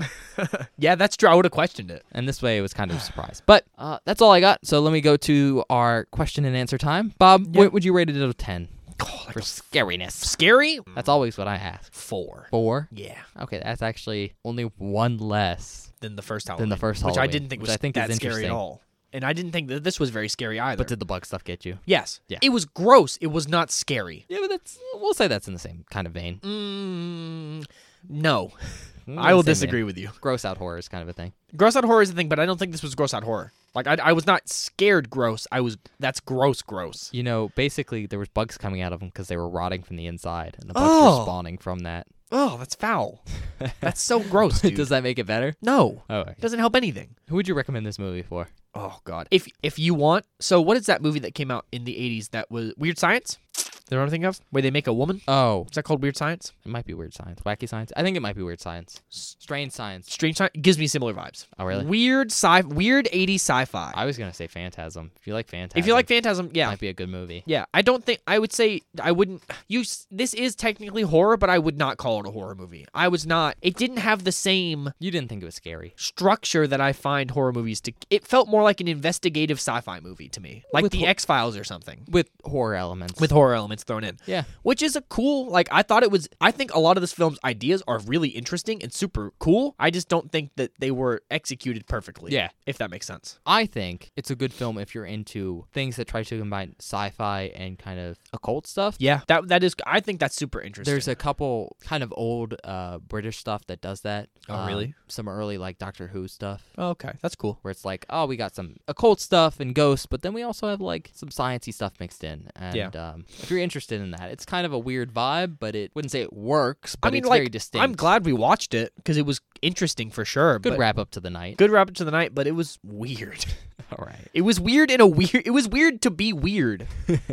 Speaker 1: Yeah, that's true. I would have questioned it.
Speaker 2: and this way, it was kind of a surprise. But uh, that's all I got. So let me go to our question and answer time. Bob, what would you rate it out of ten
Speaker 1: Oh, like
Speaker 2: for scariness?
Speaker 1: scary.
Speaker 2: That's always what I ask.
Speaker 1: Four.
Speaker 2: Four.
Speaker 1: Yeah,
Speaker 2: Okay, that's actually only one less.
Speaker 1: than the first Halloween.
Speaker 2: Than the first
Speaker 1: which I
Speaker 2: Halloween,
Speaker 1: didn't think
Speaker 2: which
Speaker 1: was
Speaker 2: I think
Speaker 1: that
Speaker 2: is
Speaker 1: scary at
Speaker 2: interesting.
Speaker 1: all. And I didn't think that this was very scary either.
Speaker 2: But did the bug stuff get you?
Speaker 1: yes,
Speaker 2: Yeah.
Speaker 1: it was gross. It was not scary.
Speaker 2: Yeah, but that's we'll say that's in the same kind of vein.
Speaker 1: Mm, no,
Speaker 2: Mm,
Speaker 1: I will
Speaker 2: same vein.
Speaker 1: disagree with you.
Speaker 2: Gross out horrors kind of a thing.
Speaker 1: Gross out horror is the thing, but I don't think this was gross out horror. Like I, I was not scared gross. I was that's gross, gross.
Speaker 2: You know, basically there was bugs coming out of them because they were rotting from the inside, and the bugs
Speaker 1: Oh.
Speaker 2: were spawning from that.
Speaker 1: Oh, that's foul. that's so gross, dude.
Speaker 2: Does that make it better?
Speaker 1: no,
Speaker 2: Oh, okay.
Speaker 1: doesn't help anything.
Speaker 2: who would you recommend this movie for?
Speaker 1: Oh God. If if you want, so what is that movie that came out in the '80s that was Weird Science? The one I'm thinking of, where they make a woman.
Speaker 2: Oh,
Speaker 1: Is that called Weird Science?
Speaker 2: it might be weird science, wacky science. I think it might be weird science, strange science.
Speaker 1: Strange Science gives me similar vibes.
Speaker 2: Oh, really?
Speaker 1: Weird sci, weird '80s sci-fi.
Speaker 2: I was gonna say Phantasm. If you like Phantasm,
Speaker 1: if you like Phantasm,
Speaker 2: it
Speaker 1: yeah,
Speaker 2: might be a good movie.
Speaker 1: yeah. I don't think I would say I wouldn't. You, s- this is technically horror, but I would not call it a horror movie. I was not. It didn't have the same
Speaker 2: You didn't think it was scary.
Speaker 1: structure that I find horror movies to. It felt more like an investigative sci-fi movie to me, like
Speaker 2: With
Speaker 1: the
Speaker 2: hor-
Speaker 1: X Files or something
Speaker 2: With horror elements.
Speaker 1: with horror elements. elements thrown in.
Speaker 2: Yeah.
Speaker 1: Which is a cool like I thought it was I think a lot of this film's ideas are really interesting and super cool. I just don't think that they were executed perfectly.
Speaker 2: Yeah.
Speaker 1: If that makes sense.
Speaker 2: I think it's a good film if you're into things that try to combine sci-fi and kind of occult stuff.
Speaker 1: Yeah. That that is I think that's super interesting.
Speaker 2: There's a couple kind of old uh, British stuff that does that. Um,
Speaker 1: Oh, really?
Speaker 2: Some early like Doctor Who stuff.
Speaker 1: oh, okay. That's cool.
Speaker 2: Where it's like, oh, we got some occult stuff and ghosts, but then we also have like some sciencey stuff mixed in. And
Speaker 1: Yeah.
Speaker 2: um, if you're interested in that, it's kind of a weird vibe, but it wouldn't say it works, but
Speaker 1: I mean
Speaker 2: it's
Speaker 1: like
Speaker 2: very distinct.
Speaker 1: I'm glad we watched it because it was interesting for sure.
Speaker 2: Good
Speaker 1: but,
Speaker 2: wrap up to the night.
Speaker 1: Good wrap up to the night, but it was weird.
Speaker 2: All right.
Speaker 1: It was weird in a weird. It was weird to be weird.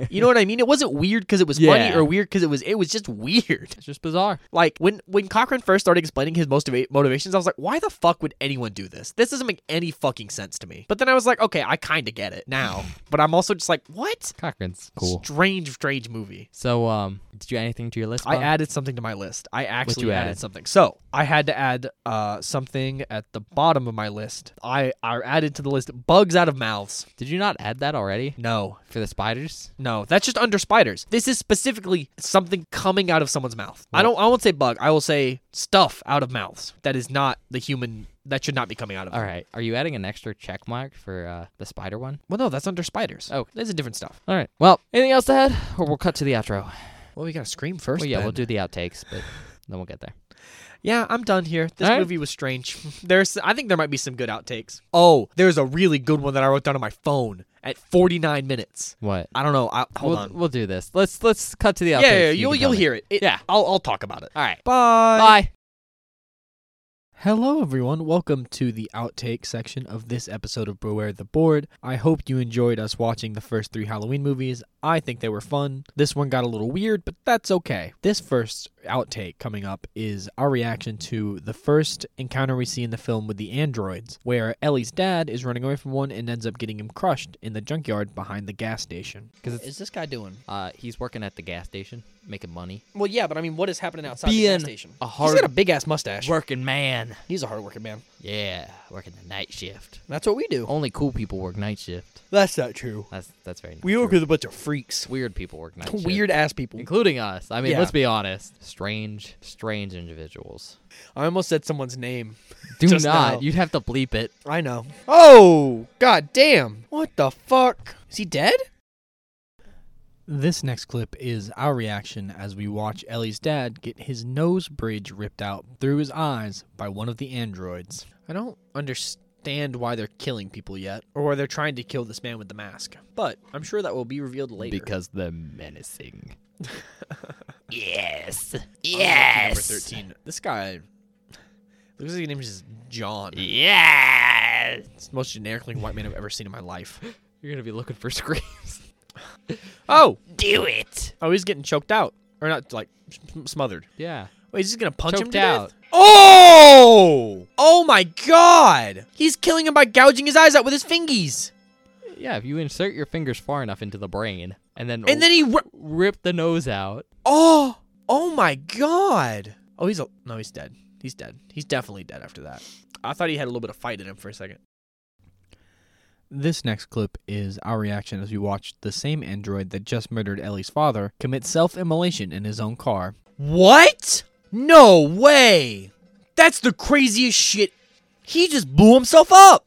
Speaker 1: You know what I mean? It wasn't weird because it was funny
Speaker 2: Yeah.
Speaker 1: or weird because it was. It was just weird.
Speaker 2: It's just bizarre.
Speaker 1: Like when when Cochran first started explaining his motiva- motivations, I was like, why the fuck would anyone do this? This doesn't make any fucking sense to me. But then I was like, okay, I kind of get it now. But I'm also just like, what?
Speaker 2: Cochrane's cool.
Speaker 1: Strange, strange movie.
Speaker 2: So, um, did you add anything to your list?
Speaker 1: I
Speaker 2: Bob?
Speaker 1: added something to my list. I actually
Speaker 2: Um, you
Speaker 1: added
Speaker 2: add?
Speaker 1: something. So I had to add uh, something at the bottom of my list. I, I added to the list bugs out of mouths.
Speaker 2: Did you not add that already
Speaker 1: No,
Speaker 2: for the spiders?
Speaker 1: No, that's just under spiders. This is specifically something coming out of someone's mouth. I don't. I won't say bug. I will say stuff out of mouths. That is not the human. That should not be coming out of.
Speaker 2: All right. Are you adding an extra check mark for uh, the spider one?
Speaker 1: Well, no, that's under spiders.
Speaker 2: Oh.
Speaker 1: that's a different stuff.
Speaker 2: All right. Well, anything else to add, or we'll cut to the outro.
Speaker 1: Well, we gotta scream first.
Speaker 2: Well, yeah, we'll
Speaker 1: then.
Speaker 2: do the outtakes, but then we'll get there.
Speaker 1: Yeah, I'm done here. This
Speaker 2: All right.
Speaker 1: movie was strange. There's. I think there might be some good outtakes. Oh, there's a really good one that I wrote down on my phone at 49 minutes.
Speaker 2: What?
Speaker 1: I don't know. I, hold
Speaker 2: we'll,
Speaker 1: on.
Speaker 2: We'll do this. Let's let's cut to the outtakes.
Speaker 1: yeah, yeah, yeah,
Speaker 2: and
Speaker 1: you'll
Speaker 2: can
Speaker 1: you'll
Speaker 2: tell me.
Speaker 1: hear it. It-
Speaker 2: Yeah.
Speaker 1: I'll I'll talk about it.
Speaker 2: All right.
Speaker 1: Bye.
Speaker 2: Bye.
Speaker 1: Hello, everyone. Welcome to the outtake section of this episode of Beware the Board. I hope you enjoyed us watching the first three Halloween movies. I think they were fun. This one got a little weird, but that's okay. This first outtake coming up is our reaction to the first encounter we see in the film with the androids, where Ellie's dad is running away from one and ends up getting him crushed in the junkyard behind the gas station.
Speaker 2: 'Cause it's-
Speaker 1: is this guy doing?
Speaker 2: Uh, he's working at the gas station, making money.
Speaker 1: Well, yeah, but I mean, what is happening outside
Speaker 2: the gas Being station? a hard-
Speaker 1: He's got a big ass mustache.
Speaker 2: Working man.
Speaker 1: He's a hardworking man.
Speaker 2: Yeah, working the night shift.
Speaker 1: That's what we do.
Speaker 2: Only cool people work night shift.
Speaker 1: That's not true.
Speaker 2: That's that's very. Not
Speaker 1: We work
Speaker 2: true.
Speaker 1: with a bunch of freaks.
Speaker 2: weird people work night shift.
Speaker 1: Weird ass people.
Speaker 2: including us. I mean,
Speaker 1: Yeah.
Speaker 2: let's be honest. Strange, strange individuals.
Speaker 1: I almost said someone's name.
Speaker 2: Do
Speaker 1: Just
Speaker 2: not.
Speaker 1: now.
Speaker 2: You'd have to bleep it.
Speaker 1: I know. Oh, god damn. What the fuck? Is he dead? This next clip is our reaction as we watch Ellie's dad get his nose bridge ripped out through his eyes by one of the androids. I don't understand why they're killing people yet, or why they're trying to kill this man with the mask, but I'm sure that will be revealed later.
Speaker 2: Because they're menacing. yes.
Speaker 1: Number
Speaker 2: Yes.
Speaker 1: thirteen. This guy looks like his name is John.
Speaker 2: Yes.
Speaker 1: It's the most generic looking white man I've ever seen in my life.
Speaker 2: You're gonna be looking for screams.
Speaker 1: Oh,
Speaker 2: Do it.
Speaker 1: oh, he's getting choked out, or not like sm- smothered.
Speaker 2: Yeah.
Speaker 1: Wait, he's just gonna punch him
Speaker 2: Choked
Speaker 1: to
Speaker 2: out.
Speaker 1: death? Oh! Oh my God! He's killing him by gouging his eyes out with his fingies,
Speaker 2: Yeah. If you insert your fingers far enough into the brain and then
Speaker 1: and then he. Ri-
Speaker 2: rip the nose out.
Speaker 1: oh! Oh my God! Oh, he's a- no, he's dead. He's dead. He's definitely dead after that. I thought he had a little bit of fight in him for a second. This next clip is our reaction as we watched the same android that just murdered Ellie's father commit self immolation in his own car. What? No way! That's the craziest shit. He just blew himself up.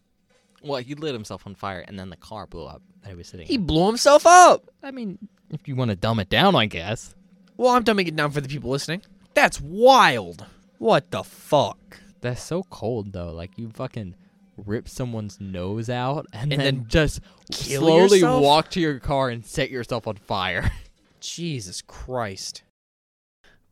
Speaker 2: Well, he lit himself on fire, and then the car blew up. And he was sitting.
Speaker 1: He blew himself up.
Speaker 2: I mean, if you want to dumb it down, I guess.
Speaker 1: Well, I'm dumbing it down for the people listening. That's wild. What the fuck?
Speaker 2: That's so cold though. Like you fucking rip someone's nose out and,
Speaker 1: And
Speaker 2: then,
Speaker 1: then
Speaker 2: just
Speaker 1: kill
Speaker 2: slowly
Speaker 1: yourself?
Speaker 2: walk to your car and set yourself on fire.
Speaker 1: Jesus Christ.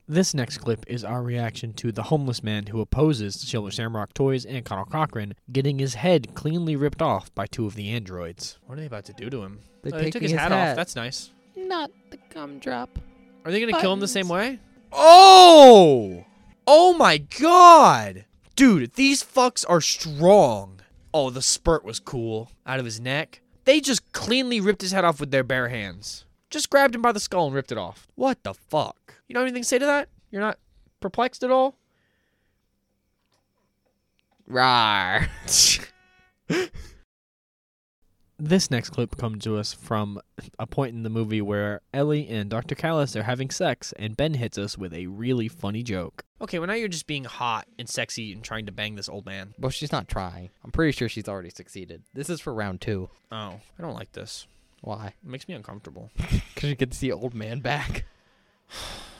Speaker 1: This next clip is our reaction to the homeless man who opposes Silver Shamrock Toys and Connell Cochran getting his head cleanly ripped off by two of the androids. What are they about to do to him?
Speaker 2: They're
Speaker 1: Oh, they took
Speaker 2: taking
Speaker 1: his,
Speaker 2: his
Speaker 1: hat, off.
Speaker 2: hat.
Speaker 1: That's nice.
Speaker 2: Not the gumdrop.
Speaker 1: Are they going to kill him the
Speaker 2: Buttons.
Speaker 1: same way? Oh! Oh my god! Dude, these fucks are strong. Oh, the spurt was cool. Out of his neck. They just cleanly ripped his head off with their bare hands. Just grabbed him by the skull and ripped it off. What the fuck? You don't have anything to say to that? You're not perplexed at all?
Speaker 2: Rar.
Speaker 1: This next clip comes to us from a point in the movie where Ellie and Dr. Callis are having sex, and Ben hits us with a really funny joke. Okay, well, now you're just being hot and sexy and trying to bang this old man.
Speaker 2: Well, she's not trying. I'm pretty sure she's already succeeded. This is for round two.
Speaker 1: Oh, I don't like this.
Speaker 2: Why?
Speaker 1: It makes me uncomfortable.
Speaker 2: Because you get to see old man back.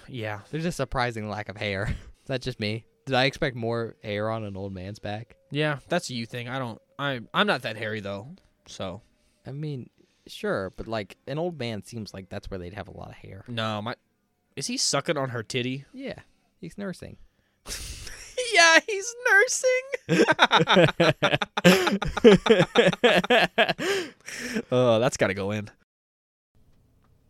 Speaker 1: yeah.
Speaker 2: There's a surprising lack of hair. Is that just me? Did I expect more hair on an old man's back?
Speaker 1: Yeah, that's a you thing. I don't. I, I'm not that hairy, though. So,
Speaker 2: I mean, sure, but like an old man seems like that's where they'd have a lot of hair.
Speaker 1: no, my. Is he sucking on her titty?
Speaker 2: Yeah, he's nursing.
Speaker 1: yeah, he's nursing. oh, that's got to go in.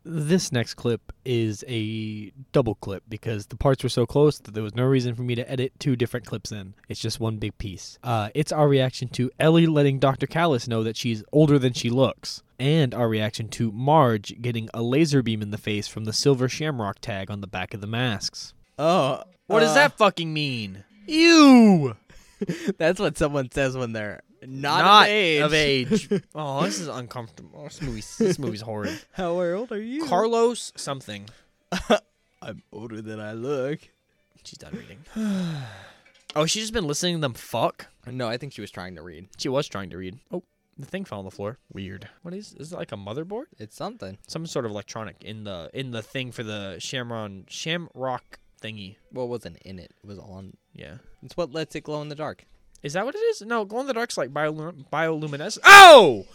Speaker 1: This next clip is a double clip because the parts were so close that there was no reason for me to edit two different clips in. It's just one big piece. Uh, it's our reaction to Ellie letting Dr. Callis know that she's older than she looks, and our reaction to Marge getting a laser beam in the face from the silver shamrock tag on the back of the masks.
Speaker 2: Oh,
Speaker 1: What does that fucking mean? Uh, Ew!
Speaker 2: That's what someone says when they're not,
Speaker 1: Not
Speaker 2: of age.
Speaker 1: of age. oh, this is uncomfortable. This movie's, this movie's horrid.
Speaker 2: How old are you?
Speaker 1: Carlos something.
Speaker 2: I'm older than I look.
Speaker 1: She's done reading. oh, she's just been listening to them fuck?
Speaker 2: No, I think she was trying to read.
Speaker 1: She was trying to read. Oh, the thing fell on the floor. Weird. What is is it like a motherboard?
Speaker 2: It's something.
Speaker 1: Some sort of electronic in the in the thing for the Shamron Shamrock thingy.
Speaker 2: Well, it wasn't in it. It was on.
Speaker 1: Yeah.
Speaker 2: It's what lets it glow in the dark.
Speaker 1: Is that what it is? No, glow in the dark's like biolum- bioluminescence. Oh!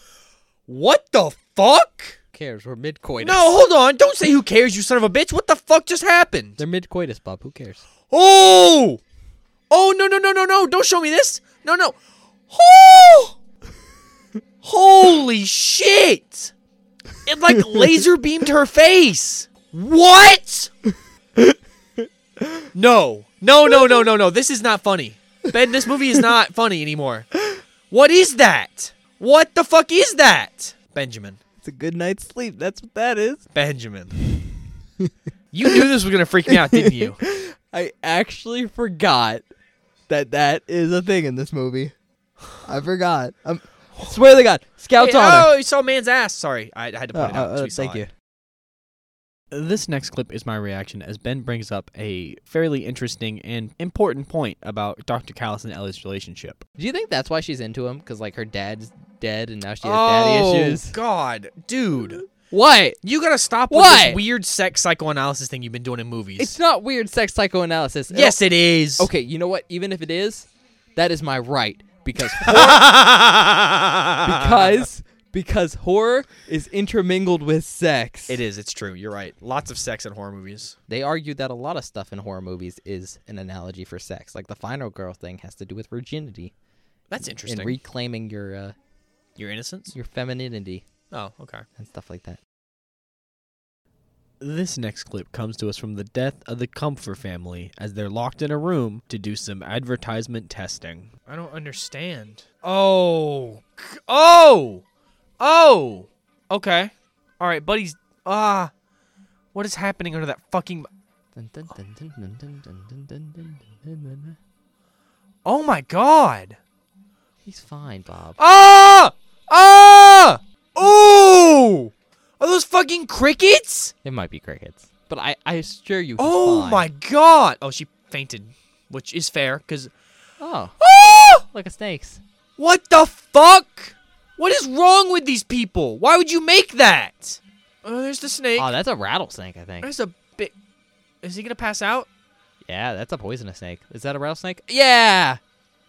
Speaker 1: What the fuck?
Speaker 2: Who cares? We're mid coitus.
Speaker 1: No, hold on. Don't say who cares, you son of a bitch. What the fuck just happened?
Speaker 2: They're mid coitus, Bob. Who cares?
Speaker 1: Oh! Oh no no no no no! Don't show me this! No no! Oh! Holy shit! It like laser beamed her face. What? No no no no no no! This is not funny, Ben. This movie is not funny anymore. What is that? What the fuck is that, Benjamin?
Speaker 2: It's a good night's sleep. That's what that is.
Speaker 1: Benjamin. You knew this was gonna freak me out, didn't you?
Speaker 2: I actually forgot that that is a thing in this movie. I forgot. I'm, I swear to God, Scouts
Speaker 1: Hey,
Speaker 2: honor.
Speaker 1: oh, you saw man's ass. Sorry, I, I had to
Speaker 2: Uh,
Speaker 1: point it
Speaker 2: uh,
Speaker 1: out. because
Speaker 2: uh,
Speaker 1: we saw
Speaker 2: thank
Speaker 1: it.
Speaker 2: you.
Speaker 1: This next clip is my reaction as Ben brings up a fairly interesting and important point about Dr. Callis and Ellie's relationship.
Speaker 2: Do you think that's why she's into him? Because like her dad's dead and now she has daddy issues.
Speaker 1: Oh, God, dude.
Speaker 2: Oh, What?
Speaker 1: You gotta stop with
Speaker 2: Why?
Speaker 1: this weird sex psychoanalysis thing you've been doing in movies.
Speaker 2: It's not weird sex psychoanalysis. It'll-
Speaker 1: yes, it is.
Speaker 2: Okay, you know what? Even if it is, that is my right because
Speaker 1: because
Speaker 2: because because horror is intermingled with sex.
Speaker 1: it is, it's true. You're right. Lots of sex in horror movies.
Speaker 2: They argue that a lot of stuff in horror movies is an analogy for sex, like the final girl thing has to do with virginity
Speaker 1: That's interesting.
Speaker 2: and reclaiming your uh,
Speaker 1: Your innocence?
Speaker 2: your femininity
Speaker 1: Oh, okay.
Speaker 2: and stuff like that.
Speaker 1: This next clip comes to us from the death of the Comfer family as they're locked in a room to do some advertisement testing. I don't understand. Oh. c- Oh. Oh. Okay. All right, buddy's ah What is happening under that fucking
Speaker 2: Dun, dun, dun, dun, dun, dun, dun, dun, dun, dun, dun, dun, dun.
Speaker 1: Oh my god.
Speaker 2: He's fine, Bob.
Speaker 1: Ah! Ah! Oh! Are those fucking crickets?
Speaker 2: It might be crickets, but I I assure you. He's
Speaker 1: Oh
Speaker 2: fine.
Speaker 1: my god. Oh, she fainted, which is fair cuz
Speaker 2: Oh,
Speaker 1: Ah!
Speaker 2: like a snake's.
Speaker 1: What the fuck? What is wrong with these people? Why would you make that? Oh, there's the snake.
Speaker 2: Oh, that's a rattlesnake, I think.
Speaker 1: there's a big. Is he gonna pass out?
Speaker 2: Yeah, that's a poisonous snake. Is that a rattlesnake? Yeah.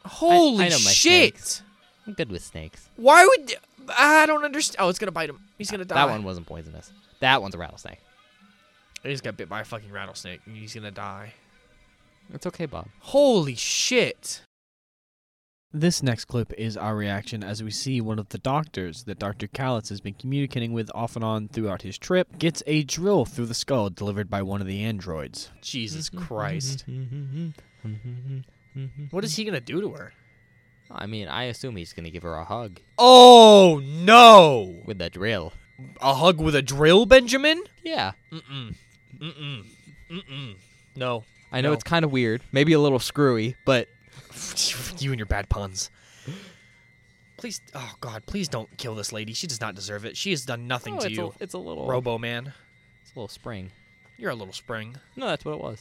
Speaker 1: Holy
Speaker 2: I know my
Speaker 1: shit!
Speaker 2: snakes. I'm good with snakes.
Speaker 1: Why would? I don't understand. Oh, it's gonna bite him. He's gonna die.
Speaker 2: That one wasn't poisonous. That one's a rattlesnake.
Speaker 1: He just got bit by a fucking rattlesnake, and he's gonna die.
Speaker 2: It's okay, Bob.
Speaker 1: Holy shit! This next clip is our reaction as we see one of the doctors that Dr. Kalitz has been communicating with off and on throughout his trip gets a drill through the skull delivered by one of the androids. Jesus Christ. What is he gonna do to her?
Speaker 2: I mean, I assume he's gonna give her a hug
Speaker 1: Oh no!
Speaker 2: with a drill.
Speaker 1: A hug with a drill, Benjamin?
Speaker 2: Yeah.
Speaker 1: Mm-mm. Mm-mm. Mm-mm. No.
Speaker 2: I know
Speaker 1: No.
Speaker 2: it's kind of weird, maybe a little screwy, but
Speaker 1: you and your bad puns. Please, oh God, please don't kill this lady. She does not deserve it. She has done nothing
Speaker 2: Oh,
Speaker 1: to
Speaker 2: it's,
Speaker 1: you,
Speaker 2: A, it's a little
Speaker 1: Robo Man.
Speaker 2: It's a little spring.
Speaker 1: You're a little spring.
Speaker 2: No, that's what it was.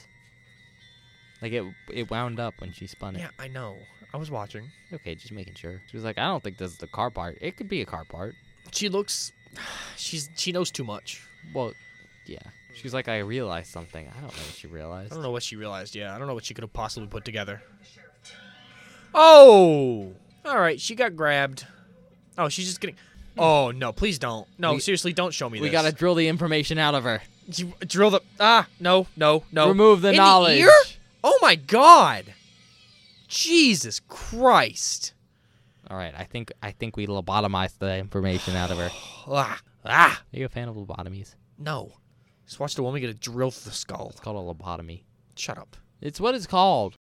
Speaker 2: Like it, it wound up when she spun it.
Speaker 1: Yeah, I know. I was watching.
Speaker 2: Okay, just making sure. She was like, I don't think this is the car part. It could be a car part.
Speaker 1: She looks. She's she knows too much.
Speaker 2: Well, yeah. She was like, I realized something. I don't know what she realized.
Speaker 1: I don't know what she realized. Yeah, I don't know what she could have possibly put together. Oh, all right. She got grabbed. Oh, she's just getting. Oh no! Please don't. No,
Speaker 2: We-
Speaker 1: seriously, don't show me
Speaker 2: We
Speaker 1: this.
Speaker 2: gotta drill the information out of her.
Speaker 1: You- drill the. Ah, no, no, no.
Speaker 2: Remove the
Speaker 1: In
Speaker 2: knowledge.
Speaker 1: ear? Oh my God! Jesus Christ!
Speaker 2: All right, I think I think we lobotomized the information out of her. Are
Speaker 1: Ah, ah.
Speaker 2: you a fan of lobotomies?
Speaker 1: No. Just watch the woman get a drill through the skull.
Speaker 2: It's called a lobotomy.
Speaker 1: Shut up.
Speaker 2: It's what it's called.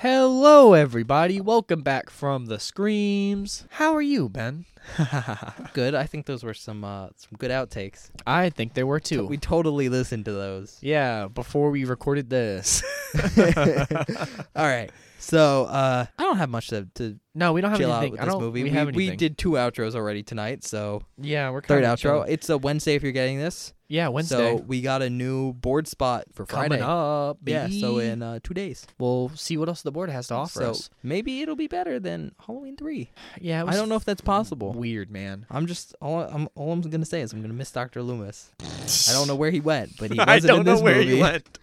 Speaker 2: Hello, everybody.
Speaker 1: Welcome back from the screams. How are you, Ben?
Speaker 2: Good. I think those were some uh, some good outtakes.
Speaker 1: I think there were two.
Speaker 2: We totally listened to those.
Speaker 1: yeah, before we recorded this.
Speaker 2: All right. So uh, I don't have much to, to
Speaker 1: no, we don't have
Speaker 2: chill out
Speaker 1: anything.
Speaker 2: with
Speaker 1: I
Speaker 2: this
Speaker 1: don't-
Speaker 2: movie.
Speaker 1: We, have anything.
Speaker 2: did two outros already tonight, so
Speaker 1: Yeah, we're
Speaker 2: third
Speaker 1: kinda
Speaker 2: outro.
Speaker 1: chilling.
Speaker 2: It's a Wednesday if you're getting this.
Speaker 1: Yeah,
Speaker 2: So
Speaker 1: Wednesday.
Speaker 2: we got a new board spot for Friday.
Speaker 1: Coming up,
Speaker 2: Yeah, so
Speaker 1: baby.
Speaker 2: in uh, two days.
Speaker 1: we'll see what else the board has to offer
Speaker 2: so
Speaker 1: us.
Speaker 2: maybe it'll be better than Halloween three.
Speaker 1: Yeah, it
Speaker 2: I
Speaker 1: was
Speaker 2: don't know if that's possible.
Speaker 1: Weird, man.
Speaker 2: I'm just all I'm all I'm gonna say is I'm gonna miss Dr. Loomis. I don't know where he went, but he wasn't
Speaker 1: I don't
Speaker 2: in
Speaker 1: know
Speaker 2: this
Speaker 1: where
Speaker 2: movie.
Speaker 1: you went.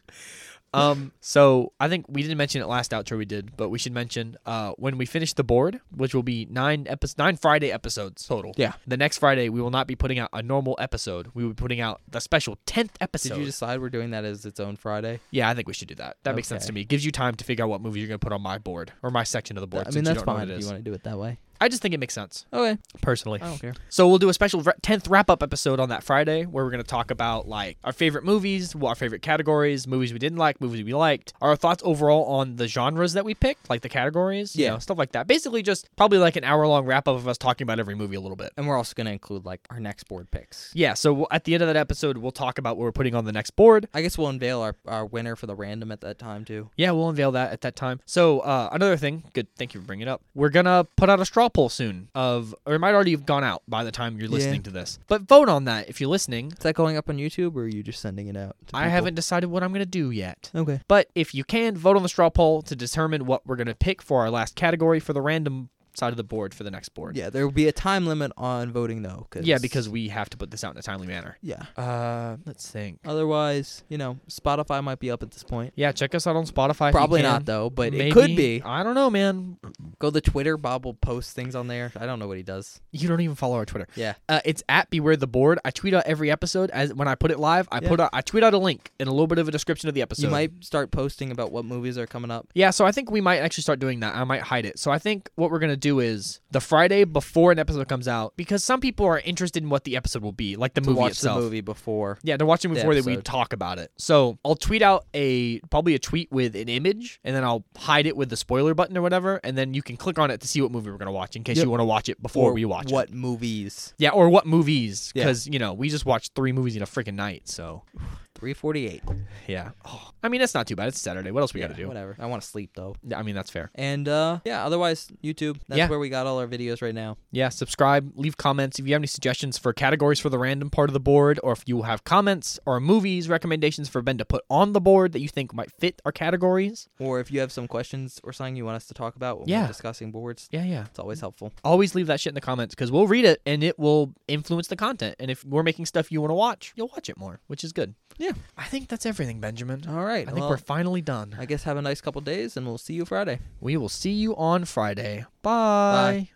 Speaker 1: Um, so I think we didn't mention it last outro we did, but we should mention uh, when we finish the board, which will be nine epi- nine Friday episodes total.
Speaker 2: Yeah.
Speaker 1: The next Friday we will not be putting out a normal episode. We will be putting out the special tenth episode.
Speaker 2: Did you decide we're doing that as its own Friday?
Speaker 1: Yeah, I think we should do that. That makes sense
Speaker 2: Okay.
Speaker 1: to me. Gives you time to figure out what movie you're gonna put on my board or my section of the board.
Speaker 2: I mean,
Speaker 1: since you
Speaker 2: that's
Speaker 1: don't know what
Speaker 2: fine
Speaker 1: it
Speaker 2: if
Speaker 1: is.
Speaker 2: you want to do it that way.
Speaker 1: I just think it makes sense
Speaker 2: Okay,
Speaker 1: personally.
Speaker 2: I don't care.
Speaker 1: So we'll do a special ra- 10th wrap-up episode on that Friday where we're going to talk about like our favorite movies, what our favorite categories, movies we didn't like, movies we liked, our thoughts overall on the genres that we picked, like the categories, you
Speaker 2: Yeah.
Speaker 1: know, stuff like that. Basically just probably like an hour-long wrap-up of us talking about every movie a little bit.
Speaker 2: And we're also gonna include like our next board picks.
Speaker 1: Yeah, so we'll- at the end of that episode we'll talk about what we're putting on the next board.
Speaker 2: I guess we'll unveil our, our winner for the random at that time too.
Speaker 1: Yeah, we'll unveil that at that time. So uh, another thing, good. Thank you for bringing it up. We're gonna put out a straw poll soon of, or it might already have gone out by the time you're
Speaker 2: Yeah.
Speaker 1: listening to this. But vote on that if you're listening.
Speaker 2: Is that going up on YouTube or are you just sending it out? to
Speaker 1: I
Speaker 2: people?
Speaker 1: haven't decided what I'm gonna do yet.
Speaker 2: Okay.
Speaker 1: But if you can, vote on the straw poll to determine what we're gonna pick for our last category for the random side of the board for the next board.
Speaker 2: Yeah, there will be a time limit on voting though. Cause,
Speaker 1: Yeah, because we have to put this out in a timely manner.
Speaker 2: yeah.
Speaker 1: Uh, let's think.
Speaker 2: Otherwise, you know, Spotify might be up at this point.
Speaker 1: Yeah, check us out on Spotify. if you
Speaker 2: Probably
Speaker 1: can.
Speaker 2: not though, but
Speaker 1: Maybe.
Speaker 2: it could be.
Speaker 1: I don't know, man.
Speaker 2: Go to Twitter. Bob will post things on there. I don't know what he does.
Speaker 1: You don't even follow our Twitter.
Speaker 2: Yeah.
Speaker 1: Uh, it's at Beware the Board. I tweet out every episode as when I put it live. I
Speaker 2: Yeah.
Speaker 1: put out, I tweet out a link and a little bit of a description of the episode.
Speaker 2: you might start posting about what movies are coming up.
Speaker 1: Yeah, so I think we might actually start doing that. I might hide it. So I think what we're gonna do is the Friday before an episode comes out, because some people are interested in what the episode will be, like the
Speaker 2: To
Speaker 1: movie
Speaker 2: watch
Speaker 1: itself.
Speaker 2: the movie before.
Speaker 1: Yeah, to watch it before that we
Speaker 2: episode.
Speaker 1: talk about it. So I'll tweet out a probably a tweet with an image, and then I'll hide it with the spoiler button or whatever, and then you can click on it to see what movie we're gonna watch in case
Speaker 2: Yep.
Speaker 1: you want to watch it before we watch it.
Speaker 2: what movies?
Speaker 1: Yeah, or what movies?
Speaker 2: Yeah.
Speaker 1: Because you know we just watched three movies in a freaking night. So
Speaker 2: Three forty-eight.
Speaker 1: yeah, oh, I mean that's not too bad. It's Saturday. What else we gotta do?
Speaker 2: Whatever. I want to sleep though.
Speaker 1: Yeah, I mean that's fair.
Speaker 2: And uh yeah, otherwise YouTube. That's
Speaker 1: Yeah.
Speaker 2: where we got all our videos right now.
Speaker 1: Yeah, subscribe, leave comments if you have any suggestions for categories for the random part of the board, or if you have comments or movies recommendations for Ben to put on the board that you think might fit our categories.
Speaker 2: Or if you have some questions or something you want us to talk about when
Speaker 1: Yeah.
Speaker 2: we're discussing boards,
Speaker 1: Yeah, yeah.
Speaker 2: it's always helpful.
Speaker 1: Always leave that shit in the comments because we'll read it and it will influence the content. And if we're making stuff you want to watch, you'll watch it more, which is good.
Speaker 2: Yeah.
Speaker 1: I think that's everything, Benjamin.
Speaker 2: All right.
Speaker 1: I think
Speaker 2: well,
Speaker 1: we're finally done.
Speaker 2: I guess have a nice couple days and we'll see you Friday.
Speaker 1: We will see you on Friday. Bye.